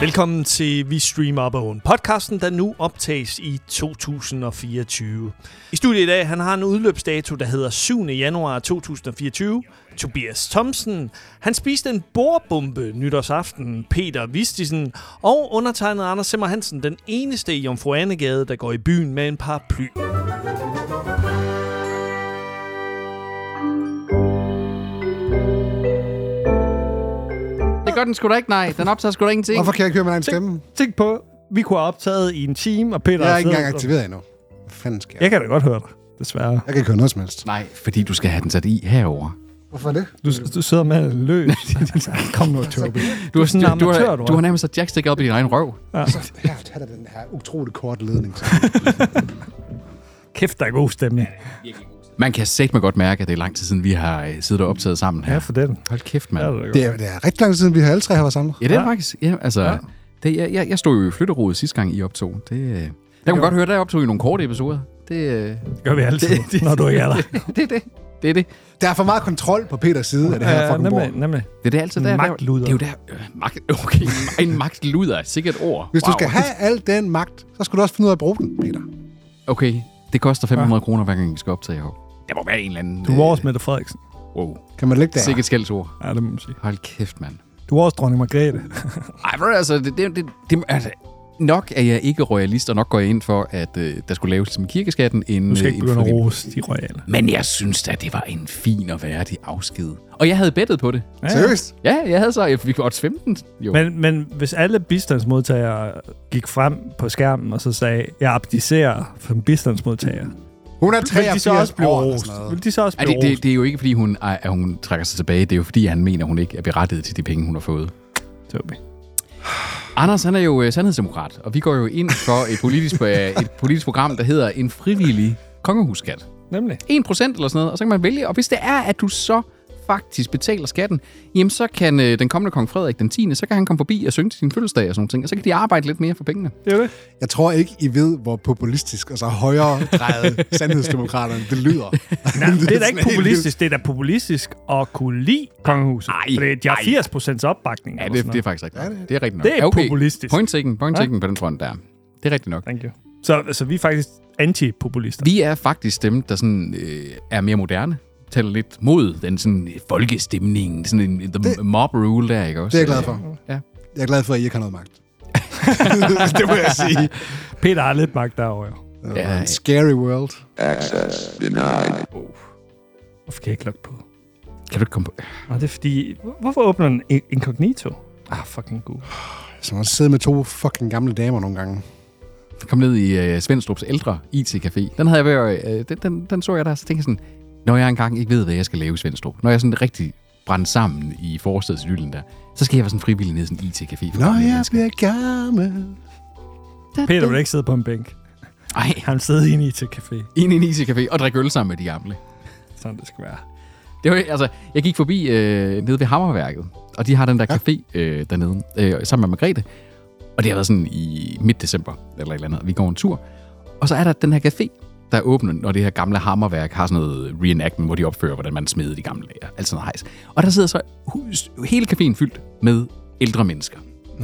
Velkommen til Vi Streamer Up Own, podcasten, der nu optages i 2024. I studiet i dag, han har en udløbsdato, der hedder 7. januar 2024. Tobias Thomsen, han spiste en bordbombe nytårsaften, Peter Vistisen og undertegnet Anders Simmer Hansen, den eneste i Jomfru Annegade, der går i byen med en paraply. Det gør den sgu da ikke, nej. Den optager sgu da ingenting. Hvorfor kan jeg ikke høre min egen stemme? Tænk på, vi kunne have optaget i en time, og Peter Jeg er har ikke engang siddet- aktiveret endnu. Hvad fanden skal jeg? Jeg kan da godt høre dig, desværre. Jeg kan ikke høre noget som helst. Nej, fordi du skal have den sat i herover. Hvorfor det? Du, du sidder med løs. Kom nu, Tobi. Altså, Du er sådan en du, amatør, har, du er. du har nærmest sat jackstick op i din egen røv. Så altså, her, her er den her utrolig korte ledning. Kæft, der er god stemning. Man kan satme godt mærke, at det er lang tid siden, vi har øh, siddet og optaget sammen her. Ja, for den. Hold kæft, Ja, mand. det Det er godt. er, det er rigtig lang tid siden, vi har alle tre her var samlet. Ja, det er faktisk. Ja, altså, det, jeg, jeg, jeg stod jo i flytterodet sidste gang, I optog. Det, øh, der kunne man godt høre, der optog I nogle korte episoder. Det, øh, Det gør vi altid, det, det, når du ikke er der. det er det. Det er det. Der er for meget kontrol på Peters side af det her fucking nemlig, bord. nemlig. Det er det altid. Der, Magtluder. Der, det er jo der. Øh, magt, okay, en magtluder er sikkert et ord. Hvis du Wow. skal have al den magt, så skal du også finde ud af at bruge den, Peter. Okay, det koster 500 ja. kroner, hver gang vi skal optage heroppe. Der må være en eller anden... Du er vores Mette Frederiksen. øh, wow. Kan man lægge det Sikkert skældsord. Ja, det må man sige. Hold kæft, mand. Du er også dronning Margrethe. Ej, for altså, det, det, det, det altså, nok er jeg ikke royalist, og nok går jeg ind for, at øh, der skulle laves som kirkeskatten en... Du skal øh, ikke en begynde at frivillig- rose de royale. Men jeg synes da, det var en fin og værdig afsked. Og jeg havde bettet på det. Ja, ja. Seriøst? Ja, jeg havde så... Jeg fik odds 15, jo. Men, Men, men hvis alle bistandsmodtagere gik frem på skærmen og så sagde, jeg abdicerer som bistandsmodtager, Hun er ville de så 83 også blive år eller rost. sådan Ville noget. de så også er blive det, rost? det, det er jo ikke, fordi hun, ej, at hun trækker sig tilbage. Det er jo, fordi han mener, hun ikke er berettiget til de penge, hun har fået. Tobi. Anders, han er jo øh, sandhedsdemokrat, og vi går jo ind for et politisk, øh, et politisk program, der hedder En frivillig kongehusskat. Nemlig. 1% eller sådan noget, og så kan man vælge. Og hvis det er, at du så faktisk betaler skatten, jamen så kan øh, den kommende kong Frederik den 10., så kan han komme forbi og synge til sin fødselsdag og sådan noget, og så kan de arbejde lidt mere for pengene. Det er jo det. Jeg tror ikke, I ved, hvor populistisk og så højere drejet sandhedsdemokraterne det lyder. Nej, det er da sådan helt ikke populistisk. Det er da populistisk at kunne lide kongehuset. Ej, for det, de har ej. 80 procents opbakning. Ja, eller det, sådan det er noget. faktisk rigtigt. Ja, det, det er rigtigt nok. Det er Ja, populistisk. Point taken, point Ja. taken på den front der. Det er rigtigt nok. Thank you. Så, så vi er faktisk antipopulister. Vi er faktisk dem, der sådan, øh, er mere moderne taler lidt mod den sådan øh, folkestemning, sådan en the det, mob rule der, ikke også? Det er jeg glad for. Ja. Jeg er glad for, at I ikke har noget magt. det må jeg sige. Peter har lidt magt derovre. jo. Det Ja, var ja. en scary world. Access denied. Hvorfor kan jeg ikke logge på? Kan du ikke komme på? Og det er fordi... Hvorfor åbner den in- incognito? Ah, fucking god. Som at sidde med to fucking gamle damer nogle gange. kom ned i øh, Svendstrup's ældre IT-café. Den, havde jeg været, øh, den, den, den så jeg der, så tænkte jeg sådan, når jeg engang ikke ved, hvad jeg skal lave i Svendstrup, når jeg sådan rigtig brændt sammen i forstedslylden der, så skal jeg være sådan frivillig ned i sådan en IT-café. for Nå, gamle jeg mennesker. bliver gammel. Peter vil ikke sidde på en bænk. Ej, Han sidder inde i til café. ind i en IT-café og drikke øl sammen med de gamle. Sådan det skal være. Det var, altså, jeg gik forbi øh, nede ved Hammerværket, og de har den der café øh, dernede, øh, sammen med Margrethe. Og det har været sådan i midt december, eller et eller andet. Vi går en tur, og så er der den her café, der åbner, når det her gamle hammerværk har sådan noget reenactment, hvor de opfører, hvordan man smed de gamle lager. Alt sådan noget hejs. Og der sidder så hus, hele caféen fyldt med ældre mennesker.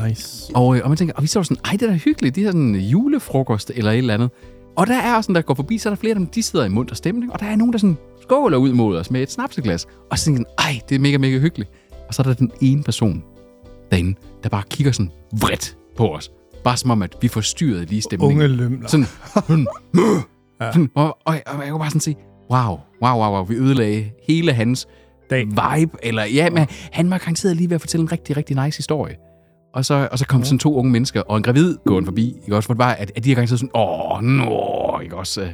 Nice. Og, øh, og man tænker, og vi så sådan, ej, det er da hyggeligt, det her sådan øh, julefrokost eller et eller andet. Og der er også sådan, der går forbi, så er der flere af dem, de sidder i mundt og stemning, og der er nogen, der sådan skåler ud mod os med et snapseglas. Og så tænker jeg sådan, ej, det er mega, mega hyggeligt. Og så er der den ene person derinde, der bare kigger sådan vredt på os. Bare som om, at vi forstyrrede lige stemningen. Unge lømler. Sådan, sådan, sådan og, og, og, jeg kunne bare sådan sige, wow, wow, wow, wow, vi ødelagde hele hans Dag. vibe, eller ja, men han var garanteret lige ved at fortælle en rigtig, rigtig nice historie. Og så, og så kom ja. sådan to unge mennesker, og en gravid gående forbi, ikke også, hvor det var, at, at de har garanteret sådan, åh, nå, ikke også, øh,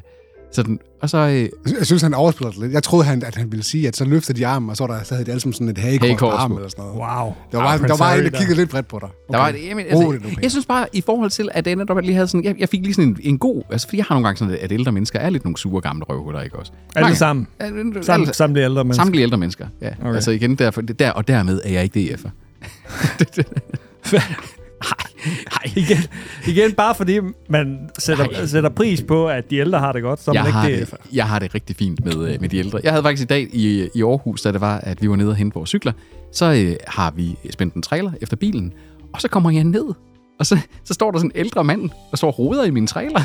sådan, og så, øh, Jeg synes, han overspiller det lidt. Jeg troede, han, at han ville sige, at så løfter de armen, og så, er der, så havde de alle sammen sådan et hagekors på Hagekors på. armen eller sådan noget. Wow. Der var, Ah, der Prince var en, Harry der kiggede lidt bredt på dig. Okay. Der var et, jamen, altså, Rolig nu, Peter. jeg synes bare, i forhold til, at Anna Dobbat lige havde sådan... Jeg, jeg fik lige sådan en, en god... Altså, fordi jeg har nogle gange sådan, at ældre mennesker er lidt nogle sure gamle røvhuller, ikke også? Alle Mange- sammen. Ja, det- det- Samt, alle- samtlige ældre mennesker. Samtlige ældre mennesker, ja. Okay. Altså igen, derfor, det der, og dermed er jeg ikke DF'er. Nej, Igen, igen, bare fordi man sætter, Ej. sætter pris på, at de ældre har det godt, så er jeg man har, ikke det. det, jeg har det rigtig fint med, øh, med de ældre. Jeg havde faktisk i dag i, i Aarhus, da det var, at vi var nede og hente vores cykler, så øh, har vi spændt en trailer efter bilen, og så kommer jeg ned Og så, så står der sådan en ældre mand, der står og roder i min trailer.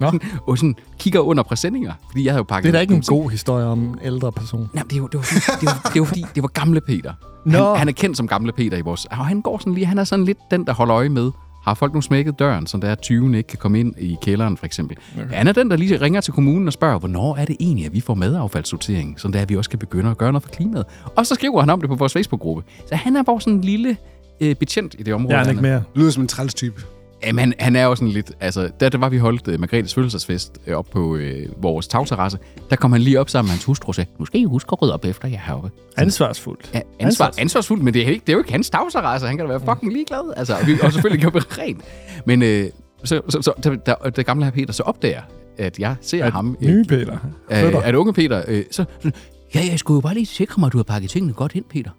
Nå. Sådan, og sådan kigger under præsendinger, fordi jeg havde jo pakket... Det er da ikke en nogle ting. god historie om en ældre person. Nej, men det var, det, var, fordi- det, var, det var fordi, det var gamle Peter. Nå. Han, han er kendt som gamle Peter i vores... Og han går sådan lige... Han er sådan lidt den, der holder øje med... Har folk nu smækket døren, så der er 20 ikke kan komme ind i kælderen, for eksempel? Okay. Han er den, der lige ringer til kommunen og spørger, hvornår er det egentlig, at vi får madaffaldssortering, så der vi også kan begynde at gøre noget for klimaet. Og så skriver han om det på vores Facebook-gruppe. Så han er bare sådan en lille øh, betjent i det område. Jeg er ikke mere. Lyder som en træls type. Jamen, han, han er jo sådan lidt... Altså, da det var, vi holdt øh, Margrethes fødselsdagsfest øh, op på øh, vores tagterrasse, der kom han lige op sammen med hans hustru og sagde, nu skal I huske at rydde op efter jer heroppe. Ansvarsfuldt. Ja, ansvar, ansvarsfuldt, men det er, ikke, det er jo ikke hans tagterrasse. Han kan da være Mm. fucking ligeglad. Altså, og, vi, og selvfølgelig gjorde vi rent. Men øh, så, så, så da, da, da gamle herr Peter så opdager, at jeg ser at ham... øh, Nye Peter. øh, Flytter. at unge Peter, øh, så... så Ja, jeg skulle jo bare lige sikre mig, at du har pakket tingene godt ind, Peter.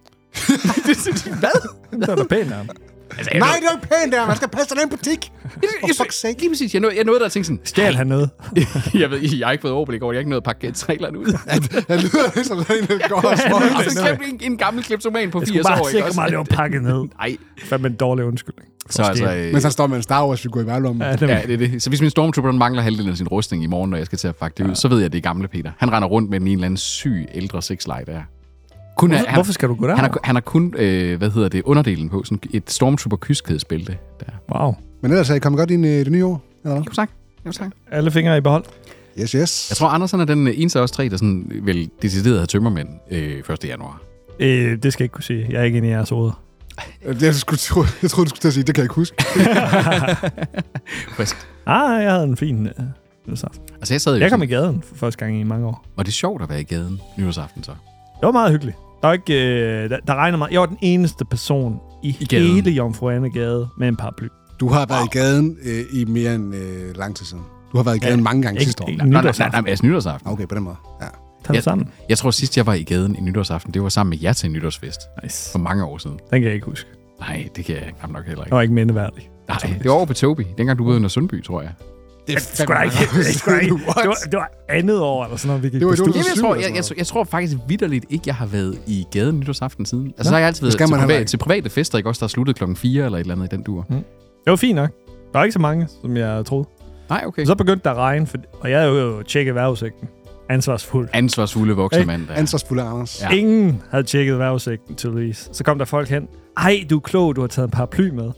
Det er da pænt af ham. Altså, jeg Nej, nåede- det er jo ikke pænt der. Man skal passe den butik. jeg, jeg, fuck's sake. Lige præcis. Jeg nåede, jeg nåede der og tænkte sådan... Stjæl han noget? jeg, ved, jeg har ikke fået overblik over, det. jeg har ikke nået at pakke trailerne ud. Han lyder lidt som en, der går og smøger. Og så kæmpe en, en gammel kleptoman på Jeg 80 skulle bare år, ikke sikre mig, at det var også? pakket ned. Nej, Fandme en dårlig undskyldning. så altså... stjæle. Øh, Men så står man en Star Wars, vi går i værlommen. Ja, det Ja, det er det. Så hvis min Stormtrooper den mangler halvdelen af sin rustning i morgen, når jeg skal til at pakke det ud, så ved jeg, at det er gamle Peter. Han render rundt med en eller anden syg ældre sexlej, der. Kun, Hvorfor, han, hvorfor skal du gå der? han, har, han har kun, øh, hvad hedder det, underdelen på, sådan et stormtrooper kyskhedsbælte. Der. Wow. Men ellers er I kommet godt ind i det nye år. Eller? hvad? Jo, tak. Jo, tak. Alle fingre i behold. Yes, yes. Jeg tror, Andersen er den øh, eneste af os tre, der sådan, øh, vel decideret havde tømmermænd øh, 1. januar. Øh, det skal jeg ikke kunne sige. Jeg er ikke inde i jeres hoveder. Jeg, skulle tro, jeg troede, du skulle til at sige, det kan jeg ikke huske. Frisk. Ah, jeg havde en fin... Øh, nytårsaften. Altså, jeg sad jo jeg kom sådan, i gaden for første gang i mange år. var det sjovt at være i gaden nytårsaften så? Det var meget hyggeligt. Der, var ikke, øh, der, der regner meget. Jeg var den eneste person i, I I gaden. hele Jomfru Anne Gade med en paraply. Du har været i gaden øh, i mere end øh, lang tid siden. Du har været i gaden mange gange ikke- sidste år. ikke- Nej, nej, nej, Nytårsaften. nej, altså nytårsaften. Okay, på den måde. Ja. Tag Ja. det sammen. Jeg tror, sidst jeg var i gaden i nytårsaften, det var sammen med jer til en nytårsfest for Nice. mange år siden. Den kan jeg ikke huske. Nej, det kan jeg knap nok heller Jeg ikke. var ikke mindeværdig. Nej, det var over på Tobi, dengang du var ude under Sundby, tror jeg. Det er Sgu da ikke. Det, sgu da ikke. What? det, var, det var andet år, eller sådan noget, vi gik Det var på i studie. Jamen, jeg, 2007 tror, eller jeg, jeg, sådan jeg tror faktisk vidderligt ikke, jeg har været i gaden nytårsaften siden. Altså, så har jeg altid været skal til, man heller privat, ikke. til private fester, ikke også, der er sluttet klokken 4 eller et eller andet i den dur. Det var fint nok. Der var ikke så mange, som jeg troede. Nej, okay. Så begyndte der at regne, for, og jeg havde jo tjekket vejrudsigten. Ansvarsfuldt. Ansvarsfulde voksne Hey, mand. Der. Ansvarsfulde Anders. Ja. Ja. Ja. Ingen havde tjekket vejrudsigten, tydeligvis. Så kom der folk hen. Ej, du er klog, du har taget en paraply med.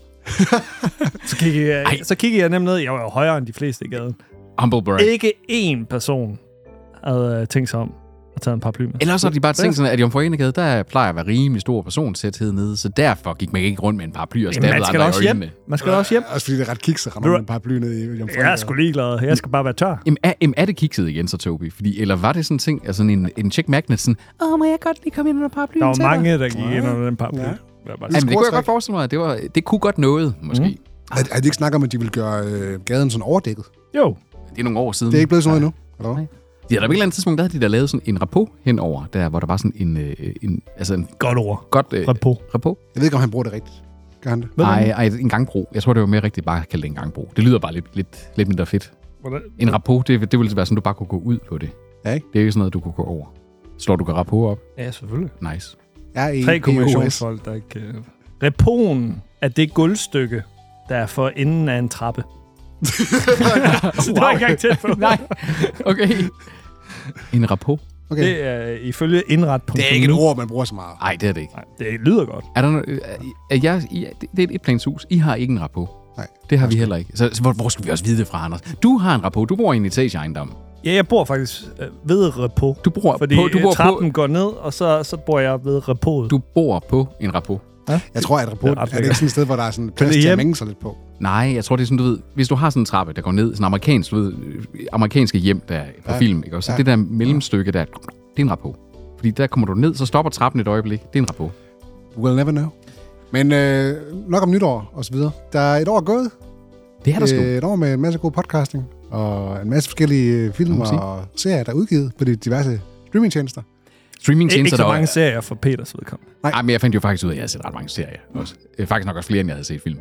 så, kiggede Ej. jeg, så kiggede jeg nemt ned. Jeg var jo højere end de fleste i gaden. Humble brag. Ikke én person havde øh, tænkt sig om at tage en paraply med. Ellers har de bare tænkt sådan, at i Omforenegade, der plejer at være rimelig stor personsæthed nede, så derfor gik man ikke rundt med en paraply og Jamen, stabbede man skal da andre også i hjem. øjnene. Man skal da også hjem. Også fordi det er ret kiks, at Ved rammer du- en par bly ned i Jomfru. Jeg er sgu ligeglad. Jeg skal bare være tør. Jamen, er, jamen, er det kikset igen så, Tobi? Fordi, eller var det sådan en ting, altså sådan en, en check magnet, sådan, åh, må jeg godt lige komme ind under paraplyen Der var til dig?" mange, der gik ind under den paraply. Ja. Ja. Jamen, det kunne jeg Skruetræk. godt forestille mig, at det, var, det kunne godt noget, måske. Mm. Har har de ikke snakket om, at de vil gøre øh, gaden sådan overdækket? Jo, Det er nogle år siden. Det er ikke blevet sådan noget endnu. Eller hvad? Nej. Ja, der var et eller andet tidspunkt, der havde de der lavet sådan en rapport henover, der, hvor der var sådan en, øh, en altså en godt ord. godt øh, Rapport. rapport. Jeg ved ikke, om han bruger det rigtigt. Gør han det? Ved du Nej, ej, en gangbro. Jeg tror, det var mere rigtigt bare at kalde det en gangbro. Det lyder bare lidt, lidt, lidt mindre fedt. hvordan- En rapport, det, det ville være sådan, du bare kunne gå ud på det. Ja, ikke? Det er jo ikke sådan noget, du kunne gå over. Slår du rapport op? Ja, selvfølgelig. Nice. Jeg er i Tre EOS. kommissionsfolk, der ikke... øh. Repoen er det gulvstykke, der er for enden af en trappe. Så det var ikke engang tæt på. Nej, okay. En rapport? Okay. Det er ifølge indret på Det er ikke et ord, man bruger så meget. Nej, det er det ikke. Nej, det lyder godt. Er der no- øh, er jeg, I, det det er et etplanshus. I har ikke en rapport. Nej. Det har vi heller ikke. Så, så hvor, hvor skal vi også vide det fra, Anders? Du har en rapport. Du bor i en etageejendom. Ja, jeg bor faktisk øh, ved repo. Du bor Fordi øh, på, du bor trappen på, går ned, og så, så bor jeg ved repoet. du bor på en rapport. Jeg tror, at rapport Det er ret er, det ikke sådan et sted, hvor der er sådan plads det til at hjem? mænge sig lidt på. Nej, jeg tror, det er sådan, du ved, hvis du har sådan en trappe, der går ned, sådan amerikansk, du ved, øh, amerikanske hjem der er på Ja. film, ikke også? Så Ja. det der mellemstykke der, det er en rapport. Fordi der kommer du ned, så stopper trappen et øjeblik. Det er en rapport. We'll never know. Men øh, nok om nytår og så videre. Der er et år gået. Det er der sgu. Øh, et år med en masse god podcasting og en masse forskellige øh, film Må man sige. og serier, der er udgivet på de diverse streamingtjenester. Streaming Ikke tjenester så der mange mange... serier for Peters vedkommende. Ej, men jeg fandt jo faktisk ud af, at jeg har set ret mange serier også. Øh, Faktisk nok også flere, end jeg havde set film.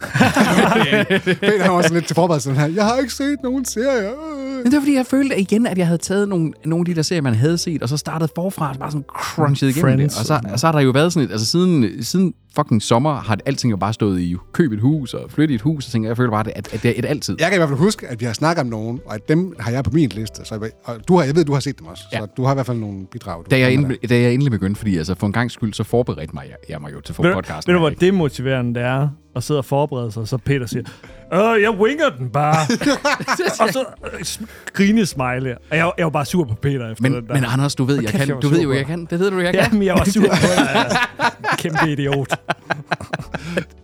Peter han var også lidt til forberedelse. sådan her. Jeg har ikke set nogen serier. Øh, Men det var, fordi jeg følte igen, at jeg havde taget nogle, nogle af de der serier, man havde set, og så startet forfra, og bare sådan crunchet igennem Friends det. Og så, og så har der jo været sådan et, altså siden, siden fucking sommer, har det, alting jo bare stået i køb et hus, og flytte i et hus, og tænker, jeg føler bare, at, at det er et altid. Jeg kan i hvert fald huske, at vi har snakket om nogen, og at dem har jeg på min liste. Så jeg, og du har, jeg ved, du har set dem også, ja. Ja. så du har i hvert fald nogle bidrag. Du Da jeg, kommer endelig, da jeg endelig begyndte, fordi altså for en gang skyld, så forberedte mig, jeg, jeg mig jo til at få Ved, du- podcasten. ved du, hvor her, ikke? demotiverende det er at sidde og forberede sig, og så Peter siger, Øh, jeg winger den bare. og så øh, sm- grine smiley. Og jeg, jeg var bare sur på Peter efter men, den der. men Anders, du ved, jeg kæft, jeg kan. var Du ved sur jo, på jeg dig. kan. Det ved du, jeg ja, kan. men jeg var sur på dig. altså. Kæmpe idiot.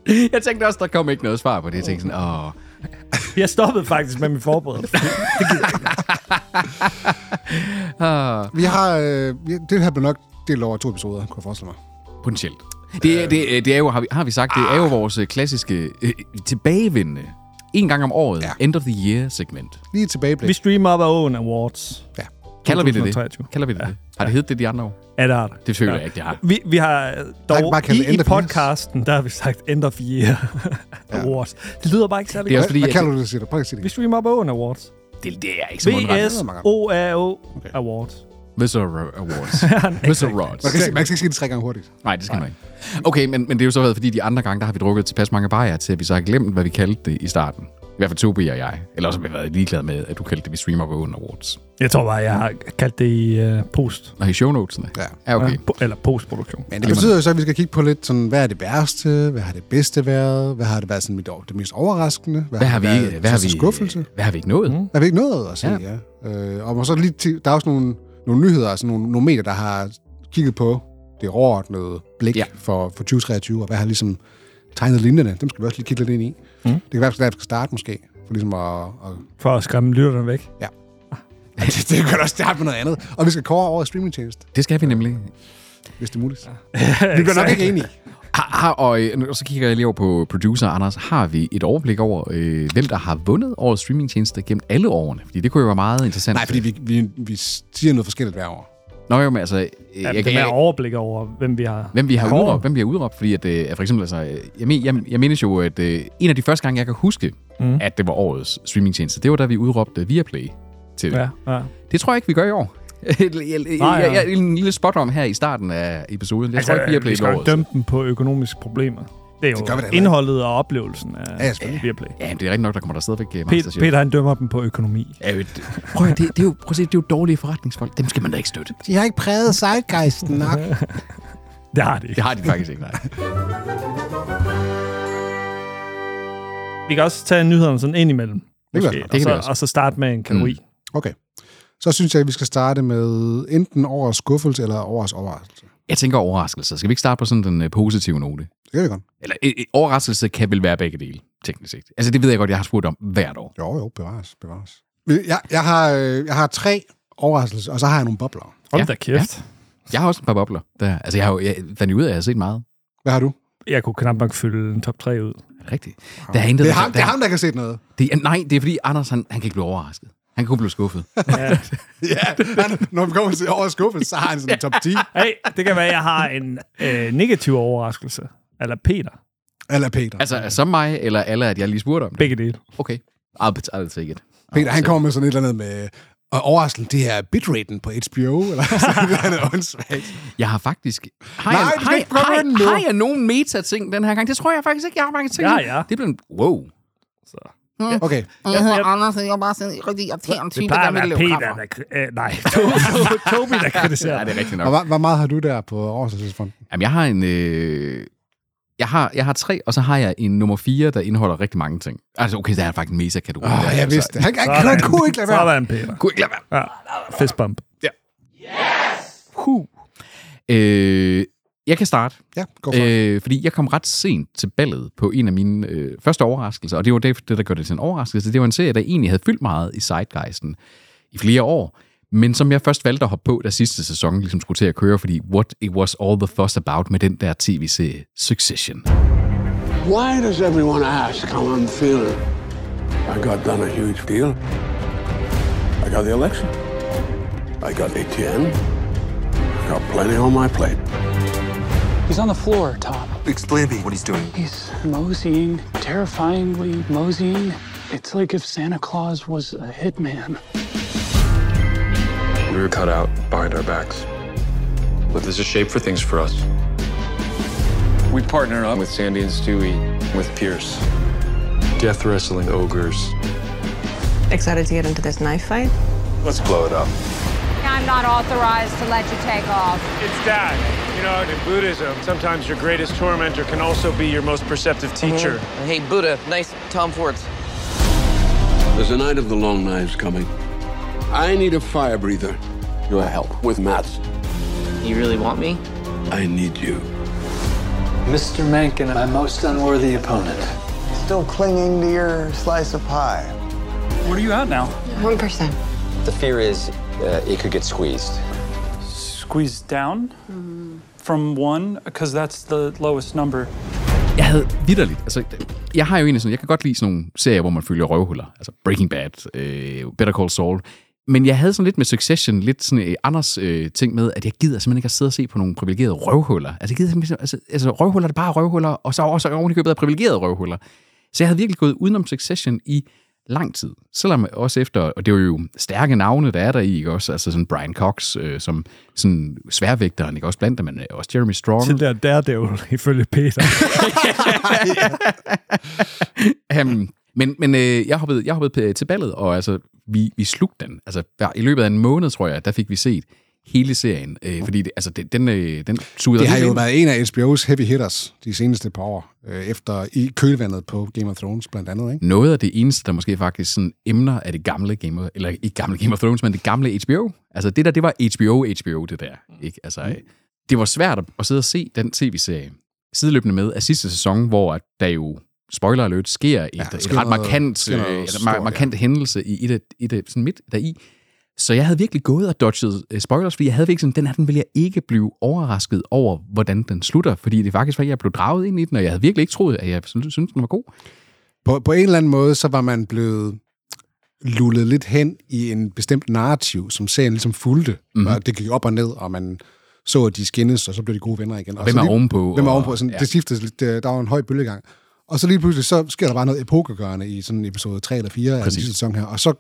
Jeg tænkte også, der kom ikke noget svar på det. Jeg tænkte sådan, åh, Jeg stoppede faktisk med min forberedelse. der. Vi har, øh, vi- det her blev nok delt over to episoder, kunne jeg forestille mig. potentielt. Det, er, det, er- det er jo, har vi, har vi sagt, det er jo Ah. vores øh, klassiske øh, tilbagevendende, en gang om året, Ja. ja. end of the year segment. Lige et tilbageblik. Vi streamer op af Åen Awards. Ja. Kalder vi det det? 2023. Kalder vi det, ja. det? Har det heddet det de andre år? Ja, det har det. Det føler jeg ikke, det har. Vi, vi har øh, ikke dog bare har kaldet i, end i of years. podcasten, der har vi sagt End of Year Awards. Det lyder bare ikke særlig Det er godt. også fordi, Hvad at- kalder du det, siger du? Prøv at sige Vi det. streamer op af Åen Awards. Det, det er ikke så mundret. VSOAO Awards. Mr. Awards. Mr. Rods. Man kan, ikke- man kan ikke sige det tre gange hurtigt. Nej, det skal man ikke. Okay, men, men det er jo så været, fordi de andre gange, der har vi drukket tilpas mange bajer til, at vi så har glemt, hvad vi kaldte det i starten. I hvert fald Tobi og jeg. Eller også har vi været ligeglade med, at du kaldte det, vi streamer på Open Awards. Jeg tror bare, jeg har kaldt det i øh, post. Og i shownotesene. Ja. ja okay. Ja, po- eller postproduktion. Men det betyder jo så, at vi skal kigge på lidt sådan, hvad er det værste, hvad har det bedste været, hvad har det været sådan mit, år- det mest overraskende, Hvad har vi, været ikke, hvad har til vi, skuffelse. hvad har vi ikke nået? Mm. Der er vi ikke noget at se, ja. ja. Øh, og så lige til, der er også nogle, nogle nyheder, altså nogle, nogle medier, der har kigget på det overordnede blik ja. Ja. for, for 2023, og hvad har ligesom tegnet linjerne. Dem skal vi også lige kigge lidt ind i. Mm. Det kan være, at vi skal starte måske, for ligesom at... at For at skræmme lytterne væk. det, det kan også starte med noget andet. Og vi skal kåre over streamingtjeneste, Det skal vi nemlig. hvis det er muligt. Vi bliver nok ikke enige. Har, har, og, øh, nu- og så kigger jeg lige over på producer Anders. Har vi et overblik over, øh, hvem der har vundet årets streamingtjeneste gennem alle årene? Fordi det kunne jo være meget interessant. Nej, fordi vi, vi, vi siger noget forskelligt hver år. Nå jo, men altså... øh, Ja, jeg det kan, med jeg, overblik over, hvem vi har. Hvem vi har Kåre. udråbt, hvem vi har udråbt, fordi at, øh, for eksempel, altså, øh, jeg, men, jeg, jeg mindes jo, at øh, en af de første gange, jeg kan huske, mm. at det var årets streamingtjeneste, det var da vi udråbte Viaplay til det. Ja, Ja. ja. Det tror jeg ikke, vi gør i år. jeg, jeg, Nej, jeg, ja. jeg, en lille spot om her i starten af episoden. Jeg altså, tror ikke, Viaplay vi skal blev jo årets. ikke dømme dem på økonomiske problemer. Det er jo gør vi da det heller indholdet og oplevelsen af Ja, ja, selvfølgelig. Viaplay. Ja, men det er rigtigt nok, der kommer der stadigvæk uh, Peter, Masterchef. Peter, han dømmer dem på økonomi. Ja, men det- prøv, at, høre, det, det, er jo, prøv at se, det er jo dårlige forretningsfolk. Dem skal man da ikke støtte. De har ikke præget sidegeisten nok. Det har det ikke. Det har de faktisk ikke, nej. Vi kan også tage nyhederne sådan ind imellem. vi måske, også. Det kan vi og, så, også. og så starte med en kategori. Mm. Okay. Så synes jeg, at vi skal starte med enten årets skuffelse eller årets overraskelse. Jeg tænker overraskelser. Skal vi ikke starte på sådan den øh, positive note? Det kan vi godt. Eller øh, øh, overraskelse kan vel være begge dele, teknisk set. Altså, det ved jeg godt, jeg har spurgt om hvert år. Jo, jo, bevares, bevares. Jeg, jeg, har, øh, jeg har tre overraskelser, og så har jeg nogle bobler. Hold Ja, da kæft. Ja. Jeg har også et par bobler. Der. Altså, jeg har jo jeg fandt jo ud af, at jeg har set meget. Hvad har du? Jeg kunne knap nok fylde en top 3 ud. Er det rigtigt? Der er intet, Det er der- ham, det er ham der kan se noget. der- det er, nej, det er fordi, Anders, han, han kan ikke blive overrasket. Han kan kun blive skuffet. Ja, han, når vi kommer til årets skuffelse, så har han sådan en top 10. Hey, det kan være, at jeg har en øh, negativ overraskelse. Eller Peter. Eller Peter. Altså, altså, som mig, eller alle, at jeg lige spurgte om det. Begge dele. Okay. I'll, I'll take it. Peter, han kommer med sådan et eller andet med... Og overraskelsen, det er bitraten på HBO, eller sådan noget, han er åndssvagt. Jeg har faktisk... Har Nej, jeg, du skal har, ikke prøve den nu. har, har jeg nogen meta-ting den her gang? Det tror jeg faktisk ikke, jeg har mange ting. Ja, ja. Det blev en... Wow. Okay, Jeg hedder Anders, og jeg er bare sådan en rigtig irriterende type, Det der plejer at vil være lave Peter, kaffe. der... kri- Øh, nej, Tobi- Tobi, der kritiserer. Ja, det er rigtigt og nok. hvor, hvor meget har du der på overraskelsesfronten? Jamen, jeg har en... Øh, jeg, har, jeg har tre, og så har jeg en nummer fire, der indeholder rigtig mange ting. Altså, okay, der er faktisk en mesa-kategori. Åh, Der er oh, jeg altså- vidste det. Han, han, han kunne ikke lade være. Sådan, Peter. Kunne ikke lade være. Ja. Fistbump. Øh, jeg kan starte. Ja, gå for det. Øh, fordi jeg kom ret sent til ballet på en af mine øh, første overraskelser, og det var det, det, der gjorde det til en overraskelse. Det var en serie, der egentlig havde fyldt meget i Sidegeisten i flere år, men som jeg først valgte at hoppe på, da sidste sæson ligesom skulle til at køre, fordi what it was all the fuss about med den der tv-serie Succession. Why does everyone ask how I'm feeling? I got done a huge deal. I got the election. I got ATN. I got plenty on my plate. He's on the floor, Tom. Explain to me what he's doing. He's moseying, terrifyingly moseying It's like if Santa Claus was a hitman. We were cut out behind our backs. But there's a shape for things for us. We partner up with Sandy and Stewie, with Pierce. Death wrestling ogres. Excited to get into this knife fight? Let's blow it up. I'm not authorized to let you take off. It's that. You know, in Buddhism, sometimes your greatest tormentor can also be your most perceptive teacher. Mm-hmm. Hey, Buddha, nice Tom Forts. There's a night of the long knives coming. I need a fire breather. Your help with maths. You really want me? I need you. Mr. Mencken, my most unworthy opponent. Still clinging to your slice of pie. What are you at now? 1%. The fear is uh, it could get squeezed. Squeezed down? Mm. From one? Because that's the lowest number. jeg havde vidderligt, altså, jeg har jo egentlig sådan, jeg kan godt lide sådan nogle serier, hvor man følger røvhuller, altså Breaking Bad, øh, Better Call Saul, men jeg havde sådan lidt med Succession, lidt sådan øh, Anders øh, ting med, at jeg gider simpelthen ikke at sidde og se på nogle privilegerede røvhuller. Altså, jeg gider simpelthen, altså, altså røvhuller er bare røvhuller, og så også oven i købet af privilegerede røvhuller. Så jeg havde virkelig gået udenom Succession i lang tid. Selvom også efter, og det er jo stærke navne, der er der i, ikke også? Altså sådan Brian Cox, øh, som sådan sværvægteren, ikke også? Blandt dem, men også Jeremy Strong. Til der Daredevil, ifølge Peter. um, men men øh, jeg, hoppede, jeg hoppede til ballet, og altså, vi, vi slugte den. Altså, i løbet af en måned, tror jeg, der fik vi set hele serien, øh, fordi det, altså, det, den, øh, den suger Det har helt jo ind. været en af HBO's heavy hitters de seneste par år, øh, efter i kølvandet på Game of Thrones blandt andet, ikke? Mm. noget af det eneste, der måske faktisk sådan emner af det gamle Game of, eller ikke gamle Game of Thrones, men det gamle HBO. Altså det der, det var HBO, HBO det der. Ikke? Altså, mm. Det var svært at- at sidde og se den tv-serie sideløbende med af sidste sæson, hvor at der jo, spoiler alert, sker et, ja, der et sker ret noget- markant, sker noget øh, stort, mar- markant hændelse i et, af- et, et, sådan midt deri. Så jeg havde virkelig gået og dodget øh, spoilers, fordi jeg havde virkelig sådan, den her, den vil jeg ikke blive overrasket over, hvordan den slutter, fordi det faktisk var, at jeg blev draget ind i den, og jeg havde virkelig ikke troet, at jeg syntes, syntes den var god. På, på en eller anden måde, så var man blevet lullet lidt hen i en bestemt narrativ, som serien ligesom fulgte. Mm-hmm. Mhm. Og det gik op og ned, og man så, at de skinnes, og så blev de gode venner igen. Og hvem så er lige- ovenpå, Hvem er og- ovenpå? Sådan, ja. ja. Det skiftede lidt. Det- Der var en høj bølgegang. Og så lige pludselig, så sker der bare noget epokegørende i sådan episode 3 eller 4 af den Præcis. sidste sæson her. Og så,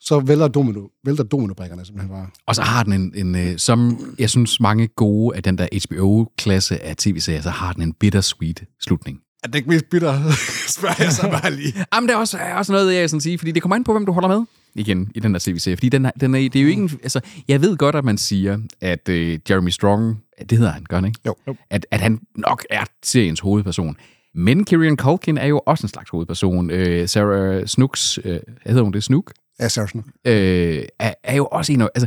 så vælter, domino, vælter dominobrikkerne simpelthen bare. Og så har den en, en øh, som jeg synes mange gode af den der HBO-klasse af tv-serier, så har den en bittersweet slutning. Er det ikke mest bitter, spørger jeg så bare lige. Jamen, der er også, er også noget, jeg vil sådan sige, fordi det kommer an på, hvem du holder med igen i den der tv-serie. Fordi den, er- den er, det er jo ikke en, altså, jeg ved godt, at man siger, at øh, Jeremy Strong, det hedder han, gør han ikke? Jo. At, at han nok er seriens hovedperson. Men Kieran Culkin er jo også en slags hovedperson. Øh, Sarah Snooks, øh, hedder hun det? Snook? Ja, seriøst. øh, er, er jo også en af... Altså,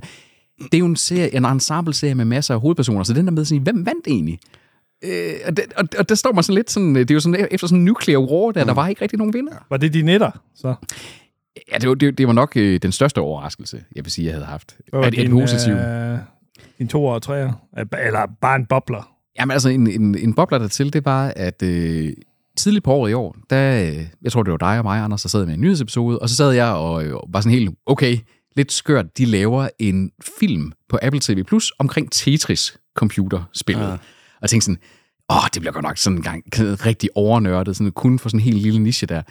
det er jo en, serie, en ensemble-serie med masser af hovedpersoner, så den der med sådan, hvem vandt egentlig? Øh, og, det, og, og der står man sådan lidt sådan, det er jo sådan, efter sådan en nuclear war, der, der Mm. var ikke rigtig nogen vinder. Var det de netter, så? Ja, det var, det, det var nok øh, den største overraskelse, jeg vil sige, jeg havde haft. Hvad var Er det din, en positiv? øh, Din to og træer? Eller bare en bobler? Jamen altså, en, en, en bobler dertil, det var, at øh, tidligt på året i år, der, øh, jeg tror, det var dig og mig, Anders, der sad med en nyhedsepisode, og så sad jeg og øh, var sådan helt, okay, lidt skørt, de laver en film på Apple TV Plus omkring Tetris-computerspillet. Ja. Og tænkte sådan, åh, det bliver godt nok sådan en gang rigtig overnørdet, sådan kun for sådan en helt lille niche der.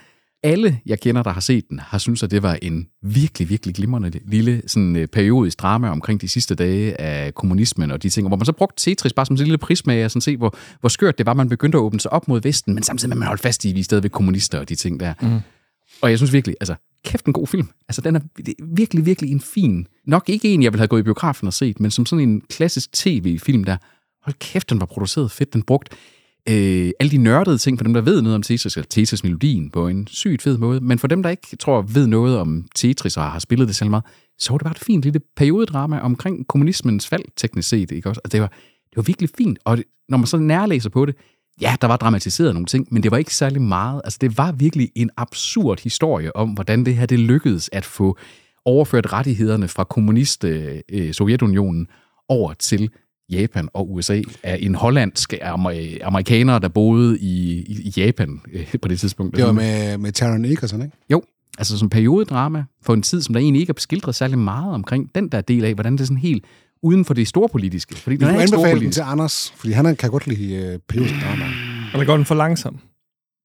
Alle, jeg kender, der har set den, har syntes, at det var en virkelig, virkelig glimrende lille sådan, øh, periodisk drama omkring de sidste dage af kommunismen og de ting, hvor man så brugte Tetris bare som sådan en lille prisme af at sådan se, hvor, hvor skørt det var, man begyndte at åbne sig op mod Vesten, men samtidig med, at man holdt fast i, at vi er stadigvæk kommunister og de ting der. Mm. Og jeg synes virkelig, altså, kæft en god film. Altså, den er det er virkelig, virkelig en fin, nok ikke en, jeg ville have gået i biografen og set, men som sådan en klassisk tv-film, der, hold kæft, den var produceret fedt, den brugte øh, alle de nørdede ting, for dem, der ved noget om Tetris, eller Tetris-melodien på en sygt fed måde, men for dem, der ikke tror ved noget om Tetris og har spillet det selv meget, så var det bare et fint lille periodedrama omkring kommunismens fald, teknisk set, ikke også? Og det var, det var virkelig fint, og det, når man så nærlæser på det, ja, der var dramatiseret nogle ting, men det var ikke særlig meget. Altså, det var virkelig en absurd historie om, hvordan det her det lykkedes at få overført rettighederne fra kommunist øh, øh, Sovjetunionen over til Japan og USA af en hollandsk amer- amerikaner, der boede i, i, i Japan øh, på det tidspunkt. Det var med, med Taron Egerton, ikke? Jo, altså som periodedrama for en tid, som der egentlig ikke er beskildret særlig meget omkring den der del af, hvordan det er sådan helt uden for det storpolitiske. Fordi Vi den er kunne ikke anbefale den til storpolitisk. Anders, fordi han kan godt lide øh, periodisk drama. Eller går den for langsom?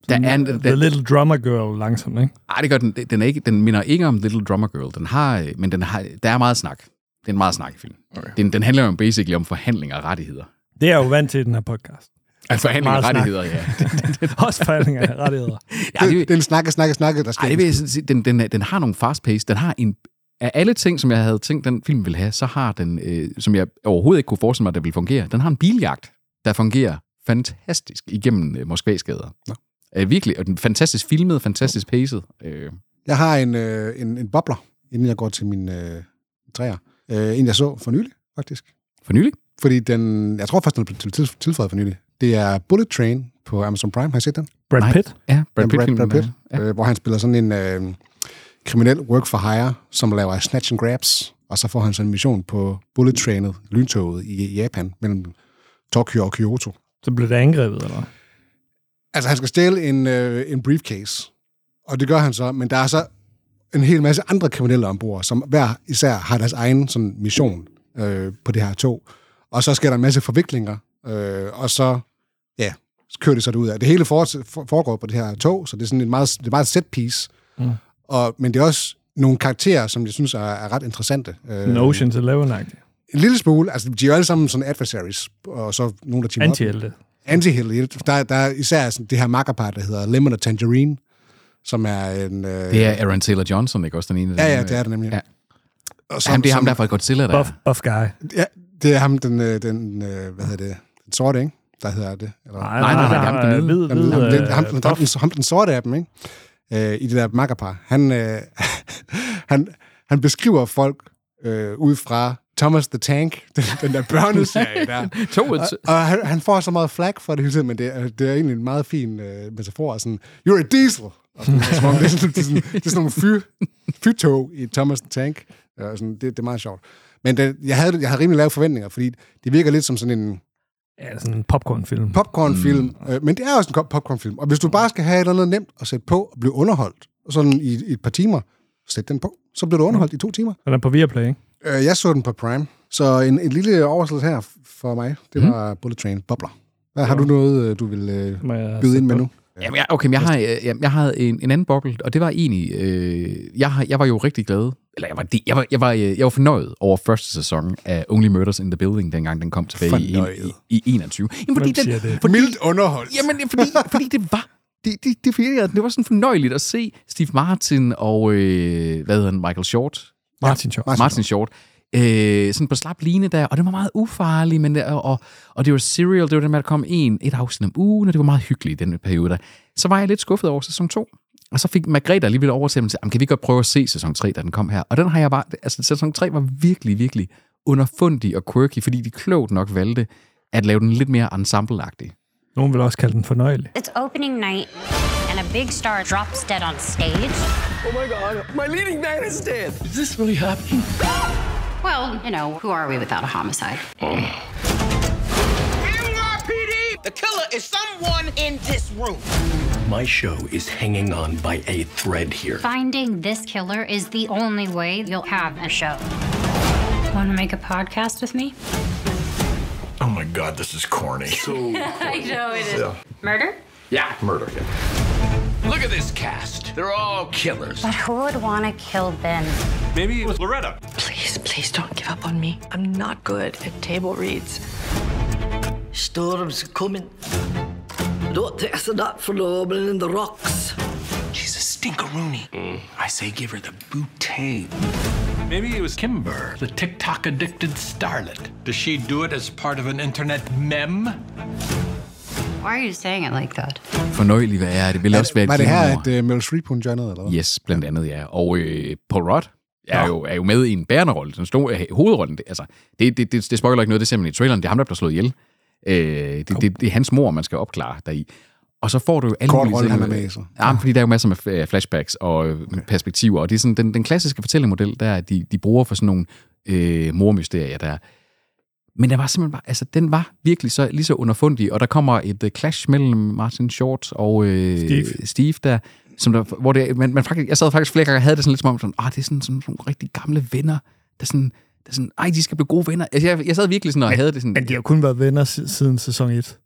Der er en, The Little Drummer Girl langsomt, ikke? Nej, det gør den. Den, er ikke, den minder ikke om Little Drummer Girl. Den har, øh, men den har, der er meget snak. Det er en meget snakkefilm. Okay. Den, den handler jo basically om forhandlinger og rettigheder. Det er jeg jo vant til i den her podcast. Ja, forhandlinger og Meget snak. rettigheder, ja. Også forhandlinger af rettigheder. Ja, det, Den snakke, snakke, snakke, der sker. Ej, det vil jeg sådan sige, den, den, er- den har nogle fast pace. Den har en... Af alle ting, som jeg havde tænkt, den film ville have, så har den, øh, som jeg overhovedet ikke kunne forestille mig, at det ville fungere, den har en biljagt, der fungerer fantastisk igennem øh, Moskvas gader. Øh, virkelig, og den er fantastisk filmet, fantastisk paced. Øh, Jeg har en, øh, en, en bobler, inden jeg går til min øh, træer. Øh, en, jeg så for nylig, faktisk. For nylig? Fordi den, jeg tror faktisk, den blev til- til- tilføjet for nylig. Det er Bullet Train på Amazon Prime. Har I set den? Brad Nej. Pitt? Ja, Brad Pitt, Brad filmen, Pitt øh, hvor han spiller sådan en øh, kriminel work for hire, som laver snatch and grabs, og så får han sådan en mission på bullet trainet, lyntoget i Japan, mellem Tokyo og Kyoto. Så blev det angrebet, eller hvad? Altså, han skal stjæle en, øh, en briefcase, og det gør han så, men der er så en hel masse andre kriminelle ombord, som hver især har deres egen sådan, mission øh, på det her tog. Og så sker der en masse forviklinger, øh, og så, ja, så kører det så ud af. Det hele forts- for- foregår på det her tog, så det er sådan en meget, det er meget set piece. Mm. Og, men det er også nogle karakterer, som jeg synes er, er ret interessante. Øh, Sådan Ocean's Eleven-agtig. En lille smule. Altså, de er jo alle sammen sådan adversaries, og så nogle, der teamer op. Antihelte. Antihelte. Der, der er især sådan det her makkerpar, der hedder Lemon og Tangerine, som er en... Øh, Det er Aaron Taylor Johnson, ikke også den ene? øh? Ja, ja, det er det nemlig. Ja. Og Som, ham, det er ham, der er fra Godzilla, der Buff, er. buff guy. Ja, det er ham, den, øh, den øh, hvad hedder det, den sorte, ikke? Der hedder det. Eller, Nej, nej, nej, nej, ham, den hvide- Ham, hvide, ham, den- øh, ham, den- ham, den- ham, den sorte af dem, ikke? Øh, I det der makkerpar. Han, øh, han, han beskriver folk øh, ud fra Thomas the Tank, den, den der børneserie der. Toget. og, og han, han får så meget flak for det hele tiden, men det, er- det er egentlig en meget fin øh, metafor. Sådan, You're a diesel! Og sådan, som om det, er sådan, det, er sådan, det er sådan nogle fyr, fyrtog i Thomas the Tank. Og sådan, det, det er meget sjovt. Men det, jeg, havde, jeg havde rimelig lave forventninger, fordi det virker lidt som sådan en Ja, sådan en popcornfilm. popcornfilm. Mm. Øh, men det er også en ko- popcornfilm. Og hvis du bare skal have et eller andet nemt at sætte på og blive underholdt sådan i, i et par timer, sæt den på. Så bliver du underholdt i to timer. Den er på Viaplay, ikke? Øh, jeg så den på Prime. Så en, en lille oversættelse her f- for mig, det Mhm. var Bullet Train Bobler. Hvad, har du noget, øh, du vil øh, byde ind med nu? Jamen, jeg, okay, men jeg, har, øh, jamen, jeg havde en, en anden boble, og det var egentlig... Øh, jeg, har- jeg var jo rigtig glad. Eller jeg var, det- jeg var, jeg var, øh, jeg var fornøjet over første sæson af Only Murders in the Building, dengang den kom tilbage i, Fornøjet. i, i 21. Jamen, fordi Hvem den, siger det? fordi, Mildt underholdt. Jamen, det er fordi, fordi det var... Det, det, det, det, det var sådan fornøjeligt at se Steve Martin og, øh, hvad hedder han, Michael Short? Martin Short. Martin, Martin Short. Øh, sådan på slap line der, og det var meget ufarlig, men det, og, og, og det var serial, det var det med, at der kom en, et afsnit om ugen, og det var meget hyggeligt i den periode der. Så var jeg lidt skuffet over sæson 2, og så fik Margrethe alligevel over til mig, kan vi godt prøve at se sæson 3, da den kom her? Og den har jeg bare, altså sæson 3 var virkelig, virkelig underfundig og quirky, fordi de klogt nok valgte at lave den lidt mere ensemble-agtig. Nogen vil også kalde den fornøjelig. It's opening night, and a big star drops dead on stage. Oh my god, my leading man is dead! Is this really happening? Well, you know, who are we without a homicide? NYPD! The killer is someone in this room! My show is hanging on by a thread here. Finding this killer is the only way you'll have a show. Want to make a podcast with me? Oh my god, this is corny. I know it Yeah. Murder? yeah, murder. Look at this cast. They're all killers. But who would want to kill Ben? Maybe it was Loretta. Please, please don't give up on me. I'm not good at table reads. Storm's coming. Don't take us that for lobbing in the rocks. She's a stinkeroonie. I say give her the bootay. Maybe it was Kimber, the TikTok addicted starlet. Does she do it as part of an internet meme? Why are you saying it like that? Fornøjelig, hvad er det? Vil også være et Var det kinummer. her, at øh, Meryl Streep, hun joinede, eller hvad? Yes, blandt andet, ja. Og øh, Paul Rudd er jo, er jo med i en bærende rolle. Den store øh, hovedrollen, det, altså, det, det, det, det spoiler ikke noget, det er simpelthen i traileren. Det er ham, der bliver slået ihjel. Øh, det, det, det er hans mor, man skal opklare deri. Og så får du jo alle Kort mulige rolle, ting- han er med i, så. Ja, men fordi der er jo masser med øh, flashbacks og øh, perspektiver, og det er sådan den, den klassiske fortællemodel, der de, de bruger for sådan nogle øh, mormysterier, der men der var simpelthen bare, altså den var virkelig så, lige så underfundig, og der kommer et uh, clash mellem Martin Short og øh, Steve. Steve der, som der, hvor det, man, man faktisk, jeg sad faktisk flere gange og havde det sådan lidt som om, sådan, ah, det er sådan, sådan nogle rigtig gamle venner, der sådan, der sådan, ej, de skal blive gode venner. Altså, jeg, jeg sad virkelig sådan og havde det sådan, Men de har kun været venner si- siden sæson 1.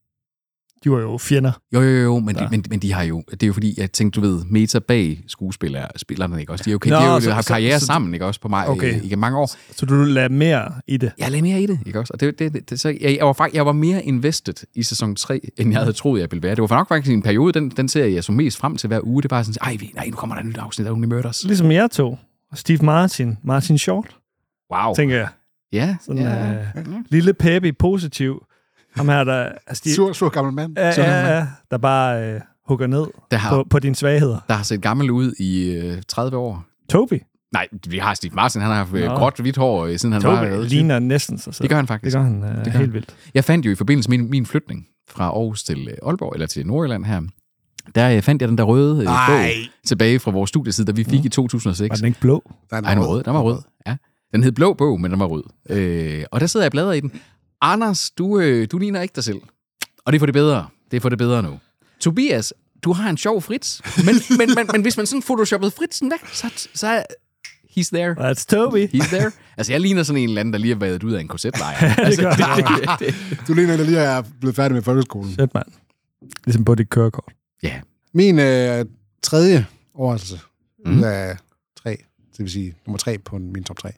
De var jo fjender. Jo, jo, jo, men, ja. de, men, men de har jo... Det er jo fordi, jeg tænkte, du ved, meta bag skuespillere, spillerne, ikke også? De, er jo, Nå, de har jo så, haft karriere så, sammen, ikke også, på mig okay. i, i mange år. Så du lader mere i det? Jeg lader mere i det, ikke også? Og det, det, det, det så jeg, jeg, var, faktisk, jeg var mere invested i sæson 3, end jeg havde troet, jeg ville være. Det var nok faktisk en periode, den, den serie, jeg så mest frem til hver uge. Det var sådan, ej, nej, nu kommer der et nyt afsnit af Only Murders. Ligesom jeg to. Steve Martin. Martin Short. Wow. Tænker jeg. Ja. Sådan, ja. Øh, lille peppy, positiv. Ham her, der... Altså, de, sur, sur gammel mand. Ja, ja, ja, der bare øh, hugger ned der har, på, på dine svagheder. Der har set gammel ud i øh, 30 år. Toby? Nej, vi har Steve Martin, han har haft Nå. gråt, hvidt hår, øh, siden han Toby var... Toby ligner næsten sig selv. Det gør han faktisk. Det gør han øh, det gør helt han. vildt. Jeg fandt jo i forbindelse med min, min flytning fra Aarhus til øh, Aalborg, eller til Nordjylland her, der øh, fandt jeg den der røde øh, bog tilbage fra vores studieside, der vi fik mm. i 2006. Var den ikke blå? Nej, den var rød. Den var rød, ja. Den hed Blå Bog, men den var rød. Øh, og der sidder jeg og bladrer i den. Anders, du, øh, du ligner ikke dig selv. Og det er for det bedre. Det er for det bedre nu. Tobias, du har en sjov Fritz. Men, men, men, men hvis man sådan photoshoppede Fritzen væk, så, så er He's there. That's Toby. He's there. Altså, jeg ligner sådan en eller anden, der lige har været ud af en korsetlejr. det altså, gør det, det, det. Du ligner en, der lige er blevet færdig med folkeskolen. Shit, mand. Ligesom på dit kørekort. Ja. Yeah. Min øh, tredje overraskelse mm. af tre, det vil sige nummer tre på min top tre,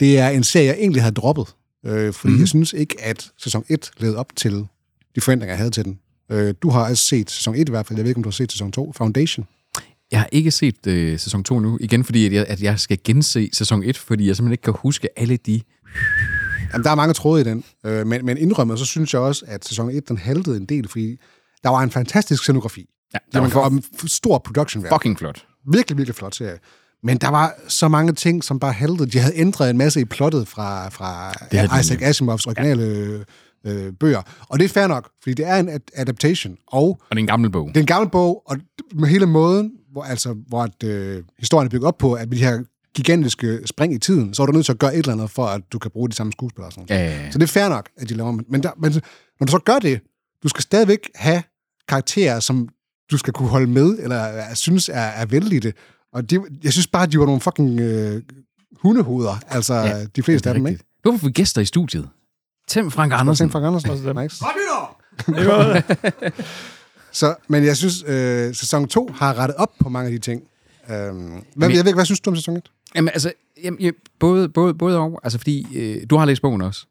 det er en serie, jeg egentlig havde droppet øh, fordi mm. jeg synes ikke, at sæson 1 levede op til de forventninger, jeg havde til den. Øh, du har altså set sæson 1 i hvert fald, jeg ved ikke, om du har set sæson 2, Foundation. Jeg har ikke set øh, sæson 2 nu, igen fordi at jeg, at jeg skal gense sæson 1, fordi jeg simpelthen ikke kan huske alle de... Jamen, der er mange tråde i den, øh, men, men indrømmet, så synes jeg også, at sæson 1, den haltede en del, fordi der var en fantastisk scenografi. Ja, der man var en stor production -værk. Fucking flot. Virkelig, virkelig flot serie. Men der var så mange ting, som bare haltede. De havde ændret en masse i plottet fra, fra Isaac Asimovs originale ja. øh, bøger. Og det er fair nok, fordi det er en adaptation. Og, og det er en gammel bog. Det er en gammel bog, og med hele måden, hvor, altså, hvor at, øh, historien er bygget op på, at med de her gigantiske spring i tiden, så er du nødt til at gøre et eller andet, for at du kan bruge de samme skuespillere. Og sådan ja, ja, ja. Så det er fair nok, at de laver... Men, der, men når du så gør det, du skal stadigvæk have karakterer, som du skal kunne holde med, eller synes er, er vældige. Og de, jeg synes bare, de var nogle fucking øh, hundehoveder, altså ja, de fleste af dem, ikke? Nu har vi gæster i studiet. Tim Frank Andersen. Tim Frank Andersen også, det er nice. Så, men jeg synes, øh, sæson 2 har rettet op på mange af de ting. Øhm, hvad, men, jeg ved ikke, hvad synes du om sæson 1? Jamen, altså, jamen, jeg, både, både, både og. Altså, fordi øh, du har læst bogen også.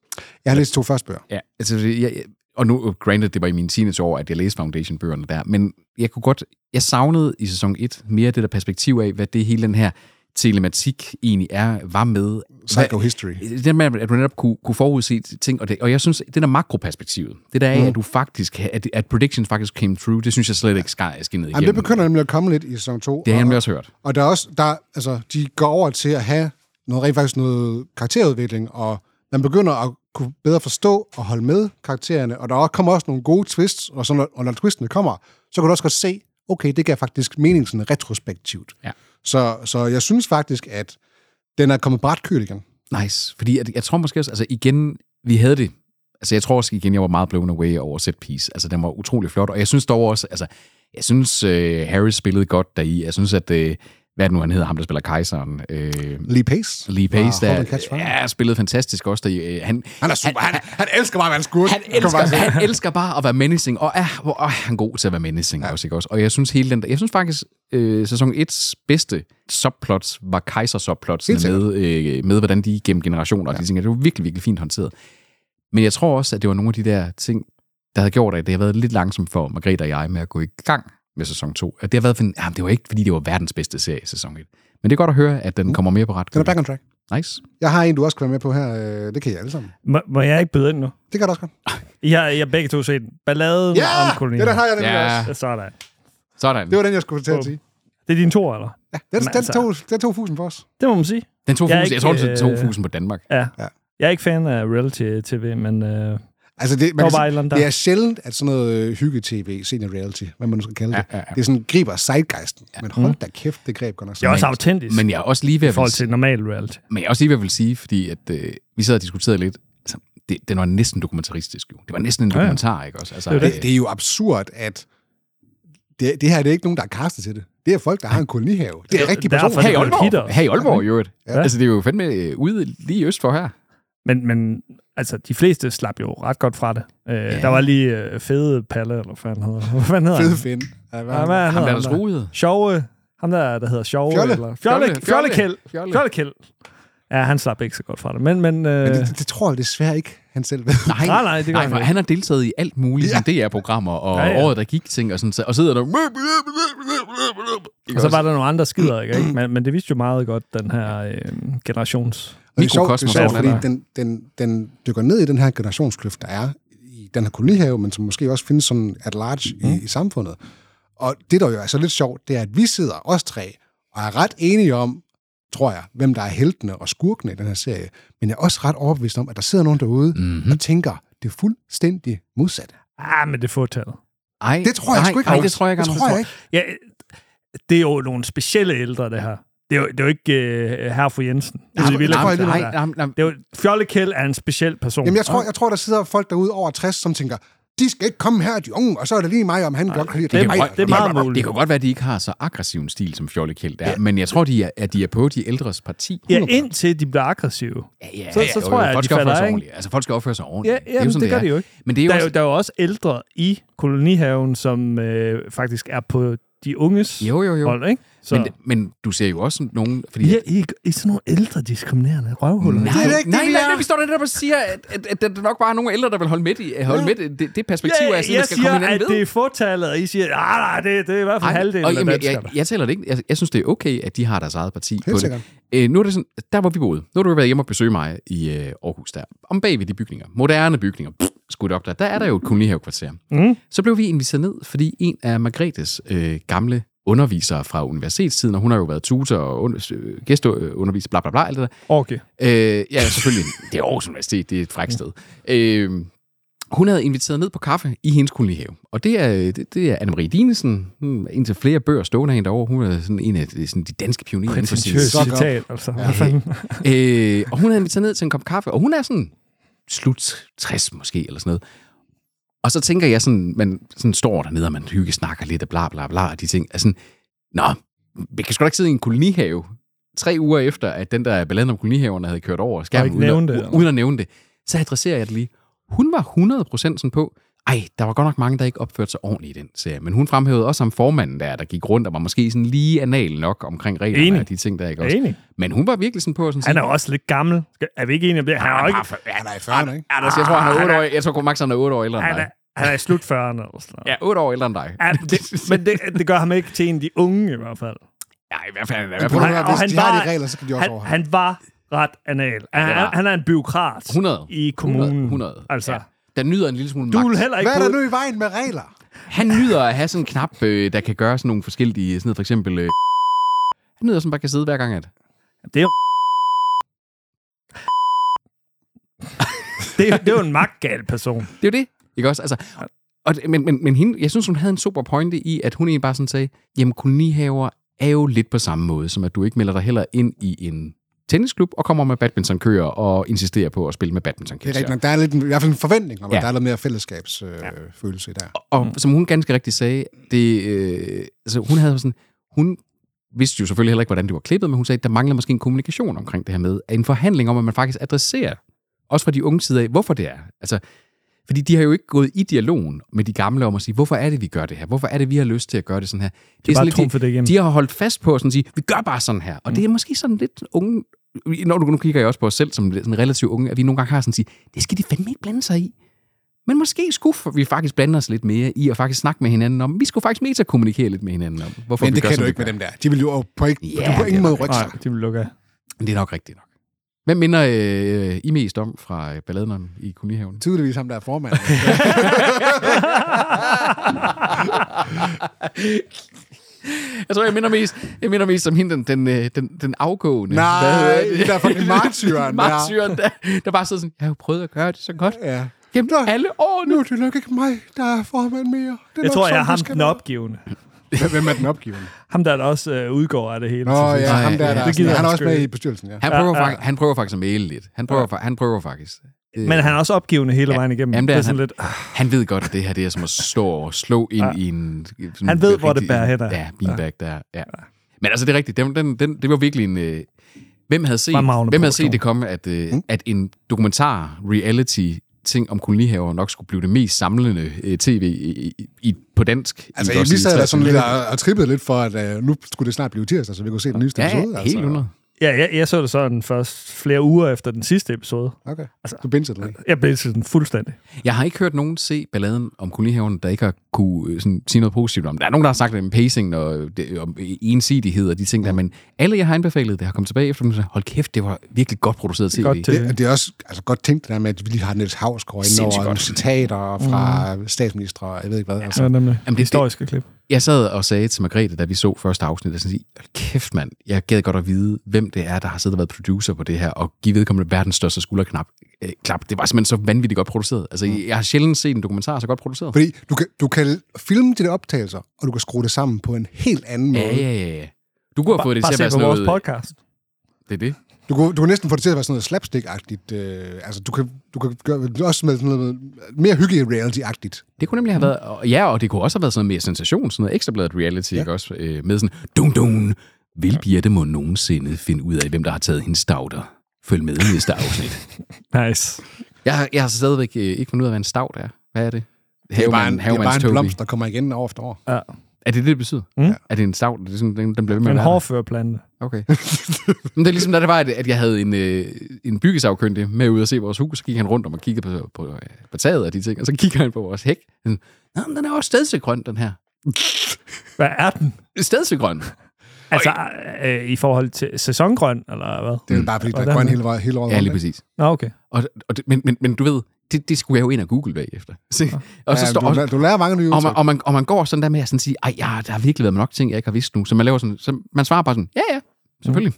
Jeg har læst to første bøger. Ja, altså, jeg, jeg, og nu, granted, det var i mine teenageår, at jeg læste Foundation-bøgerne der, men jeg kunne godt, jeg savnede i sæson 1 mere det der perspektiv af, hvad det hele den her telematik egentlig er, var med. Øh, Psychohistory. Det med, at du netop kunne, kunne forudse ting, og, det, og jeg synes, det der makroperspektivet, det der af, mm. at du faktisk, at, at predictions faktisk came through, det synes jeg slet ikke skal skinnede igennem. Jamen, det begynder nemlig at komme lidt i sæson 2. Det har og, jeg nemlig også hørt. Og der er også, der, altså, de går over til at have noget, rent faktisk noget karakterudvikling, og man begynder at kunne bedre forstå og holde med karaktererne, og der kommer også nogle gode twists, og, så når, og når twistene kommer, så kan du også godt se, okay, det gav faktisk mening sådan retrospektivt. Ja. Så, så jeg synes faktisk, at den er kommet bræt køl igen. Nice, fordi jeg, jeg tror måske også, altså igen, vi havde det, altså jeg tror også igen, jeg var meget blown away over set piece, altså den var utrolig flot, og jeg synes dog også, altså jeg synes, øh, Harry spillede godt deri, jeg synes, at øh, hvad er det nu, han hedder, ham der spiller kejseren? Øh, Lee Pace. Lee Pace, wow, der ja, spillede fantastisk også. Der, øh, han, han er super. Han, han, han elsker bare at være en skurk. Han elsker, han elsker bare at være menacing, og er, og er han god til at være menacing ja. også, ikke også? Og jeg synes hele den der, jeg synes faktisk, øh, sæson 1's bedste subplots var kejser-subplots med, øh, med, hvordan de gennem generationer, ja. og de ting, det var virkelig, virkelig fint håndteret. Men jeg tror også, at det var nogle af de der ting, der havde gjort, at det har været lidt langsomt for Margrethe og jeg med at gå i gang med sæson 2. At det, har været, for, jamen, det var ikke, fordi det var verdens bedste serie i sæson 1. Men det er godt at høre, at den mm. kommer mere på ret. Den er back on track. Nice. Jeg har en, du også kan være med på her. Øh, Det kan I alle sammen. Må, må jeg ikke byde ind nu? Det kan du også godt. jeg, jeg begge to set Balladen ja! om kolonien. Ja, den har jeg nemlig ja. også. Sådan. Sådan. Det var den, jeg skulle til at sige. Det er din to, eller? Ja, den, den, altså, tog, den tog fusen på os. Det må man sige. Den tog fusen, jeg, jeg tror, den tog fusen på Danmark. Ja. ja. Jeg er ikke fan af reality-tv, men... Øh, Altså det, man kan sige, det er sjældent, at sådan noget hygge-tv, senior reality, hvad man nu skal kalde det, ja, ja, ja. det er sådan, griber zeitgeisten. Ja. Men hold da kæft, det greb godt nok. Det er også autentisk. Men jeg er også lige ved at... I forhold til normal reality. Men jeg er også lige ved at vil sige, fordi at, øh, vi sad og diskuterede lidt, altså, det, den var næsten dokumentaristisk jo. Det var næsten en dokumentar, ja, ja. ikke også? Altså, det, det. Øh, det er jo absurd, at det, det her det er ikke nogen, der er kastet til det. Det er folk, der har en kolonihave. Det er rigtig personer. Her i Aalborg, her i Aalborg, jo. Ja. Altså, det er jo fandme øh, ude lige øst for her. Men, men altså, de fleste slap jo ret godt fra det. Øh, ja. Der var lige øh, fede Palle, eller hvad fanden hedder Hvad fanden hedder Fede han? Finn. Ja, Ja, hvad Ham, der hedder er troet. Sjove. Ham der, der hedder Sjove. Fjolle. Eller, Fjolle. Fjolle. Fjolle. Fjolle. Kjeld. Fjolle. Fjolle. Kjeld. Ja, han slap ikke så godt fra det. Men, men, øh, Men det, det, det tror jeg desværre ikke, han selv ved. Nej, Nej, nej, det gør nej han for ikke. han har deltaget i alt muligt, ja. DR-programmer og Ja, ja, ja. ja. året, der gik ting, og, sådan, så- og sidder der... og så var der nogle andre der skider, ikke? ikke? Men, men det vidste jo meget godt, den her øh, generations... Og det er sjovt, det er mikrokosmos, sjovt hvordan fordi der er. den, den, den dykker ned i den her generationskløft, der er i den her kolonihave, men som måske også findes sådan at large mm. Mhm. i, i samfundet. Og det, der jo er så lidt sjovt, det er, at vi sidder, os tre, og er ret enige om, tror jeg, hvem der er heltene og skurkene i den her serie. Men jeg er også ret overbevist om, at der sidder nogen derude, Mhm. mm-hmm. der tænker, det er fuldstændig modsatte. Ah, men det er fåtallet. Ej, Det tror jeg nej, sgu ikke, Nej, Rasmus. det tror jeg ikke. Det Anders. tror jeg ikke. Ja, det er jo nogle specielle ældre, det her. Det er jo, det er jo ikke uh, herre fru Jensen. ude i jeg Villa tror ikke, Kjeld, Nej, der. nej, nej. Det er jo, Fjollekæld er en speciel person. Jamen, jeg tror, jeg tror, der sidder folk derude over 60, som tænker, de skal ikke komme her, de unge, og så er det lige mig, om han godt kan lide det er Ej, meget- det er meget muligt. Det kan godt være, at de ikke har så aggressiv en stil, som Fjolle Kjeld er, ja. men jeg tror, de er, at de er på de ældres parti. Ja, indtil de bliver aggressive. ja, så, så jo, tror jo, jeg, at folk de skal opføre falder sig af. ikke? ordentligt. Altså, folk skal opføre sig ordentligt. Ja, ja, det, det, gør er. de jo ikke. Men det er jo, der, er jo, også, der er jo også ældre i kolonihaven, som øh, faktisk er på de unges Jo, jo, jo. hold, ikke? Så, men, men du ser jo også nogen... Fordi I, er- I, er- I er sådan nogle ældre diskriminerende røvhuller. Nej, ikke? nej, det er nej, nej, ikke det, vi er. nej, vi står der netop og siger, at, at, at der nok bare er nogle ældre, der vil holde med, i, holde med i det, det perspektiv af, Ja, at sådan, der jeg skal komme siger, hinanden at ved. det er fortallet, og I siger, nej, nej, det, det er i hvert fald Ej, halvdelen og af jamen, jeg, jeg, danskerne. jeg, taler det ikke. Jeg, jeg synes, det er okay, at de har deres eget parti på sikkert. det. Øh, nu er det sådan, der hvor vi boede. Nu har du været hjemme og besøge mig i øh, Aarhus der. Om bag ved de bygninger. Moderne bygninger. Pff, skudt op der. Der er der jo et kolonihavekvarter. Mm. Så blev vi inviteret ned, fordi en af Margrethes øh, gamle undervisere fra universitetstiden, og hun har jo været tutor og under, øh, gæstunderviser, bla bla bla, alt det der. Okay. Øh, ja, selvfølgelig. Det er Aarhus Universitet, det er et frækt sted. Øh, hun havde inviteret ned på kaffe i hendes kolonihave. Og det er, øh, det, det er Anne-Marie Dinesen, hmm, en til flere bøger stående af hende derovre. Hun er sådan en af de, sådan de danske pionerer. inden for sin- Prætentiøst Suck up. citat, altså. Hvad Ja. fanden? Øh, og hun havde inviteret ned til en kop kaffe, og hun er sådan slut 60 måske, eller sådan noget. Og så tænker jeg sådan, man sådan står dernede, og man hygge snakker lidt, og bla bla bla, og de ting er sådan, nå, vi kan sgu da ikke sidde i en kolonihave, tre uger efter, at den der balladen om kolonihaverne havde kørt over skærmen, ikke uden, nævne at, det, eller? uden at nævne det, så adresserer jeg det lige. Hun var 100% sådan på, ej, der var godt nok mange, der ikke opførte sig ordentligt i den serie, men hun fremhævede også som formanden der, der gik rundt og var måske sådan lige anal nok omkring reglerne Enig. og de ting der, ikke også? Enig. Men hun var virkelig sådan på, sådan Han er jo også lidt gammel. Skal- Er vi ikke enige om det? Han er jo ikke... han er i 40'erne, ikke? Anders, jeg tror, han er 8 år, jeg tror, kun Max han er 8 år ældre end Han er, dig. han er i slut 40'erne eller sådan noget. Ja, 8 år ældre end dig. Ja, det, men det, det gør ham ikke til en af de unge i hvert fald. Ja, i hvert fald. I Men hvert prøv fald at høre, og han Hvis de har var- de regler, så kan de også Han, overholde. han var ret anal. Han, det var- han, han er en byråkrat 100. i kommunen. 100. Altså, Ja. Der nyder en lille smule du magt. vil heller ikke Hvad er der bryde- nu i vejen med regler? Han nyder at have sådan en knap, øh, der kan gøre sådan nogle forskellige, sådan noget, for eksempel... Øh, han nyder sådan bare kan sidde hver gang, at... Det er jo... det, er, det er jo en magtgal person. Det er jo det, ikke også? Altså, og, det- men, men, men hende, jeg synes, hun havde en super pointe i, at hun egentlig bare sådan sagde, jamen kolonihaver er jo lidt på samme måde, som at du ikke melder dig heller ind i en tennisklub og kommer med badmintonkøer og insisterer på at spille med Det er badmintonkøer. rigtigt, men der er lidt, en- i hvert fald en forventning om, at Ja. der er noget mere fællesskabsfølelse øh, ja. der. Og mm. som hun ganske rigtigt sagde, det, øh, altså, hun havde sådan, hun vidste jo selvfølgelig heller ikke, hvordan det var klippet, men hun sagde, at der mangler måske en kommunikation omkring det her med, en forhandling om, at man faktisk adresserer, også fra de unge sider af, hvorfor det er. Altså, fordi de har jo ikke gået i dialogen med de gamle om at sige, hvorfor er det, vi gør det her? Hvorfor er det, vi har lyst til at gøre det sådan her? Det bare sådan lidt, trumfe det igennem. de har holdt fast på at sådan sige, vi gør bare sådan her. Og det er måske sådan lidt unge... Når du nu kigger jeg også på os selv som sådan relativt unge, at vi nogle gange har sådan at sige, det skal de fandme ikke blande sig i. Men måske skulle vi faktisk blande os lidt mere i at faktisk snakke med hinanden om, vi skulle faktisk metakommunikere lidt med hinanden om, hvorfor Men vi det gør, kan som du vi ikke gør. med dem der. De vil jo på, ikke, Ja, yeah, du på det er ingen måde nok rykke sig. Nej, de vil lukke af. Men Det er nok rigtigt nok. Hvem minder øh, I mest om fra øh, balladen om i Kolonihaven? Tydeligvis ham, der er formand. Jeg tror, jeg minder mest, jeg minder mest om hende, den, den, øh, den, den afgående. Nej, Hvad hedder hende der fucking martyren, martyren, der, der bare sidder sådan, jeg har jo prøvet at gøre det så godt. ja. Gennem alle år Nu nu. er det nok ikke mig, der er formand mere. Det er Jeg nok tror, jeg er sådan, ham det skal den være. opgivende. Hvem- Hvem er den opgivende? Ham, der, der også øh, udgår af det hele. Nå til sidst. ja, ham der, ja, der det gider er sådan, han jeg er også sgu med i ikke. bestyrelsen, ja. Han prøver, Ja, ja. fak- han prøver faktisk at male lidt. Han prøver, fa- han prøver faktisk. Øh, Men han er også opgivende hele vejen igennem. det jamen, det er er sådan lidt... Han ved godt, at det her det er som at stå og slå ind i en... Sådan, Han ved, hvor det rigtig- bærer hen ad. Ja, beanbag der. Ja. Men altså, det er rigtigt. Den, den, den, det var virkelig en... Øh, Hvem havde set, Bare magne hvem på, havde set Storm. det komme, at, øh, Mm. at en dokumentar, reality ting om kolonihaver nok skulle blive det mest samlende øh, tv i, i- i, på dansk? Altså, i, jeg lige sad der sådan lidt og, Ja, og trippede lidt for, at øh, nu skulle det snart blive tirsdag, så vi kunne se den nyeste episode. altså, ja, helt under. Ja, jeg, jeg så det sådan først flere uger efter den sidste episode. Okay. Altså, du bingede den ikke? Jeg blev sådan fuldstændig. Jeg har ikke hørt nogen se balladen om kolonihaven, der ikke har kunne øh, sådan, sige noget positivt om. Der er nogen, der har sagt det om pacing og øh, det, om ensidighed og de ting der, men alle, jeg har anbefalet, det har kommet tilbage efter, og sagt, hold kæft, det var virkelig godt produceret tv. Det, det er også altså, godt tænkt, det der med, at vi lige har Niels Havsgaard Sindssygt indover, og godt. citater fra mm. statsminister, og jeg ved ikke hvad. Altså. Ja, nemlig. Jamen, det- Historiske klip. Jeg sad og sagde til Margrethe, da vi så første afsnit, at sådan, "Hold kæft mand, jeg gad godt at vide, hvem det er, der har siddet og været producer på det her, og give vedkommende verdens største skulderknap. Øh, klap. Det var simpelthen så vanvittigt godt produceret. Altså, Mm. jeg har sjældent set en dokumentar så godt produceret. Fordi du kan, du kan filme dine optagelser, og du kan skrue det sammen på en helt anden måde. Ja, ja, ja, ja. Du kunne have fået det til Bare at være se på sådan vores noget... podcast. Det er det. Du kan, du kan næsten få det til at være sådan noget slapstick-agtigt. Øh, altså, du kan, du kan gøre det også med sådan noget mere hyggeligt reality-agtigt. Det kunne nemlig have Mm. været... Og, ja, og det kunne også have været sådan noget mere sensation, sådan noget ekstrabladet reality, ja. ikke også? Øh, med sådan... Dun, dun. Vil Birte må nogensinde finde ud af, hvem der har taget hendes stavter? Følg med i næste afsnit. Nice. Jeg, har- jeg har stadigvæk øh, ikke fundet ud af, hvad en stavt er. Hvad er det? Det er bare en, det er bare en havemandstobi. blomst, der kommer igen år efter år. Ja. Er det det, det betyder? Mm. Er det en stavt? Det er sådan, den, den bliver ved med En at være der? hårførplante. Okay. Men det er ligesom, da det var, at, at jeg havde en, øh, en byggesagkyndig med ud at se vores hus, så gik han rundt om og kiggede på, på, øh, på taget og de ting, og så kigger han på vores hæk. Sådan, Nå, men den er også stedsegrøn, den her. Hvad er den? Stedsegrøn. Altså, øh, i forhold til sæsongrøn, eller hvad? Det er jo bare, fordi der Hvordan? er grøn hele, vej- hele året. Ja, rundt, lige ikke? præcis. Nå, okay. Og, og det, men, men, men du ved, det, det skulle jeg jo ind og google bagefter. Se, og så Ja, står, du, og, du lærer mange nye og, man, udtryk. og, man, og man går sådan der med at sådan sige, ej, ja, der har virkelig været nok ting, jeg ikke har vidst nu. Så man, laver sådan, så man svarer bare sådan, ja, ja, selvfølgelig.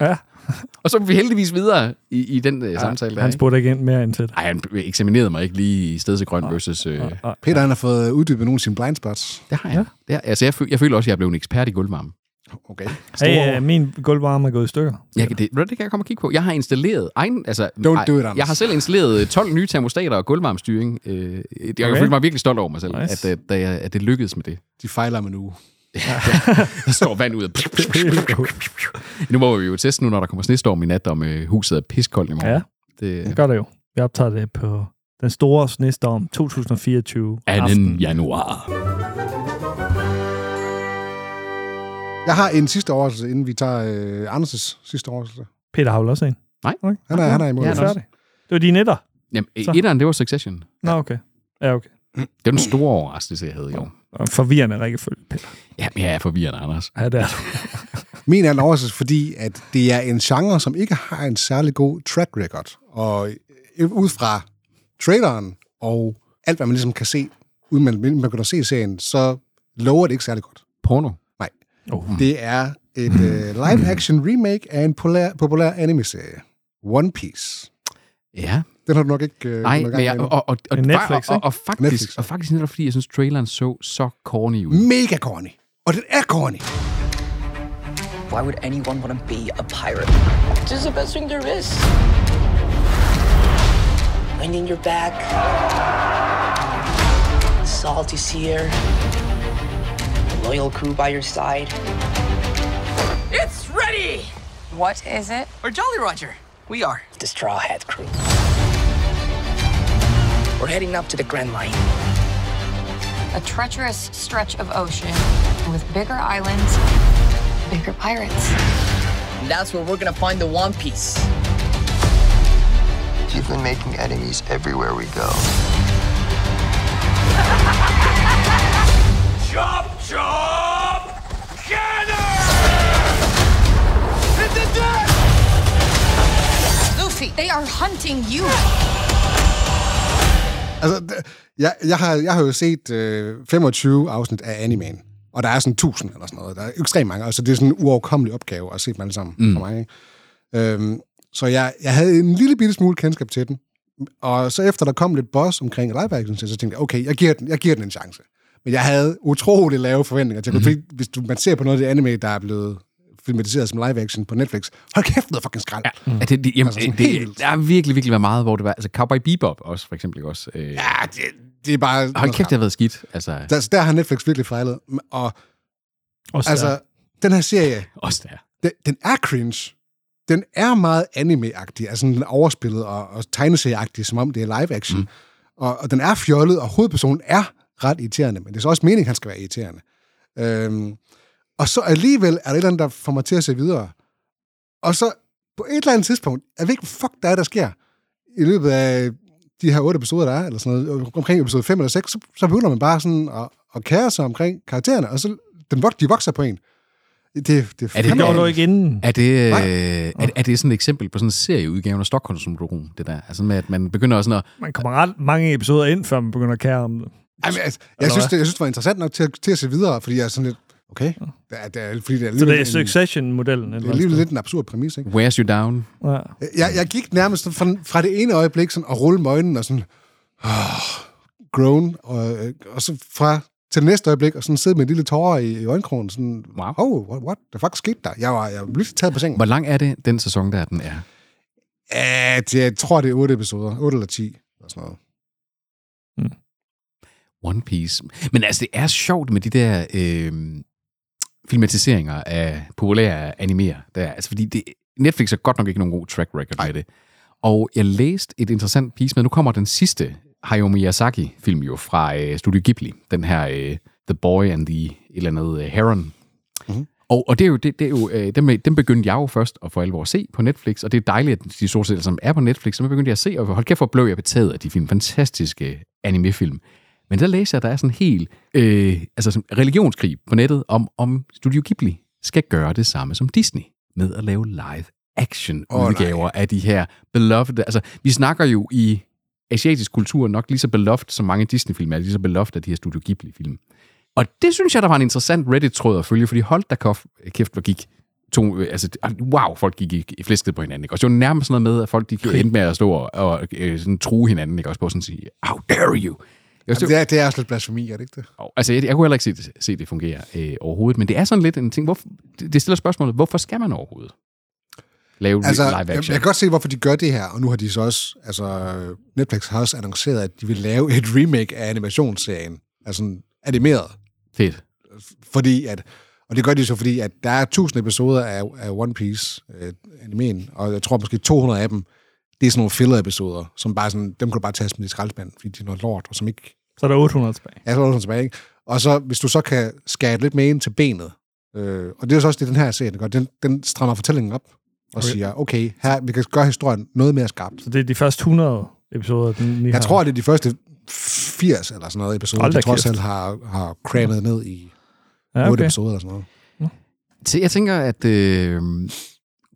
Mm. Ja. Og så er vi heldigvis videre i, i den øh, samtale der. Han ikke? spurgte ikke ind mere ind til det. Ej, han eksaminerede mig ikke lige i stedsegrøn versus... Øh, Peter, han har fået uddybet nogle af sine blind spots. Det har jeg. Det har, altså, jeg, føl, jeg føler også, at jeg blev en ekspert i gulvvarme. Okay. Hey, øh, min gulvvarme er gået i stykker. Jeg, kan- det, ved du, det kan jeg komme og kigge på. Jeg har installeret egen... Altså, Don't do it, Anders. jeg har selv installeret øh, 12 nye termostater og gulvvarmestyring. Øh, det- jeg Okay. okay. følte mig virkelig stolt over mig selv, Nice. nice. at, øh, da jeg, at det lykkedes med det. De fejler med nu. Der står vand ud af... nu må vi jo teste nu, når der kommer snestorm i nat, om øh, huset er piskoldt i morgen. Ja. Det Det gør det jo. Vi optager det på den store snestorm 2024 aften. er 2. januar. Jeg har en sidste overraskelse, inden vi tager øh, Anders' sidste overraskelse. Peter har vel også en. Nej. Okay. Han er, han er imod. Ja, Ja, han er også. færdig. Det var dine netter. Jamen, øh, Så. etteren, det var Succession. Nå, okay. Ja, okay. Det var den store overraskelse, jeg havde i år. Og Forvirrende rækkefølge, Peter. Jamen, jeg er forvirrende, Anders. Ja, det er du. Min er en overraskelse, fordi at det er en genre, som ikke har en særlig god track record. Og øh, ud fra traileren og alt, hvad man ligesom kan se, uden man, man kan se serien, så lover det ikke særlig godt. Porno. Nej. Oh. Det er et øh, live-action remake af en populær, populær anime-serie. One Piece. Ja. Den har du nok ikke... Øh, Nej, nok men jeg, og, og, og, og, Det er Netflix, og, og, ikke? og, faktisk, Netflix. og faktisk netop fordi, jeg synes, traileren så så corny ud. Mega corny. Og den er corny. Why would anyone want to be a pirate? This is the best thing there is. Wind in your back, salty sea air, a loyal crew by your side. It's ready! What is it? Or Jolly Roger. We are the Straw Hat crew. We're heading up to the Grand Line. A treacherous stretch of ocean with bigger islands, bigger pirates. And that's where we're gonna find the One Piece. You've been making enemies everywhere we go. Chop, chop! Luffy, they are hunting you. Altså, d- jeg, jeg, har, jeg har jo set øh, 25 afsnit af animen, og der er sådan 1000 eller sådan noget. Der er ekstremt mange, og så det er sådan en uoverkommelig opgave at se dem alle sammen mm. for mig. Ikke? Øhm, så jeg, jeg havde en lille bitte smule kendskab til den, og så efter der kom lidt boss omkring live action, så tænkte jeg, okay, jeg giver den, jeg giver den en chance. Men jeg havde utrolig lave forventninger Mhm. til, mm. fordi hvis du, man ser på noget af det anime, der er blevet filmatiseret som live action på Netflix, hold kæft, noget fucking skrald. Ja. Mm. At det, det, jamen, Altså, sådan det, helt det, vildt. der har virkelig, virkelig været meget, hvor det var... Altså, Cowboy Bebop også, for eksempel. ikke Også, øh, ja, ja det, det, er bare... hold kæft, det har været skidt. Altså, Der, altså, der har Netflix virkelig fejlet. Og Også altså, der. den her serie, også der. den, den er cringe. den er meget anime-agtig, altså den er overspillet og, og tegneserieagtig, som om det er live-action. Mm. Og, og den er fjollet, og hovedpersonen er ret irriterende, men det er så også meningen, at han skal være irriterende. Øhm, og så alligevel er der et eller andet, der får mig til at se videre. Og så på et eller andet tidspunkt, jeg ved ikke, hvad fuck der er, der sker, i løbet af de her otte episoder, der er, eller sådan noget, omkring episode 5 eller 6, så, så begynder man bare sådan at, at kære sig omkring karaktererne, og så den vok, de vokser på en. Det, det er det gjorde du ikke inden. Er det, øh, er, er det sådan et eksempel på sådan en serieudgave af Stockholm-syndrom, det der? Altså med, at man begynder sådan at... Man kommer ret mange episoder ind, før man begynder at kære om det. Jamen, altså, jeg, synes, det, jeg synes, det var interessant nok til at, til at se videre, fordi jeg er sådan lidt, okay, det er, det er, fordi det er Så det er Succession-modellen? Det er alligevel lidt en absurd præmis, ikke? Wears you down. Ja. Jeg, jeg gik nærmest fra, fra det ene øjeblik sådan, og rulle møgnen og sådan, oh, groan, og, øh, og så fra til det næste øjeblik, og sådan sidde med en lille tårer i, i øjenkrogen, sådan, wow. oh, what, what the fuck skete der? Jeg var, jeg var lyst taget på sengen. Hvor lang er det, den sæson, der den er? At, jeg tror, det er otte episoder. Otte eller ti, eller sådan noget. Hmm. One Piece. Men altså, det er sjovt med de der øh, filmatiseringer af populære animer. Der. Altså, fordi det, Netflix har godt nok ikke nogen god track record Ej. med det. Og jeg læste et interessant piece med, nu kommer den sidste Hayao Miyazaki-film jo fra øh, Studio Ghibli. Den her øh, The Boy and the et eller andet øh, Heron. Mm-hmm. Og, og det er jo, det, det er jo øh, dem, dem begyndte jeg jo først at for alvor at se på Netflix, og det er dejligt, at de stort set som er på Netflix, så begyndte jeg at se, og hold kæft, hvor blev jeg betaget af de film. Fantastiske animefilm. Men der læser jeg, at der er sådan en hel øh, altså religionskrig på nettet, om, om Studio Ghibli skal gøre det samme som Disney med at lave live action udgaver oh, af de her beloved... Altså, vi snakker jo i asiatisk kultur nok lige så beloved som mange Disney-film er, lige så beloved af de her Studio Ghibli-film. Og det synes jeg, der var en interessant Reddit-tråd at følge, fordi hold da kæft, hvor gik to, altså, wow, folk gik i, i flæsket på hinanden. Ikke? Og så nærmest sådan noget med, at folk de endte med at stå og, og øh, sådan, true hinanden, ikke? også på sådan at sige, how dare you? Jeg Jamen, det, er, det er også lidt blasfemi, er det ikke det? Og, altså, jeg, jeg kunne heller ikke se det, se det fungere øh, overhovedet, men det er sådan lidt en ting, hvor, det stiller spørgsmålet, hvorfor skal man overhovedet lave altså, live action? Jeg, jeg kan godt se, hvorfor de gør det her, og nu har de så også, altså Netflix har også annonceret, at de vil lave et remake af animationsserien, altså sådan animeret. Fedt. Fordi at, og det gør de så, fordi at der er tusind episoder af, af One Piece øh, animen, og jeg tror måske 200 af dem det er sådan nogle filler-episoder, som bare sådan, dem kan du bare tage som i skraldespanden, fordi de er noget lort, og som ikke... Så er der 800 tilbage. Ja, så er der 800 tilbage, ikke? Og så, hvis du så kan skære lidt mere ind til benet, øh, og det er så også det, den her serie, den gør, den, den strammer fortællingen op, og okay. siger, okay, her, vi kan gøre historien noget mere skarpt. Så det er de første 100 episoder, den lige Jeg har. tror, det er de første 80 eller sådan noget episoder, de trods alt har, har crammet ned i ja, okay. 8 episoder eller sådan noget. Ja. Så jeg tænker, at øh,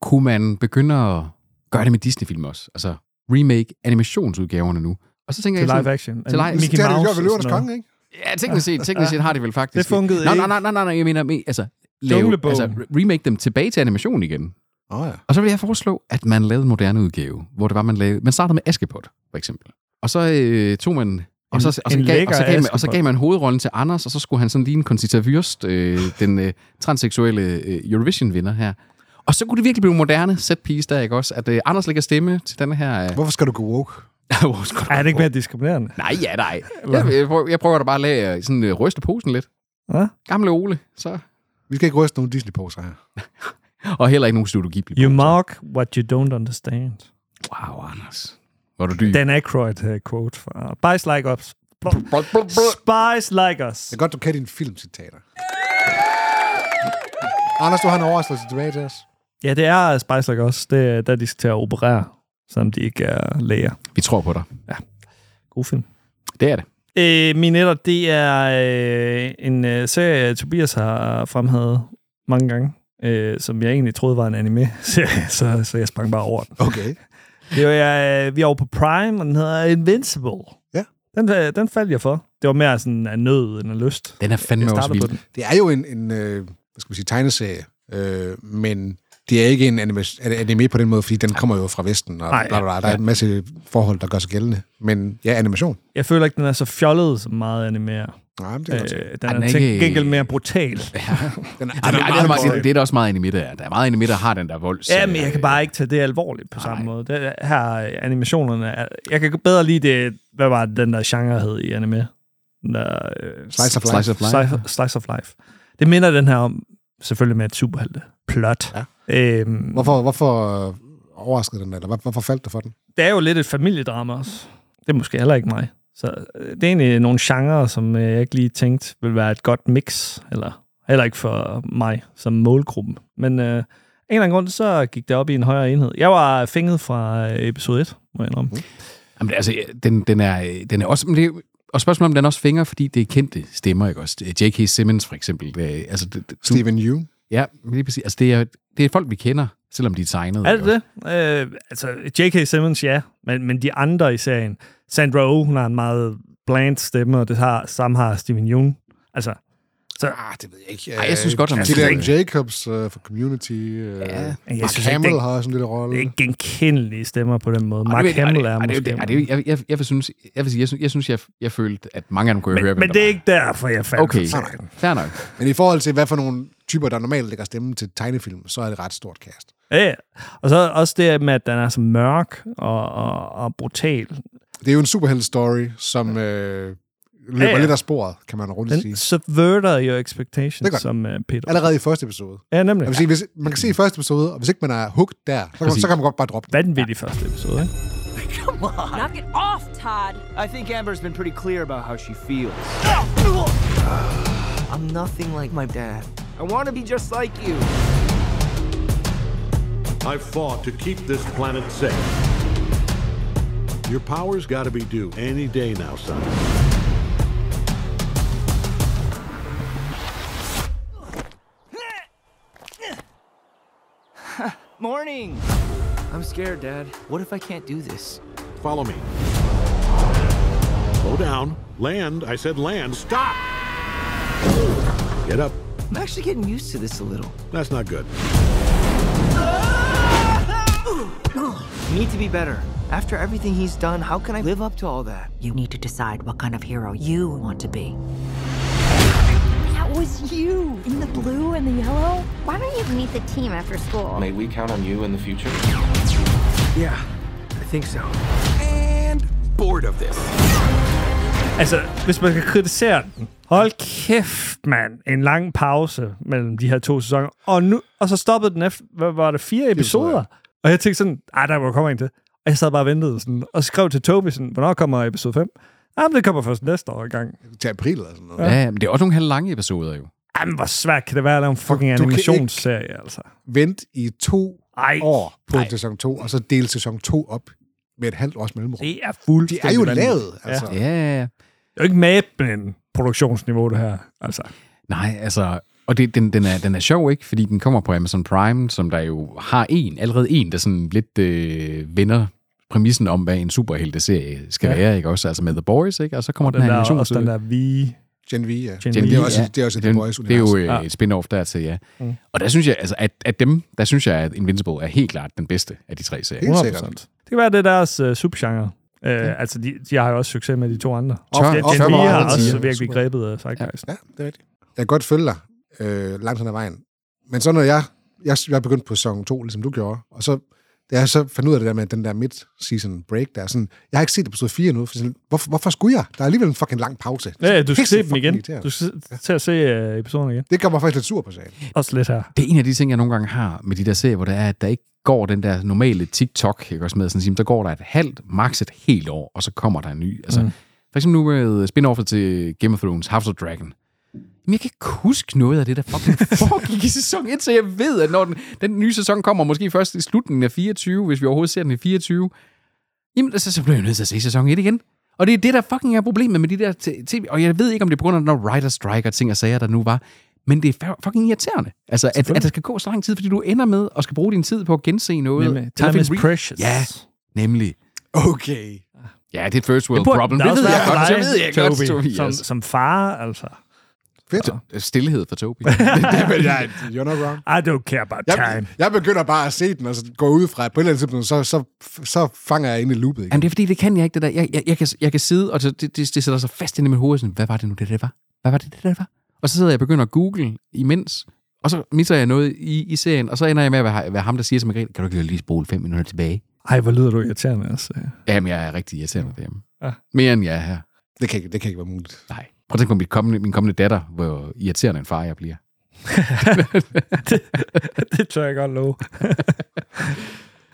kunne man begynde at gør det med Disney-film også. Altså remake animationsudgaverne nu. Og så tænker til jeg sådan, live action. Til live, Mickey Mouse. Det har de gjort ved Konge, ikke? Ja, teknisk set, teknisk set har de vel faktisk. Det fungerede nej, nej, nej, nej, nej, jeg mener, altså, lave, altså, remake dem tilbage til animation igen. Oh, ja. Og så vil jeg foreslå, at man lavede en moderne udgave, hvor det var, man lavede, man startede med Askepot, for eksempel. Og så øh, tog man og så, og, så gav, og, så gav man, og så gav man hovedrollen til Anders, og så skulle han sådan lige en Conchita Wurst, øh, den øh, transseksuelle øh, Eurovision-vinder her. Og så kunne det virkelig blive moderne set piece der, ikke også? At uh, Anders lægger stemme til den her... Uh... Hvorfor skal du gå woke? Hvorfor skal du er det ikke mere diskriminerende? Nej, ja, nej. Jeg, jeg, prøver, jeg prøver da bare at lade, sådan, uh, ryste posen lidt. Hvad? Gamle Ole, så... Vi skal ikke ryste nogen Disney-poser her. og heller ikke nogen Studio Ghibli You mark what you don't understand. Wow, Anders. Hvor er du dyb. Dan Aykroyd uh, quote fra Spice Like Us. Spice Like Us. Det er godt, du kan dine filmcitater. Anders, du har en overraskelse tilbage til os. Ja, det er Spice Like Us. Det er der, de skal til at operere, selvom de ikke er læger. Vi tror på dig. Ja. God film. Det er det. Øh, min etter, det er øh, en øh, serie, Tobias har fremhævet mange gange, øh, som jeg egentlig troede var en anime-serie, så, så jeg sprang bare over den. Okay. Det var, jeg, øh, vi er over på Prime, og den hedder Invincible. Ja. Den, øh, den faldt jeg for. Det var mere sådan af nød end af lyst. Den er fandme jeg også vild. Den. Det er jo en, en øh, hvad skal man sige, tegneserie, øh, men det er ikke en anime, anime på den måde, fordi den kommer jo fra Vesten, og Ej, bla, bla, bla. der er en masse forhold, der gør sig gældende. Men ja, animation. Jeg føler ikke, den er så fjollet som meget anime Nej, men det kan øh, den, den er, er til ikke... gengæld mere brutal. Ja. den er, Ej, den er, meget, meget, det, det er da også meget anime, der er. Der er meget anime, der har den der vold. Ja, men jeg kan bare ikke tage det alvorligt på samme Ej. måde. Det, her animationerne... Er, jeg kan bedre lide det, hvad var den der genre hed i anime? Den der, øh, slice of Life. Slice of Life. Slice, slice of Life. Det minder den her om, selvfølgelig med et superhelte plot. Ja. Øhm, Hvorfor, hvorfor øh, overraskede den, eller hvor- hvorfor faldt det for den? det er jo lidt et familiedrama også. Det er måske heller ikke mig. Så øh, det er egentlig nogle genrer, som øh, jeg ikke lige tænkte ville være et godt mix, eller heller ikke for mig som målgruppen. Men øh, af en eller anden grund, så gik det op i en højere enhed. Jeg var fænget fra øh, episode 1, må jeg indrømme. Jamen, altså, den, den, er, øh, den er også... Men det, er jo- og spørgsmålet om den også fingre, fordi det er kendte stemmer, ikke også? J.K. Simmons, for eksempel. øh, Altså, det, det- du, Steven Yeun. Ja, lige præcis. Altså, det er, det er folk, vi kender, selvom de er tegnet. Er ikke det det? Øh, altså, J.K. Simmons, ja, men, men de andre i serien. Sandra Oh, hun har en meget bland stemme, og det har, samme har Steven Yeun. Altså, så, ah, det ved jeg ikke. Øh, Ej, jeg synes godt, han han er Gillian fed. Jacobs øh, fra Community. Øh, ja. Jeg Mark synes ikke, Hamill det- har også en lille rolle. det er ikke genkendelige stemmer på den måde. Og Mark det ved- Hamill og er det- og det- måske... og det- Jeg, jeg, jeg, vil synes, jeg vil sige, jeg synes, jeg, synes, jeg, jeg følte, at mange af dem kunne Men, høre, hvem men der det er var. ikke derfor, jeg fandt Okay, det. fair nok. Men i forhold til, hvad for nogle typer, der normalt lægger stemme til tegnefilm, så er det et ret stort cast. Ja, ja. og så også det med, at den er så mørk og, og, og brutal. Det er jo en superheld-story, som øh, løber Ja, ja. lidt af sporet, kan man rundt sige. Den subverter your expectations, Det gør som den. uh, Peter. Allerede i første episode. Ja, nemlig. Jeg vil sige, hvis, man kan se i første episode, og hvis ikke man er hooked der, så kan, man, Præcis. så kan man godt bare droppe den. Vanvittig første episode, ikke? Come on. Knock it off, Todd. I think Amber's been pretty clear about how she feels. I'm nothing like my dad. I want to be just like you. I've fought to keep this planet safe. Your power's got to be due any day now, son. Morning. I'm scared, Dad. What if I can't do this? Follow me. Slow down. Land. I said land. Stop! Get up. I'm actually getting used to this a little. That's not good. You need to be better. After everything he's done, how can I live up to all that? You need to decide what kind of hero you want to be. That was you in the blue and the yellow. Why don't you meet the team after school? May we count on you in the future? Yeah, I think so. Bored of this. Altså, hvis man kan kritisere den. Hold kæft, mand. En lang pause mellem de her to sæsoner. Og, nu, og så stoppede den efter, hvad var det, fire episoder? Og jeg tænkte sådan, ej, der må komme en til. Og jeg sad bare og ventede sådan, og skrev til Toby sådan, hvornår kommer episode 5? Jamen, det kommer først næste år i gang. Til april eller sådan noget. Ja, ja, men det er også nogle halvlange episoder, jo. Jamen, hvor svært kan det være at lave en fucking Du kan ikke- animationsserie, altså? Vent i to Ej. år på Ej. sæson 2, og så dele sæson 2 op med et halvt års mellemrum. Det er De fuldstændig er jo vanvittigt. lavet, altså. Ja. Ja, ja, ja. Det er jo ikke Madmen produktionsniveau, det her. Altså. Nej, altså... Og det, den, den, er, den er sjov, ikke? Fordi den kommer på Amazon Prime, som der jo har en, allerede en, der sådan lidt øh, vender præmissen om, hvad en superhelteserie skal Ja. ja. være, ikke? Også altså med The Boys, ikke? Og så kommer Og den, den her der, animation. også den der vi... Gen V, ja. Gen Gen V, V, Det er også- ja. det er også et Den- The Boys Det er jo øh, univers. et spin-off dertil, ja. Mm. Mm. Og der synes jeg, altså, at, at dem, der synes jeg, at Invincible er helt klart den bedste af de tre serier. 100%. Det kan være, det er deres uh, subgenre. Uh, ja. Altså, de, de, har jo også succes med de to andre. Tør- Gen- og Gen tør- V E har og også tiger. virkelig Super. grebet øh, af zeitgeist. Ja, det er rigtigt. Jeg kan godt følge dig øh, langt hen ad vejen. Men så når jeg, jeg, jeg begyndte på sæson 2, ligesom du gjorde, og så, da jeg så fandt ud af det der med den der mid-season break, der er sådan, jeg har ikke set episode 4 nu, for sådan, hvorfor, hvorfor skulle jeg? Der er alligevel en fucking lang pause. Ja, ja, du skal Pisse se dem fucking igen. irriterende. Du skal se- til at se uh, episoden igen. Det gør mig faktisk lidt sur på sagen. Også lidt her. Det er en af de ting, jeg nogle gange har med de der serier, hvor der er, at der ikke går den der normale TikTok, ikke også med sådan at sige, der går der et halvt, max et helt år, og så kommer der en ny. Altså, Mm. mm. For eksempel nu med spin-offet til Game of Thrones, House of Dragon. Men jeg kan ikke huske noget af det, der fucking foregik i sæson 1, så jeg ved, at når den, den nye sæson kommer, måske først i slutningen af 24, hvis vi overhovedet ser den i 24, jamen så, så bliver jeg nødt til at se sæson 1 igen. Og det er det, der fucking er problemet med de der t- tv. Og jeg ved ikke, om det er på grund af den writer strike og ting og sager, der nu var. Men det er fa- fucking irriterende. Altså, at, at der skal gå så lang tid, fordi du ender med at skal bruge din tid på at gense noget. Nemlig. Der Time fik is re- precious. Ja, nemlig. Okay. Ja, det er et first world burde problem. da Det også ved være jeg for godt. dig, Det ved jeg godt, Toby, som, Tobias. som far, altså. Fedt. Stilhed for Toby. Men jeg, you're not wrong. I don't care about Jeg, time. jeg begynder bare at se den, og så går ud fra, at på et eller andet tidspunkt, så, så, så fanger jeg ind i loopet igen. Jamen, det er fordi, det kan jeg ikke, det der. Jeg, jeg, jeg, kan, jeg kan sidde, og så- det, det, det sætter sig fast inde i mit hoved, sådan, hvad var det nu, det der var? Hvad var det, det der var? Og så sidder jeg og begynder at google imens, og så misser jeg noget i, i serien, og så ender jeg med at være, være ham, der siger til Margrethe, kan du ikke lige spole fem minutter tilbage? Ej, hvor lyder du irriterende, altså. Jamen, jeg er rigtig irriterende derhjemme. Ja. Ja. Mere end jeg er her. Det kan, ikke- det kan ikke være muligt. Nej. Prøv at tænke på mit kommende, min kommende datter, hvor irriterende en far jeg bliver. det, det tør jeg godt love.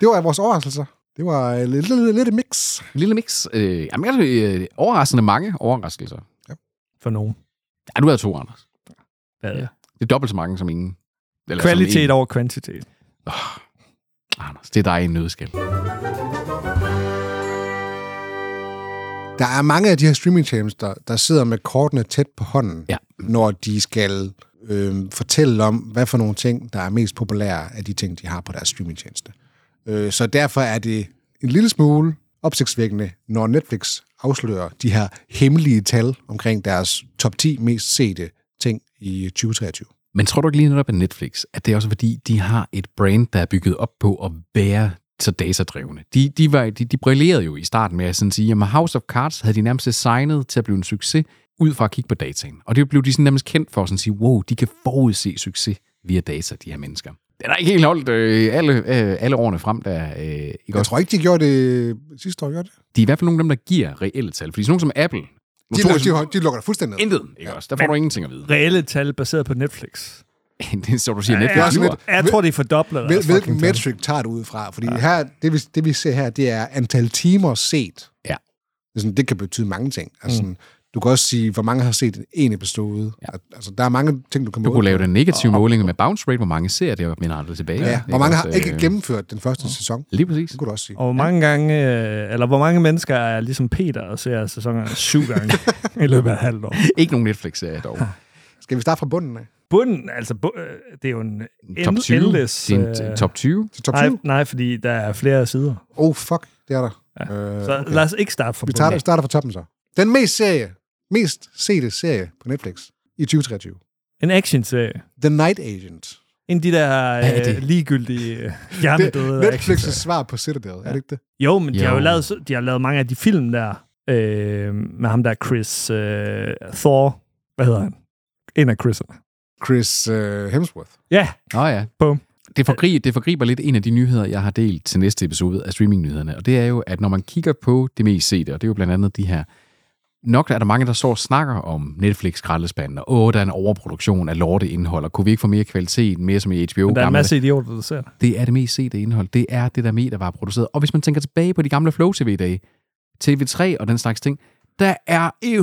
Det var vores overraskelser. Det var øh, lidt, lidt, lidt et mix. Lille mix. Øh, jamen, jeg er øh, overraskende mange overraskelser. Ja. For nogen. Ja, du havde to, Anders. Hvad? Ja. Det er dobbelt så mange som ingen. Eller som Kvalitet en. over kvantitet. Anders, det er dig i en nødskal. Der er mange af de her streamingtjenester, der sidder med kortene tæt på hånden, ja. når de skal øh, fortælle om, hvad for nogle ting, der er mest populære af de ting, de har på deres streamingtjeneste. Øh, så derfor er det en lille smule opsigtsvækkende, når Netflix afslører de her hemmelige tal omkring deres top 10 mest sete ting i 2023. Men tror du ikke lige netop, at Netflix, at det er også fordi, de har et brand, der er bygget op på at være så datadrevne. De, de, var, de, de brillerede jo i starten med at sådan sige, at House of Cards havde de nærmest designet til at blive en succes, ud fra at kigge på dataen. Og det blev de sådan nærmest kendt for at sådan sige, wow, de kan forudse succes via data, de her mennesker. Den har ikke helt holdt øh, alle, øh, alle årene frem, der øh, ikke Jeg tror ikke, de gjorde det sidste år, gjorde det? de er i hvert fald nogle af dem, der giver reelle tal. Fordi sådan nogle som Apple, De, notorisk- de, de, de lukker det fuldstændig ned. intet, ikke også? Der får du ingenting at vide. Reelle tal baseret på Netflix. det er så, du siger, Ja, Netflix ja, lyver. ja. Jeg tror, de fordobler Hvil- deres Hvilken fucking tal. metric tager du ud fra? Fordi ja. her, det, vi, det vi ser her, det er antal timer set. Ja. Det, er sådan, det kan betyde mange ting. Altså, mm. Du kan også sige, hvor mange har set en episode. Ja. Altså, der er mange ting, du kan Du måle kunne lave på. den negative måling med bounce rate, hvor mange ser det, og vender aldrig tilbage. Ja. Hvor mange har også, ikke øh, gennemført den første sæson? Lige præcis. Det kunne du også sige. Og hvor mange gange, øh, eller hvor mange mennesker er ligesom Peter og ser sæsonerne syv gange i løbet af et halvt år? Ikke nogen Netflix-serie dog. Skal vi starte fra bunden af? Bunden, altså, bu- øh, det er jo en Top end- 20. endless... Det er en t- øh, top 20. Til top nej, 20? nej, fordi der er flere sider. Oh, fuck. Det er der. Ja. Øh, Så lad os ikke starte fra Vi tager, bunden. starter fra toppen så. Den mest serie, mest sete serie på Netflix i 2023. En action-serie. The Night Agent. En af de der Hvad er øh, det? ligegyldige øh, Det, hjernedøde Netflix' actionserier. svar på Citadel, ja. er det ikke det? Jo, men de har jo Jo. lavet, så- de har lavet mange af de film der, øh, med ham der Chris øh, Thor. Hvad hedder han? En af Chris'erne. Chris øh, Hemsworth. Ja, Nå ja. Bum. Det, forgri- det forgriber lidt en af de nyheder, jeg har delt til næste episode af streamingnyhederne, og det er jo, at når man kigger på det mest sete, og det er jo blandt andet de her, nok er der mange, der så og snakker om netflix skraldespanden og åh, der er en overproduktion af lorteindhold, og kunne vi ikke få mere kvalitet, mere som i HBO? men der er en gamle- masse idioter, der ser det. Det er det mest sete indhold. Det er det, der med, der var produceret. Og hvis man tænker tilbage på de gamle Flow TV-dage, TV3 og den slags ting, der er i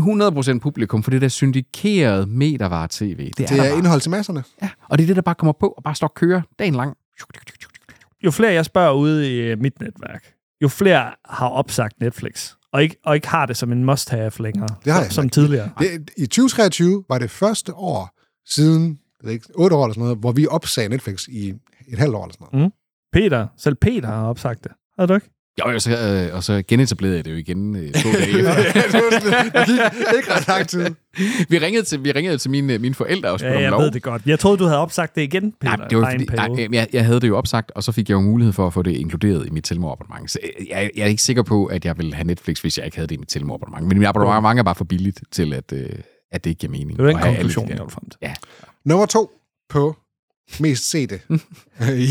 100% publikum for det der syndikerede metervare-tv. Det, Det der er bare. indhold til masserne. Og det er det, der bare kommer på og bare står og kører dagen lang. Jo flere jeg spørger ude i øh, mit netværk, jo flere har opsagt Netflix, og ikke, og ikke har det som en must-have længere, Det har som, jeg som tidligere. Det, I 2023 var det første år siden, jeg ved ikke, 8 år eller sådan noget, hvor vi opsagde Netflix i et halvt år eller sådan noget. Peter, selv Peter har opsagt det. Har du ikke? Jo, jo, så, øh, og så genetablerede jeg det jo igen øh, to dage efter. Det gik ikke ret lang tid. vi ringede til, vi ringede til mine, mine forældre og spurgte Ja, jeg om lov. ved det godt. Jeg troede, du havde opsagt det igen, Peter. Nej, det var bare en fordi, periode. nej, jeg, jeg havde det jo opsagt, og så fik jeg jo mulighed for at få det inkluderet i mit Telmor-abonnement. Så øh, jeg, jeg er ikke sikker på, at jeg ville have Netflix, hvis jeg ikke havde det i mit Telmor-abonnement. Men mit abonnement er bare for billigt til, at, øh, at det ikke giver mening. Det var den at have alle konklusion, de jeg der- nåede frem til. Ja. Nummer to på mest sete Mm. i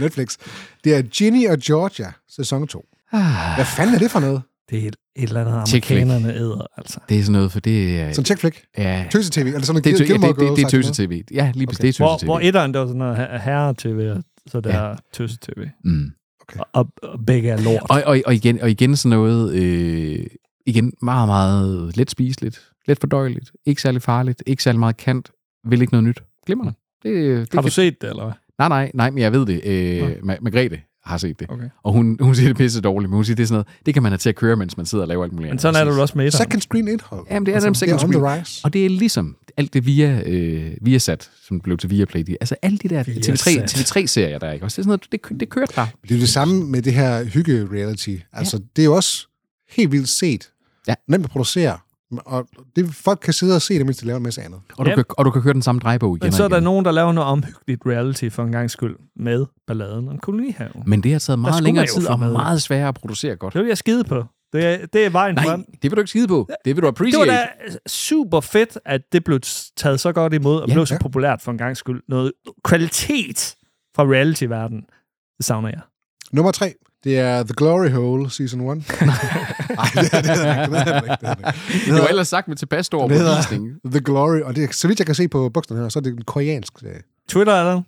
Netflix, det er Ginny og Georgia, sæson 2. Ah, Hvad fanden er det for noget? Det er et, et eller andet, Chick flick. amerikanerne æder, altså. det er sådan noget, for det er... Som check flick? Ja, Tøse-tv? Eller sådan det er, noget tø- ja, Gilmore det, det, det er Girls-agtigt noget? tøse-tv. Ja, lige okay. det er Hvor, hvor tøse-tv. etteren, der var sådan noget her- herre-tv, og så der ja. tøsse-tv. Mm. Og, og, og begge er lort. Og, og, og, igen, og igen sådan noget, øh, igen meget, meget let spiseligt, let fordøjeligt, ikke særlig farligt, ikke særlig meget kant, vil ikke noget nyt. Glimrende. Det, det har du kan- set det, eller hvad? Nej, nej, nej, men jeg ved det. Øh, Ma- Margrethe har set det. Okay. Og hun, hun siger det pisse dårligt, men hun siger, det er sådan noget, det kan man have til at køre, mens man sidder og laver alt muligt Men sådan er det jo også med etteren. Second screen indhold. Jamen, det er altså, Det second er on the screen. rise. Og det er ligesom alt det via, øh, via sat, som blev til Viaplay. De, altså alle de der TV3, Viasat. TV3-serier, der er, ikke også? Det er sådan noget, det, kø- det kørte bare. Det er jo det samme med det her hygge-reality. Altså, det er jo også helt vildt set. Ja. Nemt at producere. Og det, folk kan sidde og se det, mens de laver en masse andet. Og du, Ja. kan, og du kan køre den samme drejebog igen Men så er og der igen. nogen, der laver noget omhyggeligt reality for en gang skyld med balladen om kolonihaven. Men det har taget meget skulle længere man jo tid få og med. meget sværere at producere godt. Det vil jeg skide på. Det er, det er vejen Nej, frem. det vil du ikke skide på. Det vil du Det appreciate. var da super fedt, at det blev taget så godt imod og Ja, ja, blev så ja. ja. populært for en gang skyld. Noget kvalitet fra reality-verdenen. Det savner jeg. Nummer tre, Det er The Glory Hole, Season 1. Nej, det er det hedder den ikke. Det hedder den ikke. Det hedder den ikke. Det var ellers sagt med tilpas stor Den hedder overbevisning. The Glory, og det er, så vidt jeg kan se på bukserne her, så er det en koreansk serie. Twitter Allan?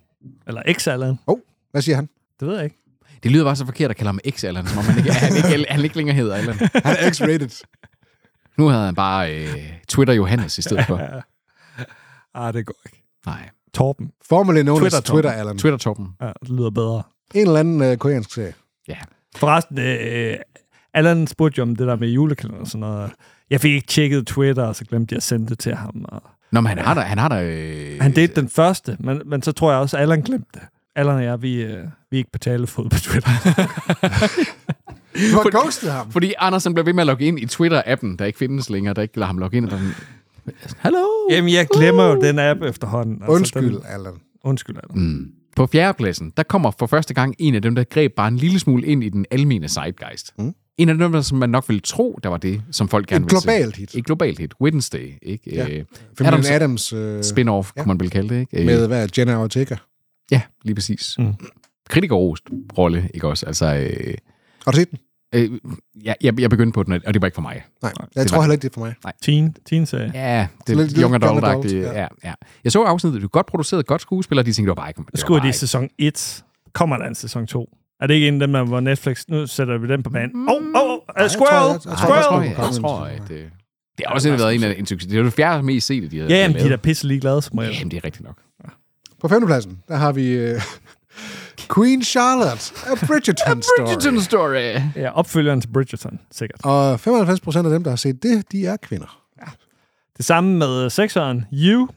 Eller X Allan? Oh, hvad siger han? Det ved jeg ikke. Det lyder bare så forkert at kalde ham x Allan, som om han ikke, han ikke, han ikke længere hedder Allan. Han er X-rated. Nu havde han bare øh, Twitter Johannes i stedet for. Ah, det går ikke. Nej. Torben. Formerly known as Twitter-Torben. Twitter, Allen. Twitter Torben. Ja, det lyder bedre. En eller anden øh, koreansk serie. Forresten, øh, Allan spurgte jo om det der med julekalender og sådan noget. Jeg fik ikke tjekket Twitter, og så glemte jeg at sende det til ham. Og Nå, men han har da... Han har da øh, han delte den første, men, men så tror jeg også, at Allan glemte det. Allan og jeg, vi, øh, vi er ikke på talefod på Twitter. Du har ghostet ham. Fordi Andersen blev ved med at logge ind i Twitter-appen, der ikke findes længere, der ikke lader ham logge ind. Og den, Hallo? Jamen, jeg glemmer jo den app efterhånden. Undskyld, den, Allan. Undskyld, Allan. Mm. På fjerdepladsen, der kommer for første gang en af dem, der greb bare en lille smule ind i den almene zeitgeist. Mm. En af dem, der, som man nok ville tro, der var det, som folk gerne Et ville se. globalt hit. Et globalt hit. Wednesday. Ikke? Ja. Øh, Familien Adams, øh, spin-off, ja. kunne man vel kalde det. Ikke? Øh, Med hvad, Jenna Ortega. Ja, lige præcis. Mm. Kritikerrost rolle, ikke også? Altså, øh, Har du set den? øh, ja, jeg, jeg begyndte på den, og det var ikke for mig. Nej, var- jeg tror heller ikke, det er for mig. Nej. Teen, teen sagde. Ja, det Lidt- er lidt young adult, young adult, ja. ja. ja. ja. Jeg så afsnittet, det var godt produceret, godt skuespiller, og de tænkte, det var bare ikke... det var Nu skulle bare de i ikke- sæson 1. Kommer der en sæson 2? Er det ikke en af dem, der- hvor Netflix... Nu sætter vi den på banen. Åh, oh, åh, oh, uh, squirrel! jeg, jeg, squirrel! tror, jeg, jeg, tror, at øh, det, det har også været en af en succes. Det er det fjerde mest sete, de har Ja, jamen, lavet. de er da pisse ligeglade, som regel. Jamen, det er rigtigt nok. På femtepladsen, der har vi øh, Queen Charlotte, A Bridgerton, Story. Story. Ja, opfølgeren til Bridgerton, sikkert. Og 95 procent af dem, der har set det, de er kvinder. Det samme med øh, sekseren, You.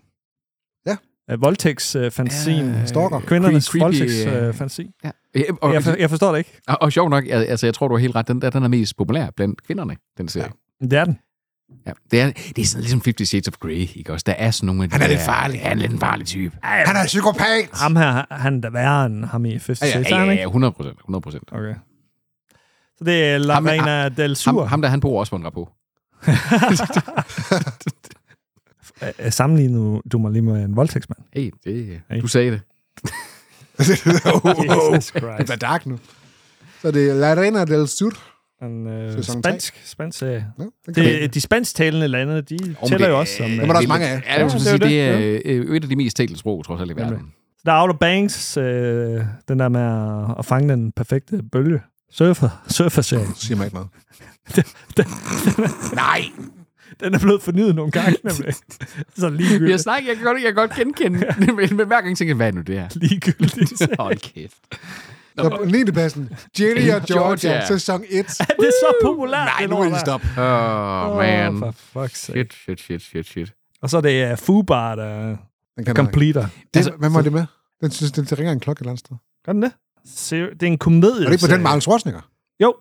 Ja. Uh, Voldtægtsfantasien. Øh, Ja, stalker. Kvindernes Creepy, øh, voldtægtsfantasi. Ja. Ja, og- Jeg, for, jeg forstår det ikke. Og, og sjov nok, al- altså, jeg tror, du har helt ret. Den, der, den er mest populær blandt kvinderne, den serie. Det er den. Ja. det, er, det er sådan ligesom 50 Shades of Grey, ikke også? Der er sådan nogle... af de Han er lidt der- farlig. Han er lidt en farlig type. Han er psykopat! Ham her, han er da værre end ham i Fifty Ja, ja, Shades, er ja, han ja, ikke? ja 100 procent. 100 procent. Okay. Så det er La Ham- Reina del Sur. Ham, ham, der han bor også på en rap på. Øh, Sammenligner du- du mig lige med en voldtægtsmand? Hey, det, Hey. du sagde det. Jesus Det Christ. er dark nu. Så det er La Reina del Sur. En, øh, Sæson spansk, spansk serie. Ja, den kan Det, de spansktalende lande, de Om tæller det- jo også som... øh, øh, Dem er der også mange af. Ja, det, Ja, ja, det er sige, det jo er øh, et af de mest talte sprog, trods alt i verden. Så der er Outer Banks, øh, den der med at, at fange den perfekte bølge. Surfer, surfer-serien. Siger mig ikke noget. Nej! Den er blevet fornyet nogle gange, nemlig. Så Vi har ligegyldigt. snakket, jeg kan godt, jeg kan godt genkende det, men, men hver gang tænker jeg, hvad er nu det her? ligegyldigt. Hold kæft. Så på 9. pladsen, Jenny og Georgia, Georgia. sæson 1. det er så populært, Nej, det nu lort må I der. stoppe. Åh, oh, man. for fuck's sake. Shit, shit, shit, shit, shit. Og så er det uh, Fubar, der Den kan man ikke. completer. Det, Altså, hvem var det med? Den, synes, den ringer en klokke et eller andet sted. Gør den det? Ser- Det er en komedie. Er det ikke på den Marlon Schwarzenegger? Jo.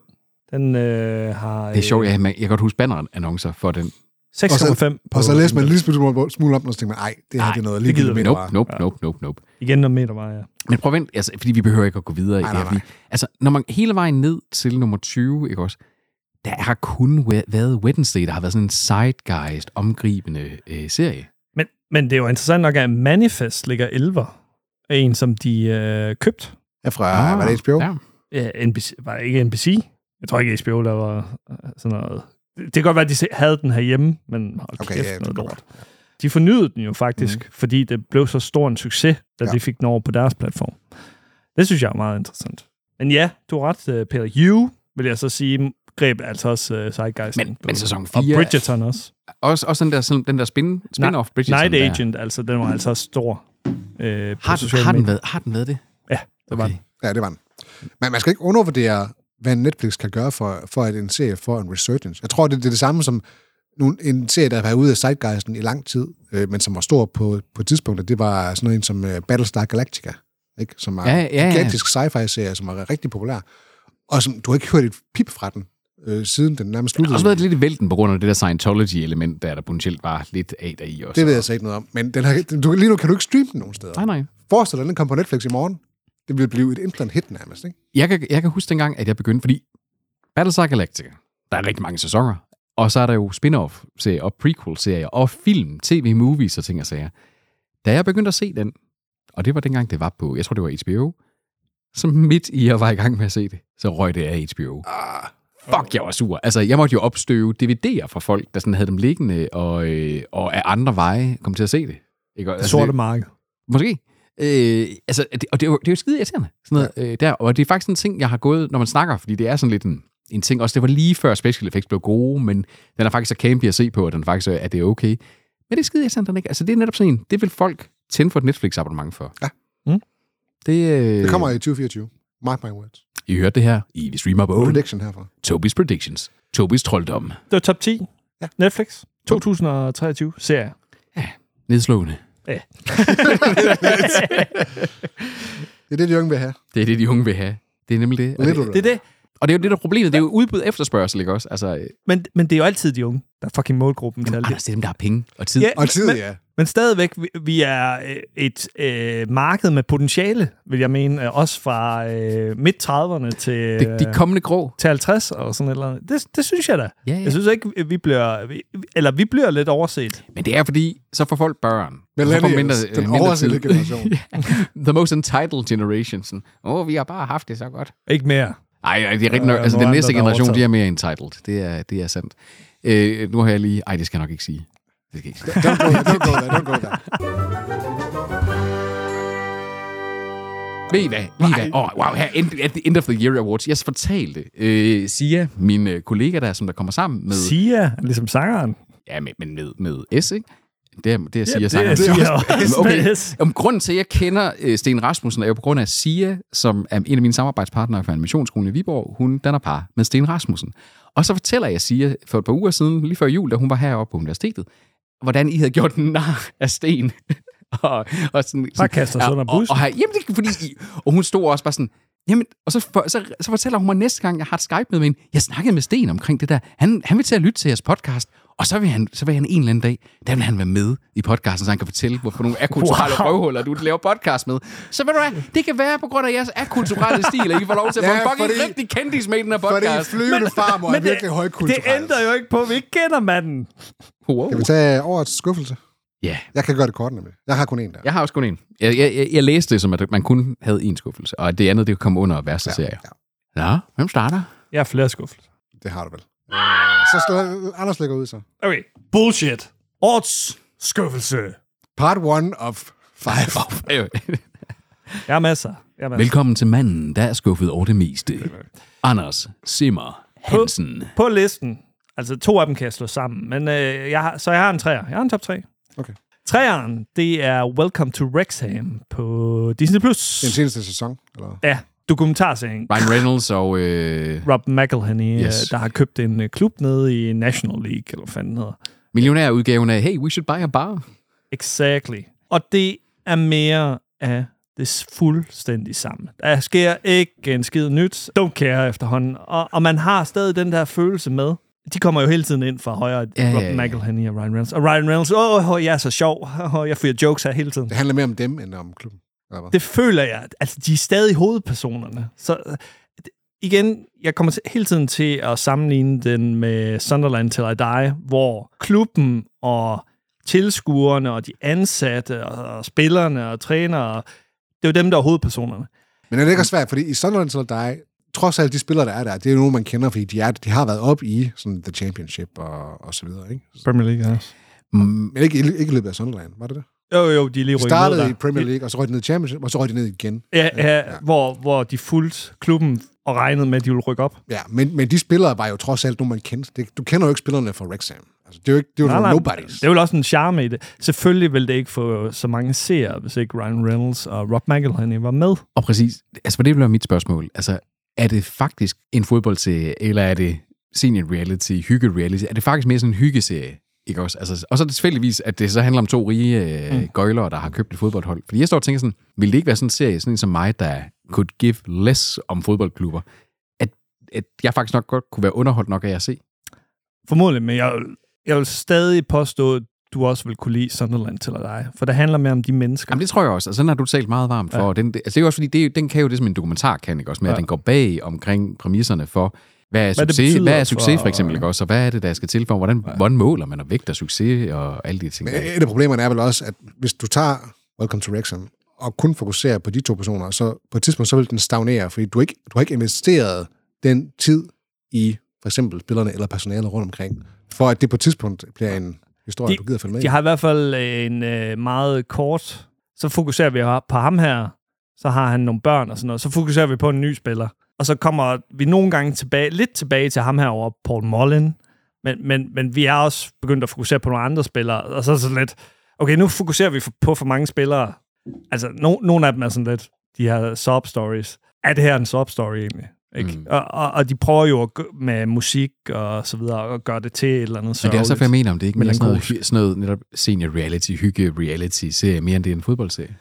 Den øh, har... Det er sjovt, jeg, jeg kan godt huske bannerannoncer for den. øh, 6,5. Og så på- læste man en lille smule, smule op, og så tænkte man, ej, det her Nej, det er noget det lige gider vi med Nope, nope, nope, nope, nope. Igen noget meter var, ja. Men prøv at vent, altså, fordi vi behøver ikke at gå videre. Nej, i det nej, her, fordi- Altså, når man hele vejen ned til nummer 20, ikke også? Der har kun væ- været Wednesday, der har været sådan en sidegeist omgribende øh, serie. Men, men det er jo interessant nok, at Manifest ligger 11. En, som de øh, købte. Ja, fra, ah, var det HBO? Ja. Ja, NBC, var det ikke NBC? Jeg tror ikke, HBO laver øh, sådan noget. Det det kan godt være, at de se- havde den herhjemme, men hold okay, Okay, kæft, ja, det noget kan lort. De fornyede den jo faktisk, mm. fordi det blev så stor en succes, da ja. Ja. de fik den over på deres platform. Det synes jeg er meget interessant. Men ja, du har ret, øh, Peter. You, vil jeg så sige, greb altså også uh, Zeitgeisten. Men- på- men sæson Og fire- Bridgerton også. Også, også den der, sådan, den der spin, spin-off Ni- Bridgerton. Night der. Agent, altså, den var altså også stor øh, på Har, den, sociale har, den medier. været, har den været det? Ja, det var den. Ja, det var den. Men man skal ikke undervurdere, hvad Netflix kan gøre for, for at en serie får en resurgence. Jeg tror, det, det er det samme som nu, en serie, der har været ude af Zeitgeisten i lang tid, øh, men som var stor på, på tidspunktet. Det var sådan en som øh, Battlestar Galactica, ikke? som var Ja, ja, ja, ja, ja. en gigantisk sci-fi-serie, som var rigtig populær, og som du har ikke hørt et pip fra den, øh, siden den nærmest Det har sluttede. også været lidt i vælten på grund af det der Scientology-element, der er der potentielt var lidt af der i også. det ved jeg så ikke noget om, men den har, du, lige nu kan du ikke streame den nogen steder. Nej, nej. Forestil dig, den kom på Netflix i morgen. Det ville blive et instant hit nærmest, ikke? Jeg kan, jeg kan huske dengang, at jeg begyndte, fordi Battlestar Galactica, der er rigtig mange sæsoner, og så er der jo spin-off-serier og prequel-serier og film, tv-movies og ting og sager. Da jeg begyndte at se den, og det var dengang, det var på, jeg tror det var HBO, Så midt i at være i gang med at se det, så røg det af HBO. Ah, fuck, jeg var sur. Altså, jeg måtte jo opstøve DVD'er fra folk, der sådan havde dem liggende, og, øh, og af andre veje kom til at se Altså, det. Ikke? Og, Det sorte marked. Måske. Øh, altså, det, og det er, jo, det er jo skide irriterende. Sådan noget, øh, der. Og det er faktisk en ting, jeg har gået, når man snakker, fordi det er sådan lidt en, en ting. Også det var lige før special effects blev gode, men den er faktisk så campy at se på, og den er faktisk er, at det er okay. Men det er skide irriterende, den ikke. Altså, det er netop sådan en, det vil folk tænde for et Netflix-abonnement for. Ja. Mm. Det, øh, Det kommer i 2024. Mark my words. I hørte det her i Vi Streamer på Åen. Prediction herfra. Tobis Predictions. Tobis trolddom. Det var top 10. Ja. Netflix. 2023 serie. Nedslående. Ja. Det er det, de unge vil have. Det er det, de unge vil have. Det er nemlig det. Og Little Det er det. Og det er jo det, der er problemet. Det er jo udbud efterspørgsel, ikke også? Altså, øh, Men, men det er jo altid de unge, der er fucking målgruppen til alt Anders, det er dem, der har penge altså, og tid. men- men, Men stadigvæk, vi, vi er øh, et øh, marked med potentiale, vil jeg mene, øh, også fra øh, midt-30'erne til... øh, De- de kommende grå. Til 50 og sådan et eller andet. Det, det synes jeg da. Ja, ja. Jeg synes ikke, vi bliver... Vi, eller vi bliver lidt overset. Men det er fordi, så får folk børn. Millennials, Så får den øh, oversete tid. generation. Ja. The most entitled generation. Sådan, Åh, oh, vi har bare haft det så godt. Ikke mere. Nej, nej, det er Der rigtig nok. er Altså, Øh, nogle den andre, næste der generation, de overtager. er mere entitled. Det er, det er sandt. Øh, nu har jeg lige... Ej, det skal jeg nok ikke sige. Det skal jeg ikke sige. Don't go there, don't go there, don't go there. Ved I hvad? Ved I hvad? Oh, wow, her, end, at the end of the year awards. Jeg fortalte øh, Sia, min øh, kollega der, som der kommer sammen med... Sia, ligesom sangeren? Ja, men, men med, med S, ikke? Det er, det er Sia det er sangeren. Sia Jamen, også. okay. Med S. Om grunden til, at jeg kender øh, Sten Rasmussen, er jo på grund af Sia, som er en af mine samarbejdspartnere fra Animationsskolen i Viborg. Hun danner par med Sten Rasmussen. Og så fortæller jeg Sia for et par uger siden, lige før jul, da hun var heroppe på universitetet, hvordan I havde gjort nar af Sten. og, og sådan, Bare kaster os ja, under og, bussen. og, har, jamen, det, er fordi, I- og hun stod også bare sådan, jamen, og så, for, så, så fortæller hun mig næste gang, jeg har et Skype med hende, jeg snakkede med Sten omkring det der, han, han vil til at lytte til jeres podcast, og så vil, han, så vil han en eller anden dag, der vil han være med i podcasten, så han kan fortælle, hvorfor nogle akulturelle wow. Wow. røvhuller, du laver podcast med. Så ved du hvad, det kan være på grund af jeres akulturelle stil, at I får lov til at få en fucking fordi, rigtig kendis med i den her podcast. det- Det ændrer jo ikke på, at vi ikke kender manden. Wow. Kan vi tage årets skuffelse? Ja. Jeg kan gøre det kort, nemlig. Jeg har kun en der. Jeg har også kun en. Jeg, jeg, jeg, jeg læste det som, at man kun havde en skuffelse, og at det andet, det kom under værste ja, serie. Ja. Nå, hvem starter? Jeg har flere skuffelser. Det har du vel. Øh, Så slår Anders lægger ud, så. Okay. Bullshit. Årets skuffelse. Part 1 of 5. Jeg har masser. Jeg har masser. Velkommen til manden, der er skuffet over det meste. Anders Simmer Hansen. På listen. Altså, to af dem kan jeg slå sammen. Men, øh, jeg har, så jeg har en træer. Jeg har en top tre. Okay. Træeren, det er Welcome to Rexham på Disney+. Plus. Den seneste sæson? Eller? Ja, dokumentarserien. Ryan Reynolds og... Øh, Rob McElhenney, Yes. yes. der har købt en øh, klub nede i National League, eller hvad fanden den hedder. millionærudgaven af Hey, we should buy a bar. Exactly. Og det er mere af det s- fuldstændig samme. Der sker ikke en skid nyt. Don't care efterhånden. Og, og man har stadig den der følelse med, de kommer jo hele tiden ind fra højre, Ja, ja, Rob ja. McElhenney og Ryan Reynolds. Og Ryan Reynolds, åh, oh, jeg er så sjov. Åh, jeg fyrer jokes her hele tiden. Det handler mere om dem, end om klubben. Eller hvad? Det føler jeg. Altså, de er stadig hovedpersonerne. Så øh, d- igen, jeg kommer til, hele tiden til at sammenligne den med Sunderland Till I Die, hvor klubben og tilskuerne og de ansatte og, og spillerne og trænere, det er jo dem, der er hovedpersonerne. Men er det ikke også svært, fordi i Sunderland til dig, trods alt de spillere, der er der, det er jo nogen, man kender, fordi de, er, de har været op i sådan The Championship og, og så videre, ikke? Premier League også. Men ikke, i- ikke i løbet af Sunderland, var det det? Jo, jo, de er lige rykket De ned startede der. i Premier League, og så røg de ned i Championship, og så røg de ned igen. Ja, ja, ja. Hvor, hvor de fulgte klubben og regnede med, at de ville rykke op. Ja, men, men de spillere var jo trods alt nogen, man kendte. Det, du kender jo ikke spillerne fra Wrexham. Altså, det er jo ikke det er jo Nej, nogle nej, nobodies. Det er vel også en charme i det. Selvfølgelig ville det ikke få så mange seere, hvis ikke Ryan Reynolds og Rob McElhenney var med. Og præcis, altså for det bliver mit spørgsmål. Altså, er det faktisk en fodboldserie, eller er det senior reality, hygge reality? Er det faktisk mere sådan en hyggeserie? Ikke også? Altså, og så er det tilfældigvis, at det så handler om to rige øh, mm. Mm. gøjlere, der har købt et fodboldhold. Fordi jeg står og tænker sådan, ville det ikke være sådan en serie, sådan en som mig, der could give less om fodboldklubber? At, at jeg faktisk nok godt kunne være underholdt nok af at se. Formodentlig, men jeg, vil- jeg vil stadig påstå, at du også vil kunne lide Sunderland til dig. For det handler mere om de mennesker. Jamen, det tror jeg også. Og sådan har du talt meget varmt for. Ja. Den, det- altså, det er jo også fordi, det, er jo- den kan jo det, som en dokumentar kan, ikke også? Med, ja. at Ja. den går bag omkring præmisserne for, hvad er Hvad det succes, hvad, betyder er succes for, for- eksempel, ikke også? Og hvad er det, der skal til for? Hvordan, ja. hvordan måler man og vægter succes og alle de ting? Men der? et af problemerne er vel også, at hvis du tager Welcome to Wrexham, og kun fokusere på de to personer, så på et tidspunkt så vil den stagnere, fordi du, ikke, du har ikke investeret den tid i for eksempel spillerne eller personalet rundt omkring, for at det på et tidspunkt bliver en historie, De- du gider følge med i. De har i hvert fald en øh, meget kort... Så fokuserer vi på ham her, så har han nogle børn og sådan noget. Så fokuserer vi på en ny spiller. Og så kommer vi nogle gange tilbage, lidt tilbage til ham herovre, Paul Mullen. Men, men, men vi er også begyndt at fokusere på nogle andre spillere. Og så er det sådan lidt... Okay, nu fokuserer vi for, på for mange spillere. Altså, no, nogle af dem er sådan lidt... De her sob-stories. Er det her en sob-story egentlig? Ikke? Mm. Og, og, og de prøver jo at, gø- med musik og så videre at gøre det til et eller andet Men det er også derfor, jeg mener om det, ikke? Men sådan noget, Melankolsk. hy- sådan noget netop senior reality, hygge reality serie, mere end det er en fodboldserie.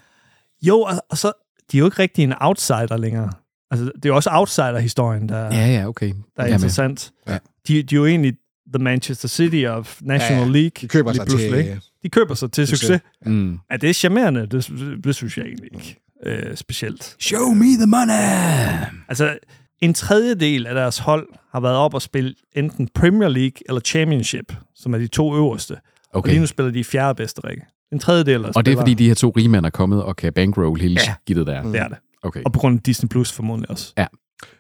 Jo, og, og så, de er jo ikke rigtig en outsider længere. Altså, det er jo også outsider-historien, der, Ja, ja, okay. der er Jamen. interessant. Ja. De, de er jo egentlig the Manchester City of National Ja, ja. League. De køber lige sig til- pludselig, ikke? De køber sig til Succes. succes. Mm. Er det charmerende? Det, det synes jeg egentlig ikke øh, specielt. Show me the money! Altså, en tredjedel af deres hold har været op og spille enten Premier League eller Championship, som er de to øverste. Okay. Og Okay. lige nu spiller de i fjerde bedste række. En tredjedel af Og det er, spillere- fordi de her to rige mænd er kommet og kan bankroll hele Ja. ja. skidtet der. Det er det. Okay. Og på grund af Disney Plus formodentlig også. Ja.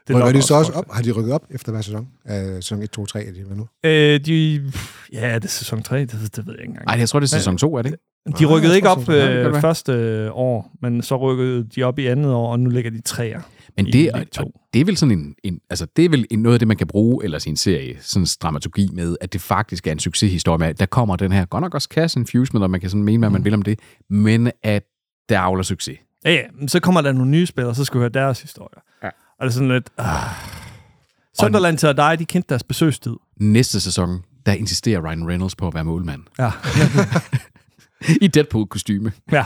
Det Rykker lokker de så også også op? Har de rykket op efter hver sæson? Øh, sæson 1, 2, 3 er de vel nu? Øh, de, ja, det er sæson 3, det, det ved jeg ikke engang. Ej, jeg tror, det er sæson 2, er det ikke? De Nej, rykkede jeg ikke tror, op sæson- Ja, det kan det øh, være. første øh, år, men så rykkede de op i andet år, og nu ligger de træer. Men i det, League og, Two. og det er vel sådan en, en, altså det er vel en, noget af det, man kan bruge eller sin serie, sådan en dramaturgi med, at det faktisk er en succeshistorie med, at der kommer den her, godt nok også kassen fuse med, og man kan sådan mene, hvad Mm. man vil om det, men at der avler succes. Ja, ja, men så kommer der nogle nye spillere, så skal vi høre deres historier. Ja. Og det er sådan lidt... Øh. Sunderland til dig, de kendte deres besøgstid. Næste sæson, der insisterer Ryan Reynolds på at være målmand. Ja. I Deadpool-kostyme. Ja.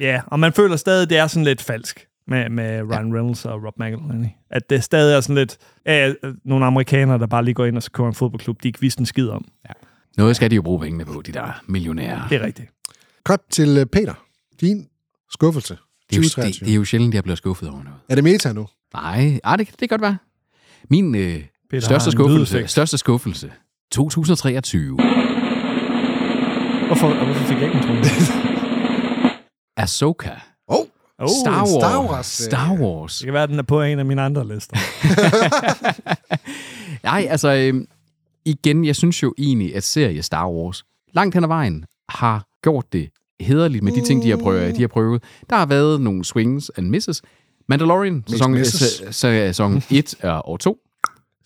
ja, og man føler stadig, det er sådan lidt falsk med, med Ryan Reynolds og Rob McElhenney. At det stadig er sådan lidt ja, øh, nogle amerikanere, der bare lige går ind og så kører en fodboldklub, de ikke vidste en skid om. Noget skal de jo bruge pengene på, de der millionærer. Det er rigtigt. Cut til øh, Peter. Din skuffelse. Det er, jo, det, 2023. det er jo sjældent, jeg bliver skuffet over noget. Er det meta nu? Nej, ah, det, kan- det kan godt være. Min øh, Peter har største, en skuffelse, lydeffekt. største skuffelse, 2023, Hvorfor, og hvorfor fik jeg ikke en tromme? Ahsoka. Oh, Oh, Star en Wars. Star Wars, øh. Star Wars. Det kan være, at den er på en af mine andre lister. Nej, altså, øh, igen, jeg synes jo egentlig, at serie Star Wars langt hen ad vejen har gjort det hederligt med de ting, de har prøvet. De har prøvet. Der har været nogle swings and misses. Mandalorian, sæson, øh, misses. sæ- sæson 1 og år 2.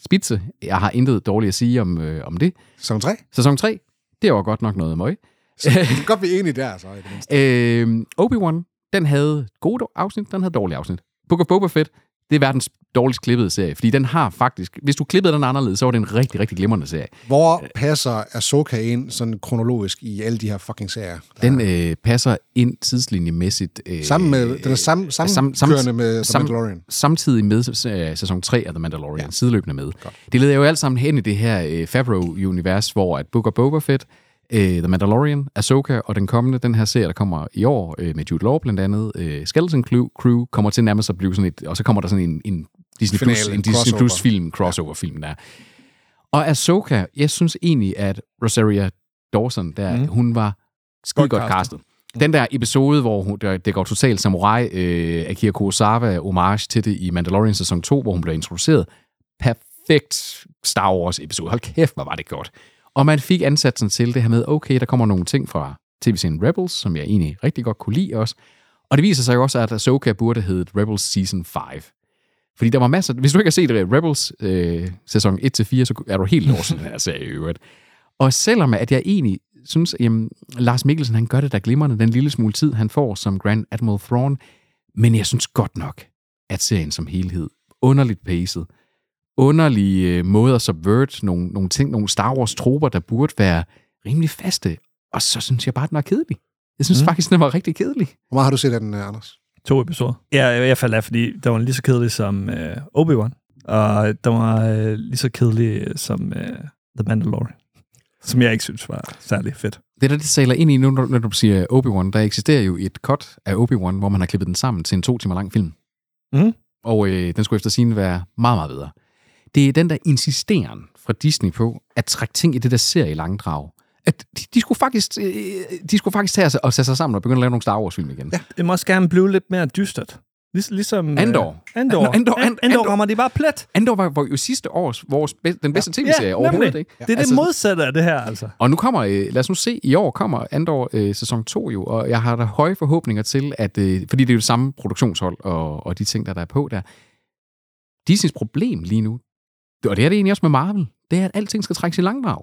Spitze, jeg har intet dårligt at sige om, øh, om det. Sæson 3? Sæson 3, det var godt nok noget møg. Så vi kan godt blive enige der, altså. så. i det mindste. Øh, Obi-Wan, den havde gode afsnit, den havde dårlige afsnit. Book of Boba Fett, det er verdens dårligst klippede serie, fordi den har faktisk... Hvis du klippede den anderledes, så var det en rigtig, rigtig glimrende serie. Øh. Hvor passer Ahsoka ind sådan kronologisk i alle de her fucking serier? Den øh, passer ind tidslinjemæssigt. Øh, Sammen med, den er sam, sam, samkørende med sam- The Mandalorian. Samtidig med øh, sæson 3 af The Mandalorian, ja. sideløbende med. Det leder jo alt sammen hen i det her øh, Favreau-univers, hvor at Book of Boba Fett, øh, The Mandalorian, Ahsoka og den kommende, den her serie, der kommer i år øh, med Jude Law blandt andet, øh, Skeleton Clu- Crew, kommer til nærmest at blive sådan et, og så kommer der sådan en, en Disney Finale, Plus, en en Disney crossover. Plus film, crossover-film der. Og Ahsoka, jeg synes egentlig, at Rosaria Dawson, der, mm. hun var skide godt castet. Den der episode, hvor hun, der, det går totalt samurai, øh, Akira Kurosawa homage til det i Mandalorian sæson 2, hvor hun blev introduceret. Perfekt Star Wars episode. Hold kæft, hvor var det godt. Og man fik ansatsen til det her med, okay, der kommer nogle ting fra tv-serien Rebels, som jeg egentlig rigtig godt kunne lide også. Og det viser sig jo også, at Ahsoka burde hedde Rebels Season 5. Fordi der var masser... Hvis du ikke har set øh, Rebels øh, sæson 1-4, så er du helt lost i den her serie i øvrigt. Og selvom at jeg egentlig synes, at Lars Mikkelsen han gør det der glimrende, den lille smule tid, han får som Grand Admiral Thrawn, men jeg synes godt nok, at serien som helhed, underligt pacet, underlige øh, måder at subvert nogle, nogle ting, nogle Star Wars-troper, der burde være rimelig faste, og så synes jeg bare, at den var kedelig. Jeg synes mm. faktisk, den var rigtig kedelig. Hvor meget har du set af den, øh, Anders? To episoder. Ja, jeg, jeg faldt af, fordi der var lige så kedelig som øh, Obi-Wan, og der var øh, lige så kedelig øh, som øh, The Mandalorian, som jeg ikke synes var særlig fedt. Det der, det saler ind i nu, når når du siger Obi-Wan, der eksisterer jo et cut af Obi-Wan, hvor man har klippet den sammen til en to timer lang film. Mhm. Og øh, den skulle efter sigende være meget, meget bedre. Det er den der insisteren fra Disney på at trække ting i det der serie langdrag. at de, de, skulle faktisk, øh, de skulle faktisk tage sig, og tage sig sammen og begynde at lave nogle Star Wars-film igen. Ja. Det må også gerne blive lidt mere dystert. Lig, ligesom... Andor. Øh, Andor. Andor, Andor, Andor, Andor rammer de bare plet. Andor var, var jo sidste års vores be, den bedste ja. tv-serie ja, overhovedet. Ikke? Det er altså, det modsatte af det her, altså. Og nu kommer, øh, lad os nu se, i år kommer Andor øh, sæson 2 jo, og jeg har da høje forhåbninger til, at, øh, fordi det er jo det samme produktionshold og, og de ting, der, der er på der. Disneys problem lige nu, og det er det egentlig også med Marvel, det er, at alting skal trækkes i langdrag.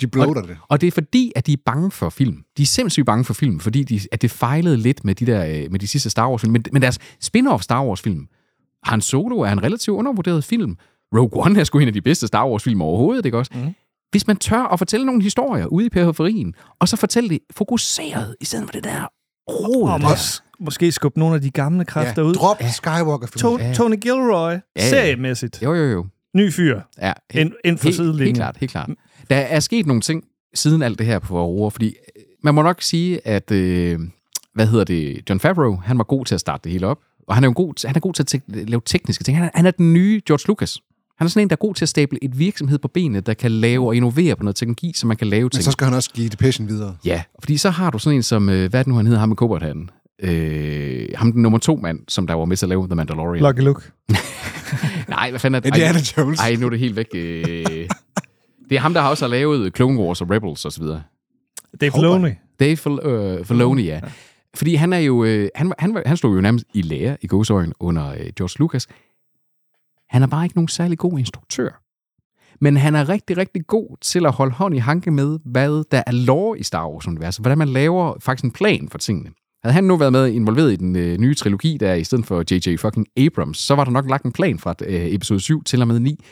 De bloater det. Og det er fordi, at de er bange for film. De er sindssygt bange for film, fordi de, at det fejlede lidt med de, der, øh, med de sidste Star Wars-film. Men, men deres spin-off Star Wars-film, Han Solo er en relativt undervurderet film. Rogue One er sgu en af de bedste Star Wars-film overhovedet, ikke også? Mm. Hvis man tør at fortælle nogle historier ude i periferien, og så fortælle det fokuseret, i stedet for det der rod. Og mås- måske skubbe nogle af de gamle kræfter ja, ud. Drop ja. Skywalker-film. To- ja. Tony Gilroy, ja. seriemæssigt. Jo, jo, jo. Ny fyr. Ja, helt, ind, for sidelinjen. Helt klart, helt klart. Der er sket nogle ting siden alt det her på Aurora, fordi øh, man må nok sige, at øh, hvad hedder det, John Favreau, han var god til at starte det hele op. Og han er jo god, han er god til at te- lave tekniske ting. Han er, han er den nye George Lucas. Han er sådan en, der er god til at stable et virksomhed på benene, der kan lave og innovere på noget teknologi, så man kan lave ting. Men så skal han også give Depression videre. Ja, fordi så har du sådan en som, øh, hvad er det nu, han hedder, ham med koberthatten? Øh, ham den nummer to mand, som der var med til at lave The Mandalorian. Lucky Luke. Nej, hvad fanden er det? Indiana Jones. Ej, nu er det helt væk. Øh, det er ham, der har også har lavet Clone Wars og Rebels osv. Dave Filoni. Dave Fil- uh, Filoni, ja. Fordi han er jo, øh, han, han, han stod jo nærmest i lære i godsøjen under øh, George Lucas. Han er bare ikke nogen særlig god instruktør. Men han er rigtig, rigtig god til at holde hånd i hanke med, hvad der er lore i Star Wars-universet. Hvordan man laver faktisk en plan for tingene. Havde han nu været med involveret i den øh, nye trilogi, der er i stedet for J.J. fucking Abrams, så var der nok lagt en plan fra øh, episode 7 til og med 9.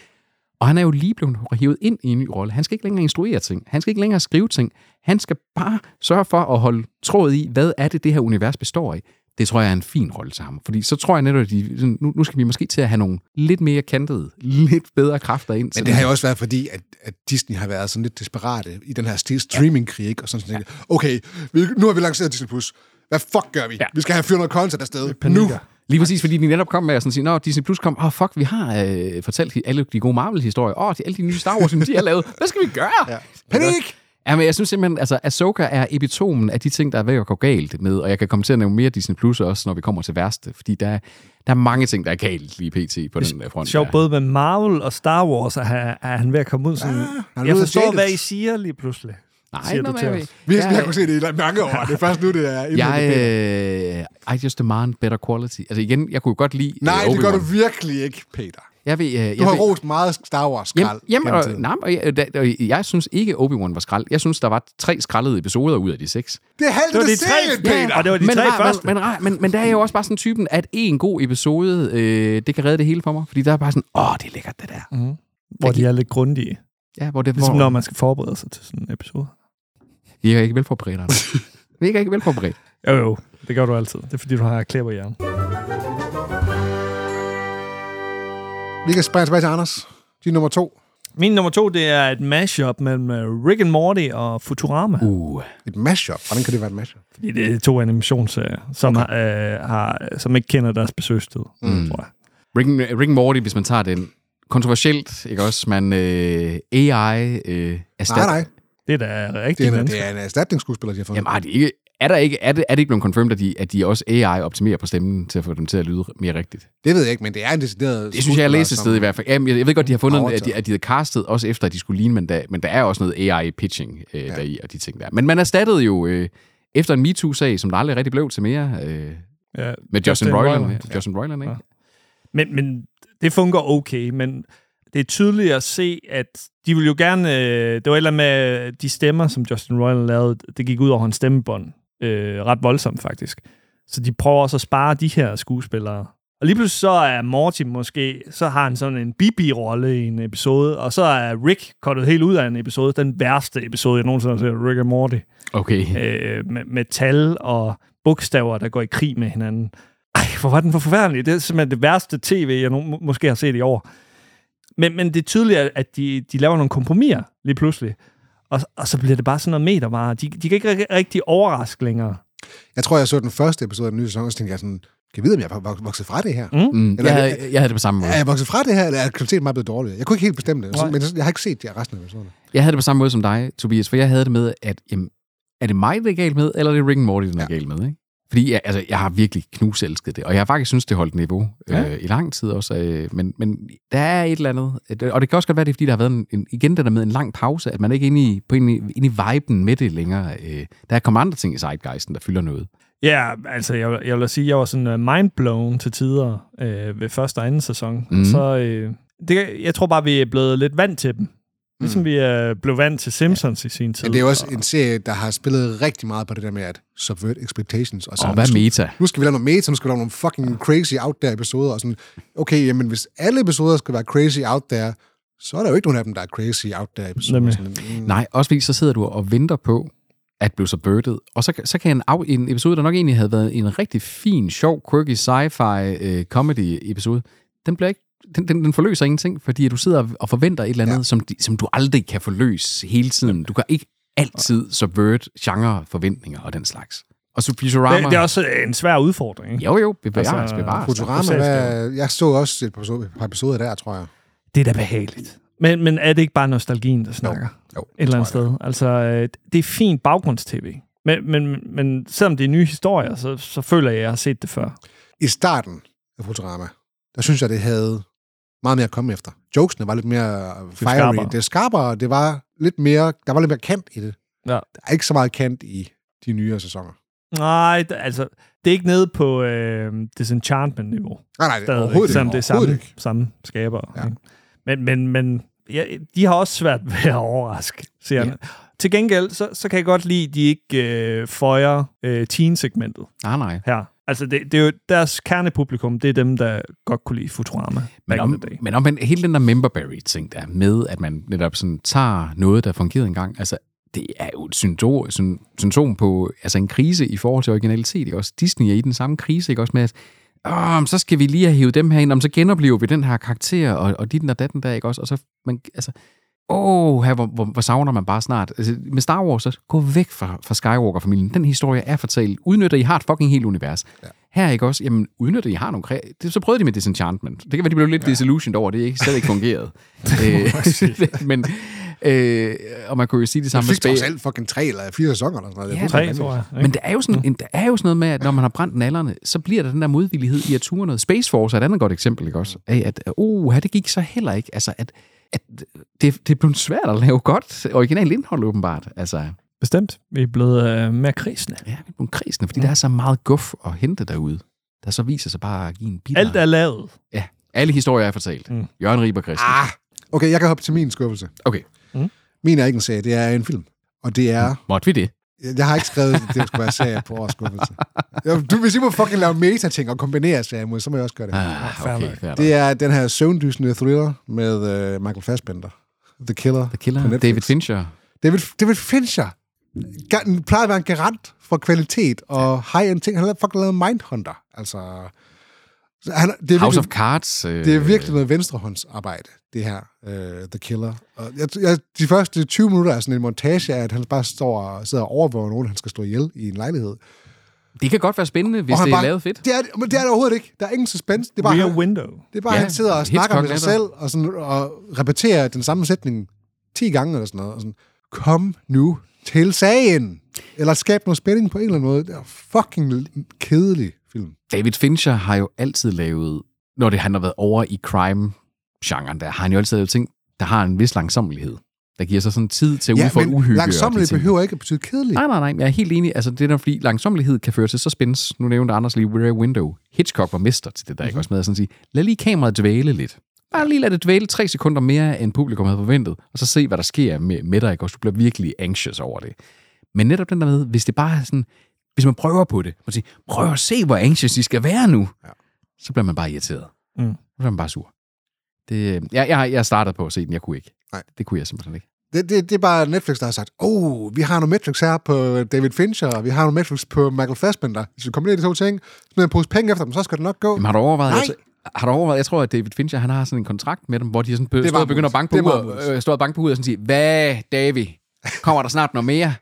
Og han er jo lige blevet hævet ind i en ny rolle. Han skal ikke længere instruere ting. Han skal ikke længere skrive ting. Han skal bare sørge for at holde tråd i, hvad er det, det her univers består af. Det tror jeg er en fin rolle til ham. Fordi så tror jeg netop, at de, nu, nu skal vi måske til at have nogle lidt mere kantede, lidt bedre kræfter ind. Men det har jo også været fordi, at, at Disney har været sådan lidt desperate i den her streaming-krig. Og sådan, sådan ja. okay, vi, nu har vi lanceret Disney+. Plus. Hvad fuck gør vi? Ja. Vi skal have 400 content afsted. Nu! Lige præcis, fordi de netop kom med at sådan sige, Nå, Disney Plus kom, åh oh, fuck, vi har øh, fortalt alle de gode Marvel-historier, åh, oh, alle de nye Star wars de har lavet, hvad skal vi gøre? Ja. Panik! Ja, men jeg synes simpelthen, altså Ahsoka er epitomen af de ting, der er ved at gå galt med, og jeg kan komme til at nævne mere Disney Plus også, når vi kommer til værste, fordi der, er, der er mange ting, der er galt lige pt. på den der front. Sjovt, både med Marvel og Star Wars er, er han ved at komme ud sådan, ja, jeg forstår, jættet. hvad I siger lige pludselig. Nej, nå, til os. Vi har ja, kunnet se det i mange år. Det er først nu, det er jeg, øh, I just demand better quality. Altså igen, jeg kunne godt lide øh, Nej, uh, det gør du virkelig ikke, Peter. Jeg ved, øh, jeg du har ved, rost meget Star Wars skrald. Jamen, jamen og, nej, og, jeg, og, jeg synes ikke, Obi-Wan var skrald. Jeg synes, der var tre skraldede episoder ud af de seks. Det er halvt det, det serien, Peter! Ja, og det var de men, tre rar, første. Men, rar, men, men der er jo også bare sådan typen, at en god episode, øh, det kan redde det hele for mig. Fordi der er bare sådan, åh, det er lækkert, det der. Mm. Hvor de er lidt grundige. Ja, hvor det, ligesom hvor, når man skal forberede sig til sådan en episode. Vi er ikke velforberedt, Anders. Vi er ikke velforberedt. Jo, jo. Det gør du altid. Det er, fordi du har klæber i hjernen. Vi kan springe tilbage til Anders. Din nummer to. Min nummer to, det er et mashup mellem øh, Rick and Morty og Futurama. Uh, et mashup? Hvordan kan det være et mashup? Fordi det er to animationsserier, som, okay. har, øh, har, som ikke kender deres besøgstid, mm. tror jeg. Rick, Rick and Morty, hvis man tager den, kontroversielt, ikke også? Man øh, AI... Øh, erstat- nej, nej. Det er da rigtigt. Det er, det er en erstatningsskuespiller, de har fået. Jamen, er, de ikke, er, der ikke, er, det, er det ikke blevet confirmed, at de, at de også AI-optimerer på stemmen til at få dem til at lyde mere rigtigt? Det ved jeg ikke, men det er en decideret Det synes jeg, jeg læste et sted i hvert fald. Jamen, jeg, jeg ved godt, de har fundet, at de, at de havde castet også efter, at de skulle ligne, men der, men der er også noget AI-pitching øh, ja. deri og de ting der. Men man erstattede jo øh, efter en MeToo-sag, som der aldrig rigtig blev til mere, øh, ja, med Justin Roiland. Roiland. Ja. Justin Roiland, ikke? Ja. Men, men det fungerer okay, men det er tydeligt at se, at de vil jo gerne... Øh, det var et eller andet med de stemmer, som Justin Roiland lavede, det gik ud over hans stemmebånd. Øh, ret voldsomt, faktisk. Så de prøver også at spare de her skuespillere. Og lige pludselig så er Morty måske, så har han sådan en Bibi-rolle i en episode, og så er Rick kottet helt ud af en episode, den værste episode, jeg nogensinde har set, Rick and Morty. Okay. Øh, med, med tal og bogstaver, der går i krig med hinanden. Ej, hvor var den for forfærdelig. Det er simpelthen det værste tv, jeg nu, måske har set i år. Men, men det er tydeligt, at de, de laver nogle kompromiser lige pludselig. Og, og så bliver det bare sådan noget metervare. De, de kan ikke rigtig overraske længere. Jeg tror, jeg så den første episode af den nye sæson, og så tænkte jeg sådan, jeg vide, om jeg er vokset fra det her? Mm. Mm. Jeg, havde- jeg havde det på samme måde. Er jeg vokset fra det her, eller er kvaliteten meget blevet dårligere? Jeg kunne ikke helt bestemme det, så, Nej. men jeg har ikke set de resten af episoderne. Jeg havde det på samme måde som dig, Tobias, for jeg havde det med, at jamen, er det mig, det er galt med, eller er det Rick and Morty, den er galt med? Ikke? Fordi jeg, altså, jeg har virkelig knuselsket det, og jeg har faktisk synes, det holdt niveau Ja. ja. øh, i lang tid også. Øh, men, men der er et eller andet, øh, det- og det kan også godt være, det er, fordi der har været en, en, igen det der med en lang pause, at man er ikke er inde i, på, inde i, inde i viben med det længere. Øh, der er kommet andre ting i Sidegeisten, der fylder noget. Ja, altså jeg, vil- jeg vil da sige, jeg var sådan øh, mindblown til tider øh, ved første og anden sæson. Mm. Mhm. Så øh, det, jeg tror bare, vi er blevet lidt vant til dem. Ligesom vi øh, blev vant til Simpsons i sin tid. Men Mhm. det er jo også en serie, der har spillet rigtig meget på det der med at subvert expectations. Og, sådan, hvad nu skal- meta? Nu skal vi lave noget meta, nu skal vi lave nogle fucking crazy out there episoder. Og sådan, okay, jamen hvis alle episoder skal være crazy out there, så er der jo ikke nogen af dem, der er crazy out there episoder. Sådan, mm, Nej, også fordi så sidder du og venter på at blive subverted. Og så, så kan en, af, en episode, der nok egentlig havde været en rigtig fin, sjov, quirky sci-fi øh, comedy episode, den bliver ikke den, den, den forløser ingenting, fordi du sidder og forventer et eller andet, ja. som, de, som du aldrig kan forløse hele tiden. Du kan ikke altid subvert genre, forventninger og den slags. Og så Futurama... det, det er også Altså, øh, en svær udfordring. Ikke? Jo, jo, bevares, bevares. Futurama, hvad, jeg så også et par episoder- par episoder der, tror jeg. Det er da behageligt. Men, men er det ikke bare nostalgien, der snakker? Jo, Et eller andet sted. Altså, øh, det er fint baggrundstv. Men, men, men selvom det er nye historier, så, så føler jeg, at jeg har set det før. I starten af Futurama, der synes jeg, det havde meget mere at komme efter. Jokesene var lidt mere øh, fiery. skarpere. Det er skarpere, det var lidt mere, der var lidt mere kant i det. Ja. Der er ikke så meget kant i de nyere sæsoner. Nej, d- altså, det er ikke nede på øh, Disenchantment-niveau. Nej, nej, det- Stadig, overhovedet ikke. Selvom det er Overhovedet samme, samme skaber. Ja. Men, men, men ja, de har også svært ved at overraske, siger ja. Til gengæld, så, så kan jeg godt lide, at de ikke øh, føjer øh, teen-segmentet Nej, nej. her. Altså, det, det er jo deres kernepublikum, det er dem, der godt kunne lide Futurama. Men, back in om, the day. men omvendt, hele den der memberberry ting der, med at man netop sådan tager noget, der fungerede engang, altså det er jo et symptom, syn- symptom på altså en krise i forhold til originalitet, ikke også? Disney er i den samme krise, ikke også med, at Åh, men så skal vi lige have hivet dem her ind, om så genoplever vi den her karakter, og, og dit og datten der, ikke også? Og så, man, altså, åh, her, hvor, hvor, hvor savner man bare snart. Altså, med Star Wars, så gå væk fra, fra Skywalker-familien. Den historie er fortalt. Udnytter, I har et fucking helt univers. Ja. Her, ikke også? Jamen, udnytter, I har nogle... Kre- det, så prøvede de med Disenchantment. Det kan være, de blev lidt ja. disillusioned over, det ikke stadig ikke fungerede. øh, men, øh, og man kunne jo sige det Det samme fik med trods Spa- alt fucking tre eller fire sæsoner eller sådan noget. Det er Ja, fuldstændig vanvittigt. Men der er, jo sådan, en, der er jo sådan noget med, at når man har brændt nallerne, så bliver der den der modvillighed i at ture noget. Space Force er et andet godt eksempel, ikke også? Af at, uh, det gik så heller ikke. Altså, at, at det, det er blevet svært at lave godt originalt indhold, åbenbart. Altså, Bestemt. Vi er blevet øh, mere krisende. Ja, vi er blevet krisende, fordi der er så meget guf at hente derude. Der så viser sig bare at give en bitter. Alt er lavet. Ja, alle historier er fortalt. Mm. Jørgen Riber Christen. Ah, Okay, jeg kan hoppe til min skuffelse. Okay. Mm. Min er ikke en serie, det er en film. Og det er... Måtte vi det? Jeg jeg har ikke skrevet, at det skulle være serie på årets skuffelse. Ja, Du, hvis I må fucking lave meta-ting og kombinere serier mod, så må jeg også gøre det. Ah, okay, fair det er den her søvndysende thriller med øh, Michael Fassbender. The Killer. The Killer. David Fincher. David, David Fincher. Ga- Han plejer at være en garant for kvalitet og high-end ting. Han har fucking lavet Mindhunter. Altså, så han, det er House virkelig- of Cards. Øh, det er virkelig noget venstrehåndsarbejde, det her, uh, The Killer. Og jeg, jeg, de første 20 minutter er sådan en montage af, at han bare står og sidder og overvåger nogen, han skal slå ihjel i en lejlighed. Det kan godt være spændende, hvis Og han det er bare- lavet fedt. Det er, det- men det er det overhovedet ikke. Der er ingen suspense. Det er bare, Rear han, window. Det er bare, Ja, ja, han sidder og snakker med sig selv Hitchcock-nettet. og, sådan, og repeterer den samme sætning 10 gange eller sådan noget. Og sådan, Kom nu til sagen! Eller skab noget spænding på en eller anden måde. Det er fucking l- kedelig film. David Fincher har jo altid lavet, når det han har været over i crime-genren, der har han jo altid lavet ting, der har en vis langsommelighed. Der giver sig sådan tid til at ja, udfordre uhygge. og de langsommeligt ting. behøver ikke at betyde kedelig. Nej, nej, nej. Jeg er helt enig. Altså, det er der, fordi langsomlighed kan føre til så spændes. Nu nævnte Anders lige Rear Window. Hitchcock var mester til det der, ikke også med at sådan sige, lad lige kameraet dvæle lidt. Bare lige lad det dvæle tre sekunder mere, end publikum havde forventet, og så se, hvad der sker med, med dig, ikke også? Du bliver virkelig anxious over det. Men netop den der med, hvis det bare er sådan, hvis man prøver på det, og siger, prøv at se, hvor anxious I skal være nu, ja. så bliver man bare irriteret. Mm. Så bliver man bare sur. Det, øh, jeg, jeg, jeg startede på at se den, jeg kunne ikke. Nej. Det kunne jeg simpelthen ikke. Det, det, det er bare Netflix, der har sagt, oh, vi har noget Netflix her på David Fincher, og vi har noget Netflix på Michael Fassbender. Hvis vi kombinerer de to ting, smider en pose penge efter dem, så skal det nok gå. Jamen, har du overvejet, Nej. altså, har du overvejet, jeg tror, at David Fincher, han har sådan en kontrakt med dem, hvor de sådan be- Det er står og meget begynder at muligt. banke på Det er meget uret, øh, står og banke på uret og sådan siger, hvad, David, kommer der snart noget mere?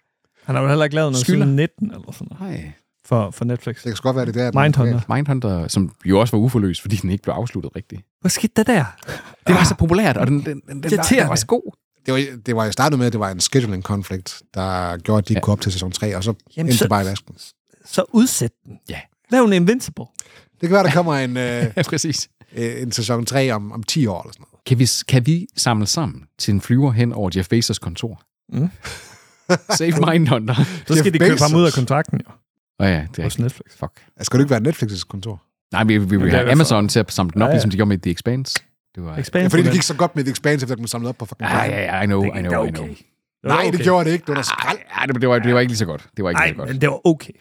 Han har jo heller ikke lavet noget Skylder. siden 19 eller sådan noget. Nej. for, for Netflix. Det kan godt være, det er der. Mindhunter. Mindhunter, som jo også var uforløst, fordi den ikke blev afsluttet rigtigt. Hvad skete der der? Det var så populært, og den, den, den, den, var, den var så god. Det var, det var, jeg startede med, at det var en scheduling konflikt, der gjorde, at de ja. kunne op til sæson 3, og så Jamen, endte så- det bare i vasken. Så udsæt den. Ja. Lav en Invincible. Det kan være, der kommer en, øh, ja, præcis. øh, en sæson 3 om, om 10 år eller sådan noget. Kan vi, kan vi samle sammen til en flyver hen over Jeff Bezos' kontor? Mm. Save Mindhunter. Så skal de købe ham ud af kontrakten, jo. Åh ja, det er Hos rigtigt. Netflix. Fuck. Altså, Skal det ikke være Netflix's kontor? Nej, vi, vi Men vil det er have derfor- Amazon til at samle den Ja, op, ja. ja, ja. ligesom de gjorde med The Expanse. Det var... Expanse. Ja, fordi det gik så godt med The Expanse, efter at man samlede op på fucking Ah, Ja, Brian. ja, ja, I know, I know, I know. Nej, det gjorde det ikke. Det var da Ah, skrald. Ja, det, det, var, det var ikke lige så godt. Det var ikke Ej, lige så godt. men det var okay.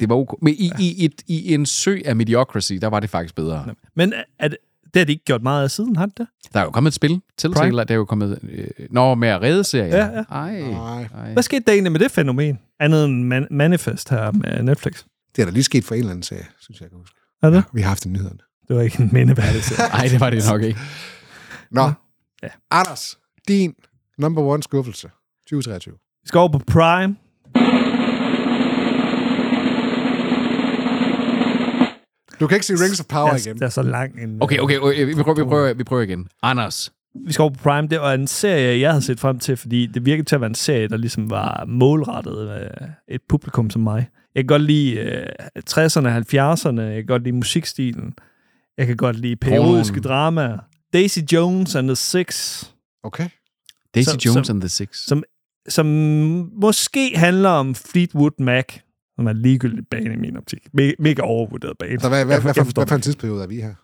Det var okay. Men i, i, et, i en sø af mediocrity, der var det faktisk bedre. Men er- er det, det har de ikke gjort meget af siden, har de det? Der er jo kommet et spil til Prime? til, der er jo kommet... Øh, Nå, med at redde serien. Ja, ja. Ej. Ej. Hvad skete der egentlig med det fænomen? Andet end man- Manifest her med Netflix. Det er da lige sket for en eller anden sag, synes jeg, jeg kan huske. Er det? Vi har haft den i nyhederne. Det var ikke en mindeværdig serie. Nej, det var det nok ikke. Nå. Ja. Anders, din number one skuffelse 2023. Vi skal over på Prime. Du kan ikke se Rings of Power Der er, igen. der er så lang en... Okay, okay, okay vi, prøver, vi, prøver, vi prøver igen. Anders. Vi skal over på Prime. Det var en serie, jeg havde set frem til, fordi det virkede til at være en serie, der ligesom var målrettet øh, et publikum som mig. Jeg kan godt lide øh, 60'erne, 70'erne. Jeg kan godt lide musikstilen. Jeg kan godt lide periodiske Pornoen. dramaer. Daisy Jones and the Six. Okay. Daisy Som- Jones som- and the Six. som, som måske handler om Fleetwood Mac, som er en ligegyldig bane i min optik. Me- mega overvurderet bane. Så Altså, hvad, hvad, Jeg for- hvad, jeg for, forstår hvad for en det ikke. tidsperiode er vi her?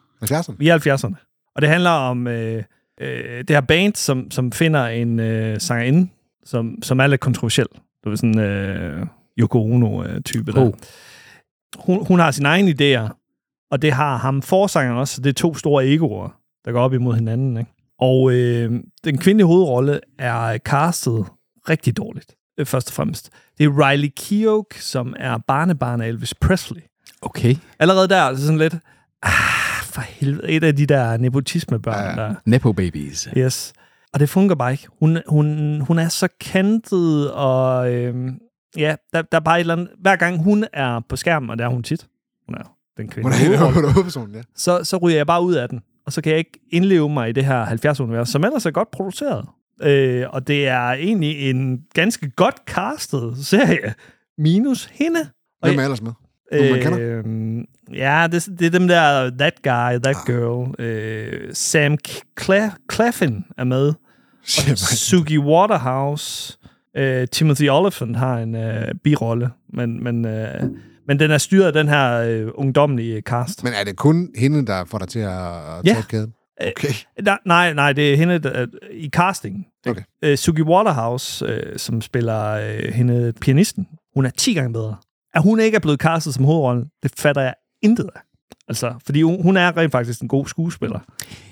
70'erne? Vi er i 70'erne. Og det handler om øh, øh, det her band, som, som finder en øh, sangerinde, som, som er lidt kontroversiel. Det er sådan øh, Yoko Ono-type der. Oh. Hun, hun har sine egne idéer, og det har ham forsangeren også. Så det er to store egoer, der går op imod hinanden. Ikke? Og øh, den kvindelige hovedrolle er castet rigtig dårligt, øh, først og fremmest. Det er Riley Keough, som er barnebarn af Elvis Presley. Okay. Allerede der er det sådan lidt, ah, for helvede, et af de der nepotismebørn, ja. der... Nepo Babies. Yes. Og det fungerer bare ikke. Hun, hun, hun er så kantet, og øhm, ja, der, der er bare et eller andet... Hver gang hun er på skærmen, og der er hun tit, hun er den kvinde. Hun er hovedrolle hun er hovedpersonen, ja. så, så ryger jeg bare ud af den. Og så kan jeg ikke indleve mig i det her 70-univers, som ellers er godt produceret. Øh, og det er egentlig en ganske godt castet serie. Minus hende. Og Hvem er jeg- ellers med? Nogen, man kender? Øh, ja, det, det er dem der, That Guy, That Ah. Girl. Øh, Sam Cla- Claflin er med. Og Suki Waterhouse. Øh, Timothy Oliphant har en øh, birolle, men, men, øh, men den er styret af den her øh, ungdommelige cast. Men er det kun hende, der får dig til at at Ja. Øh, tage kæden? Okay. Nej, nej, nej, det er hende der, øh, i casting. Okay. Øh, Suki Waterhouse, øh, som spiller øh, hende pianisten, hun er 10 gange bedre. At hun ikke er blevet castet som hovedrollen, det fatter jeg intet af. Altså, fordi hun, hun er rent faktisk en god skuespiller.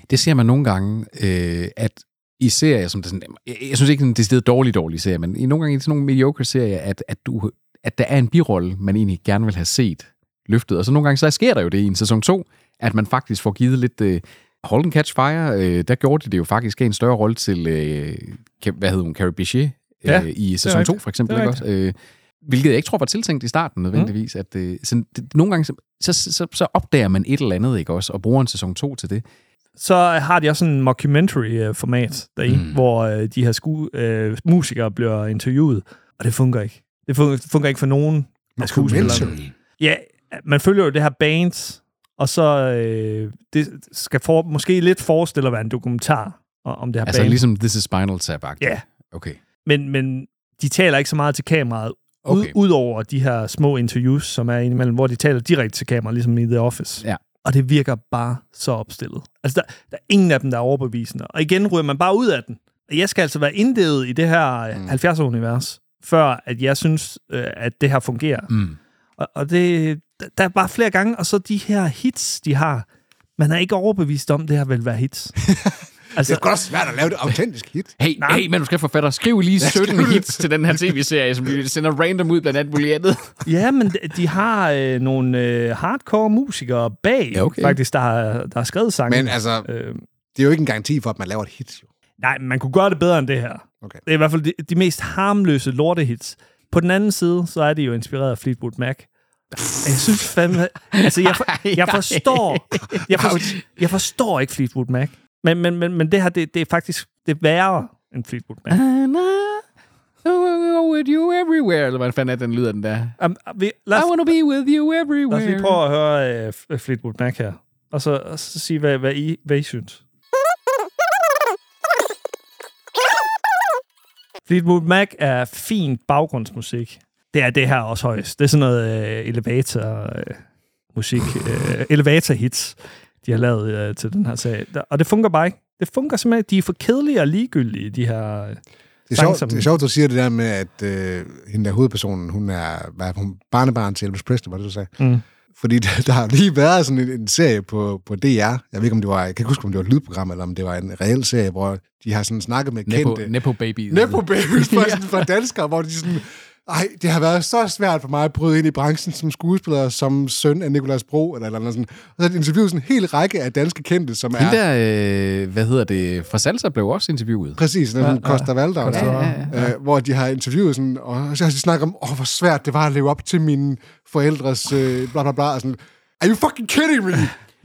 Det ser man nogle gange, øh, at i serier, som der sådan, jeg, jeg synes ikke, det er stedet dårlig, dårlig serie, men i nogle gange i sådan nogle mediocre serier, at, at, du, at der er en birolle, man egentlig gerne vil have set løftet. Og så nogle gange, så sker der jo det i en sæson 2, at man faktisk får givet lidt... Øh, Holden Catch Fire, øh, der gjorde de det jo faktisk gav en større rolle til, øh, Ka- hvad hed hun, Carrie Bichet, øh, Ja, ja, det er i sæson 2 rigtigt. for eksempel. Det er Ikke også? Øh, hvilket jeg ikke tror var tiltænkt i starten nødvendigvis. Mm. At, øh, sådan, det, nogle gange, så, så, så, så opdager man et eller andet, ikke også, og bruger en sæson 2 til det. Så har de også sådan en mockumentary-format deri, mm. hvor øh, de her sku, øh, musikere bliver interviewet, og det fungerer ikke. Det fungerer, det fungerer ikke for nogen af skuespillerne. Mockumentary? Ja, man følger jo det her band, og så øh, det skal for, måske lidt forestille at være en dokumentar o- om det her Altså band. ligesom This is Spinal tap -agtigt. Ja. Okay. Men, men de taler ikke så meget til kameraet, okay. Okay. udover de her små interviews, som er indimellem, hvor de taler direkte til kameraet, ligesom i The Office. Ja. Og det virker bare så opstillet. Altså, der, der er ingen af dem, der er overbevisende. Og igen ryger man bare ud af den. Og Jeg skal altså være indlevet i det her mm. 70'er-univers, før at jeg synes, øh, at det her fungerer. Mm. Og, og det, der- der er bare flere gange, og så de her hits, de har. Man er ikke overbevist om, det her vil være hits. Altså, Det er godt svært at lave det autentisk hit. Hey, Nej. hey, men du skal forfatter, skriv lige Ja, 17 skriv det. hits til den her tv-serie, som vi sender random ud blandt andet muligt andet. Ja, men de- de har øh, nogle øh, hardcore musikere bag, ja, Ja, okay. okay. faktisk, der har, der har skrevet sange. Men altså, øh, det er jo ikke en garanti for, at man laver et hit, jo. nej, men man kunne gøre det bedre end det her. Okay. Det er i hvert fald de, de mest harmløse lortehits. På den anden side, så er de jo inspireret af Fleetwood Mac. Jeg synes fandme... Altså, jeg, for, jeg forstår... Jeg, for, jeg forstår ikke Fleetwood Mac. Men, men, men, men det her, det, det er faktisk det er værre end Fleetwood Mac. with you everywhere. Eller hvad fanden er den lyder, den der? Um, vi, lad os, I wanna be with you lad everywhere. os lige prøve at høre uh, Fleetwood Mac her. Og så, og så sige, hvad, hvad, I, hvad I synes. Fleetwood Mac er fint baggrundsmusik. Det er det her også højst. Det er sådan noget øh, elevator-musik. Øh, elevator-hits, de har lavet øh, til den her serie. Der- Og det fungerer bare ikke. Det fungerer simpelthen ikke. De er for kedelige og ligegyldige, de her øh, Det er, sange, sjovt, som- det er sjovt, du siger det der med, at øh, hende der hovedpersonen, hun er, hvad er hun, barnebarn til Elvis Presley, var det, du sagde? Mm. Fordi der, der har lige været sådan en, en serie på, på DR. Jeg ved ikke, om det var, jeg kan ikke huske, om det var et lydprogram, eller om det var en reel serie, hvor de har sådan snakket med Nepo, kendte... Nepo Baby. Nepo Babies for, sådan, for danskere, hvor de sådan... Ej, det har været så svært for mig at bryde ind i branchen som skuespiller, som søn af Nikolas Bro, eller, eller andet sådan. Og så har de interviewet sådan en hel række af danske kendte, som Hende er... der, øh, hvad hedder det, fra Salsa blev også interviewet. Præcis, den ja, Costa Valdau, Costa, ja, ja, ja, ja. Øh, hvor de har interviewet sådan, og så har de snakket om, åh, hvor svært det var at leve op til mine forældres øh, bla bla bla, og sådan, are you fucking kidding me?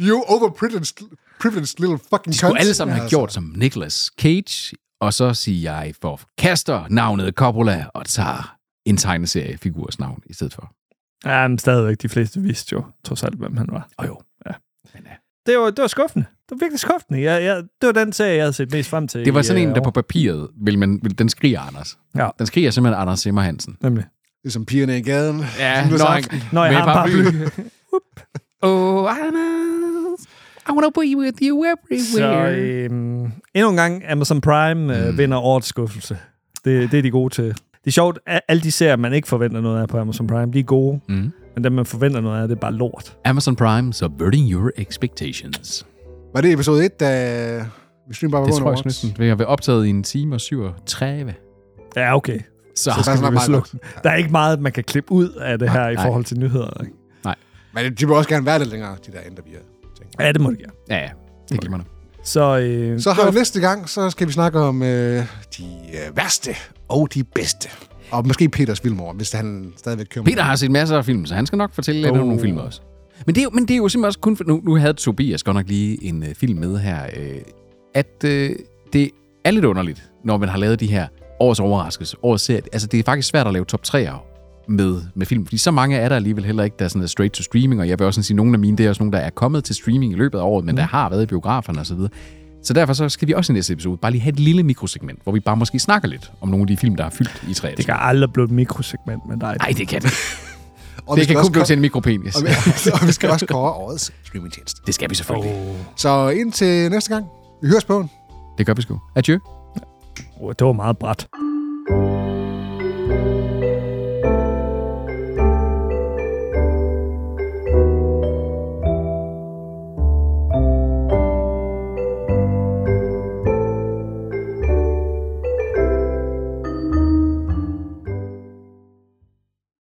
You overprivileged privileged little fucking De skulle cunt." alle sammen have Altså. gjort som Nicolas Cage, og så siger jeg for kaster navnet Coppola og tager en tegneseriefigurs navn i stedet for. Ja, men stadigvæk. De fleste vidste jo trods alt, hvem han var. Og jo. Ja. Det, var, det var skuffende. Det var virkelig skuffende. Jeg, jeg, det var den serie, jeg havde set mest frem til. Det var sådan i, en, øh, der år. på papiret, vil man, vil, den skriger Anders. Ja. Den skriger simpelthen Anders Simmer Hansen. Nemlig. Ligesom pigerne i gaden. Ja, Som blev når sagt. han- når jeg Med har en paraply. paraply. Oh, Anders, I wanna be with you Så everywhere. øhm, endnu en gang, Amazon Prime Mm. øh, vinder årets skuffelse. Det, det er de gode til. Det er sjovt, at alle de serier, man ikke forventer noget af på Amazon Prime, de er gode. Mm. Men dem, man forventer noget af, det er bare lort. Amazon Prime, subverting your expectations. Var det episode 1, da vi streamede bare Det tror jeg næsten. Vi har været optaget i en time og 37. Ja, okay. Så, skal vi vist lukke den. Der er ikke meget, man kan klippe ud af det her i nej. forhold til nyheder. Ikke? Nej. Men de må også gerne være lidt længere, de der interviewer. Ja, det må det gerne. Ja, ja. Det glemmer du. Så, øh, Så har det vi næste gang, så skal vi snakke om øh, de øh, værste og de bedste. Og måske Peters Vildmor, hvis han stadigvæk kører med. Peter har set masser af film, så han skal nok fortælle lidt om Oh. nogle film også. Men det, er jo, men det er jo simpelthen også kun... For, nu, nu havde Tobias godt nok lige en øh, film med her, øh, at øh, det er lidt underligt, når man har lavet de her års overraskelse, års serie. Altså, det er faktisk svært at lave top 3'er med, med film, fordi så mange er der alligevel heller ikke, der er sådan er straight to streaming, og jeg vil også sådan sige, nogle af mine, det er også nogle, der er kommet til streaming i løbet af året, men der har været i biograferne osv. Så derfor så skal vi også i næste episode bare lige have et lille mikrosegment, hvor vi bare måske snakker lidt om nogle af de film, der har fyldt i træet. Det kan aldrig blive et mikrosegment med dig. Nej, det kan det. Og vi det skal kan også kun blive ko- til en mikropenis. Og vi, og vi skal også kåre årets streamingtjeneste. Det skal vi selvfølgelig. Så indtil næste gang. Vi høres på. Det gør vi sgu. Adieu. det var meget bræt.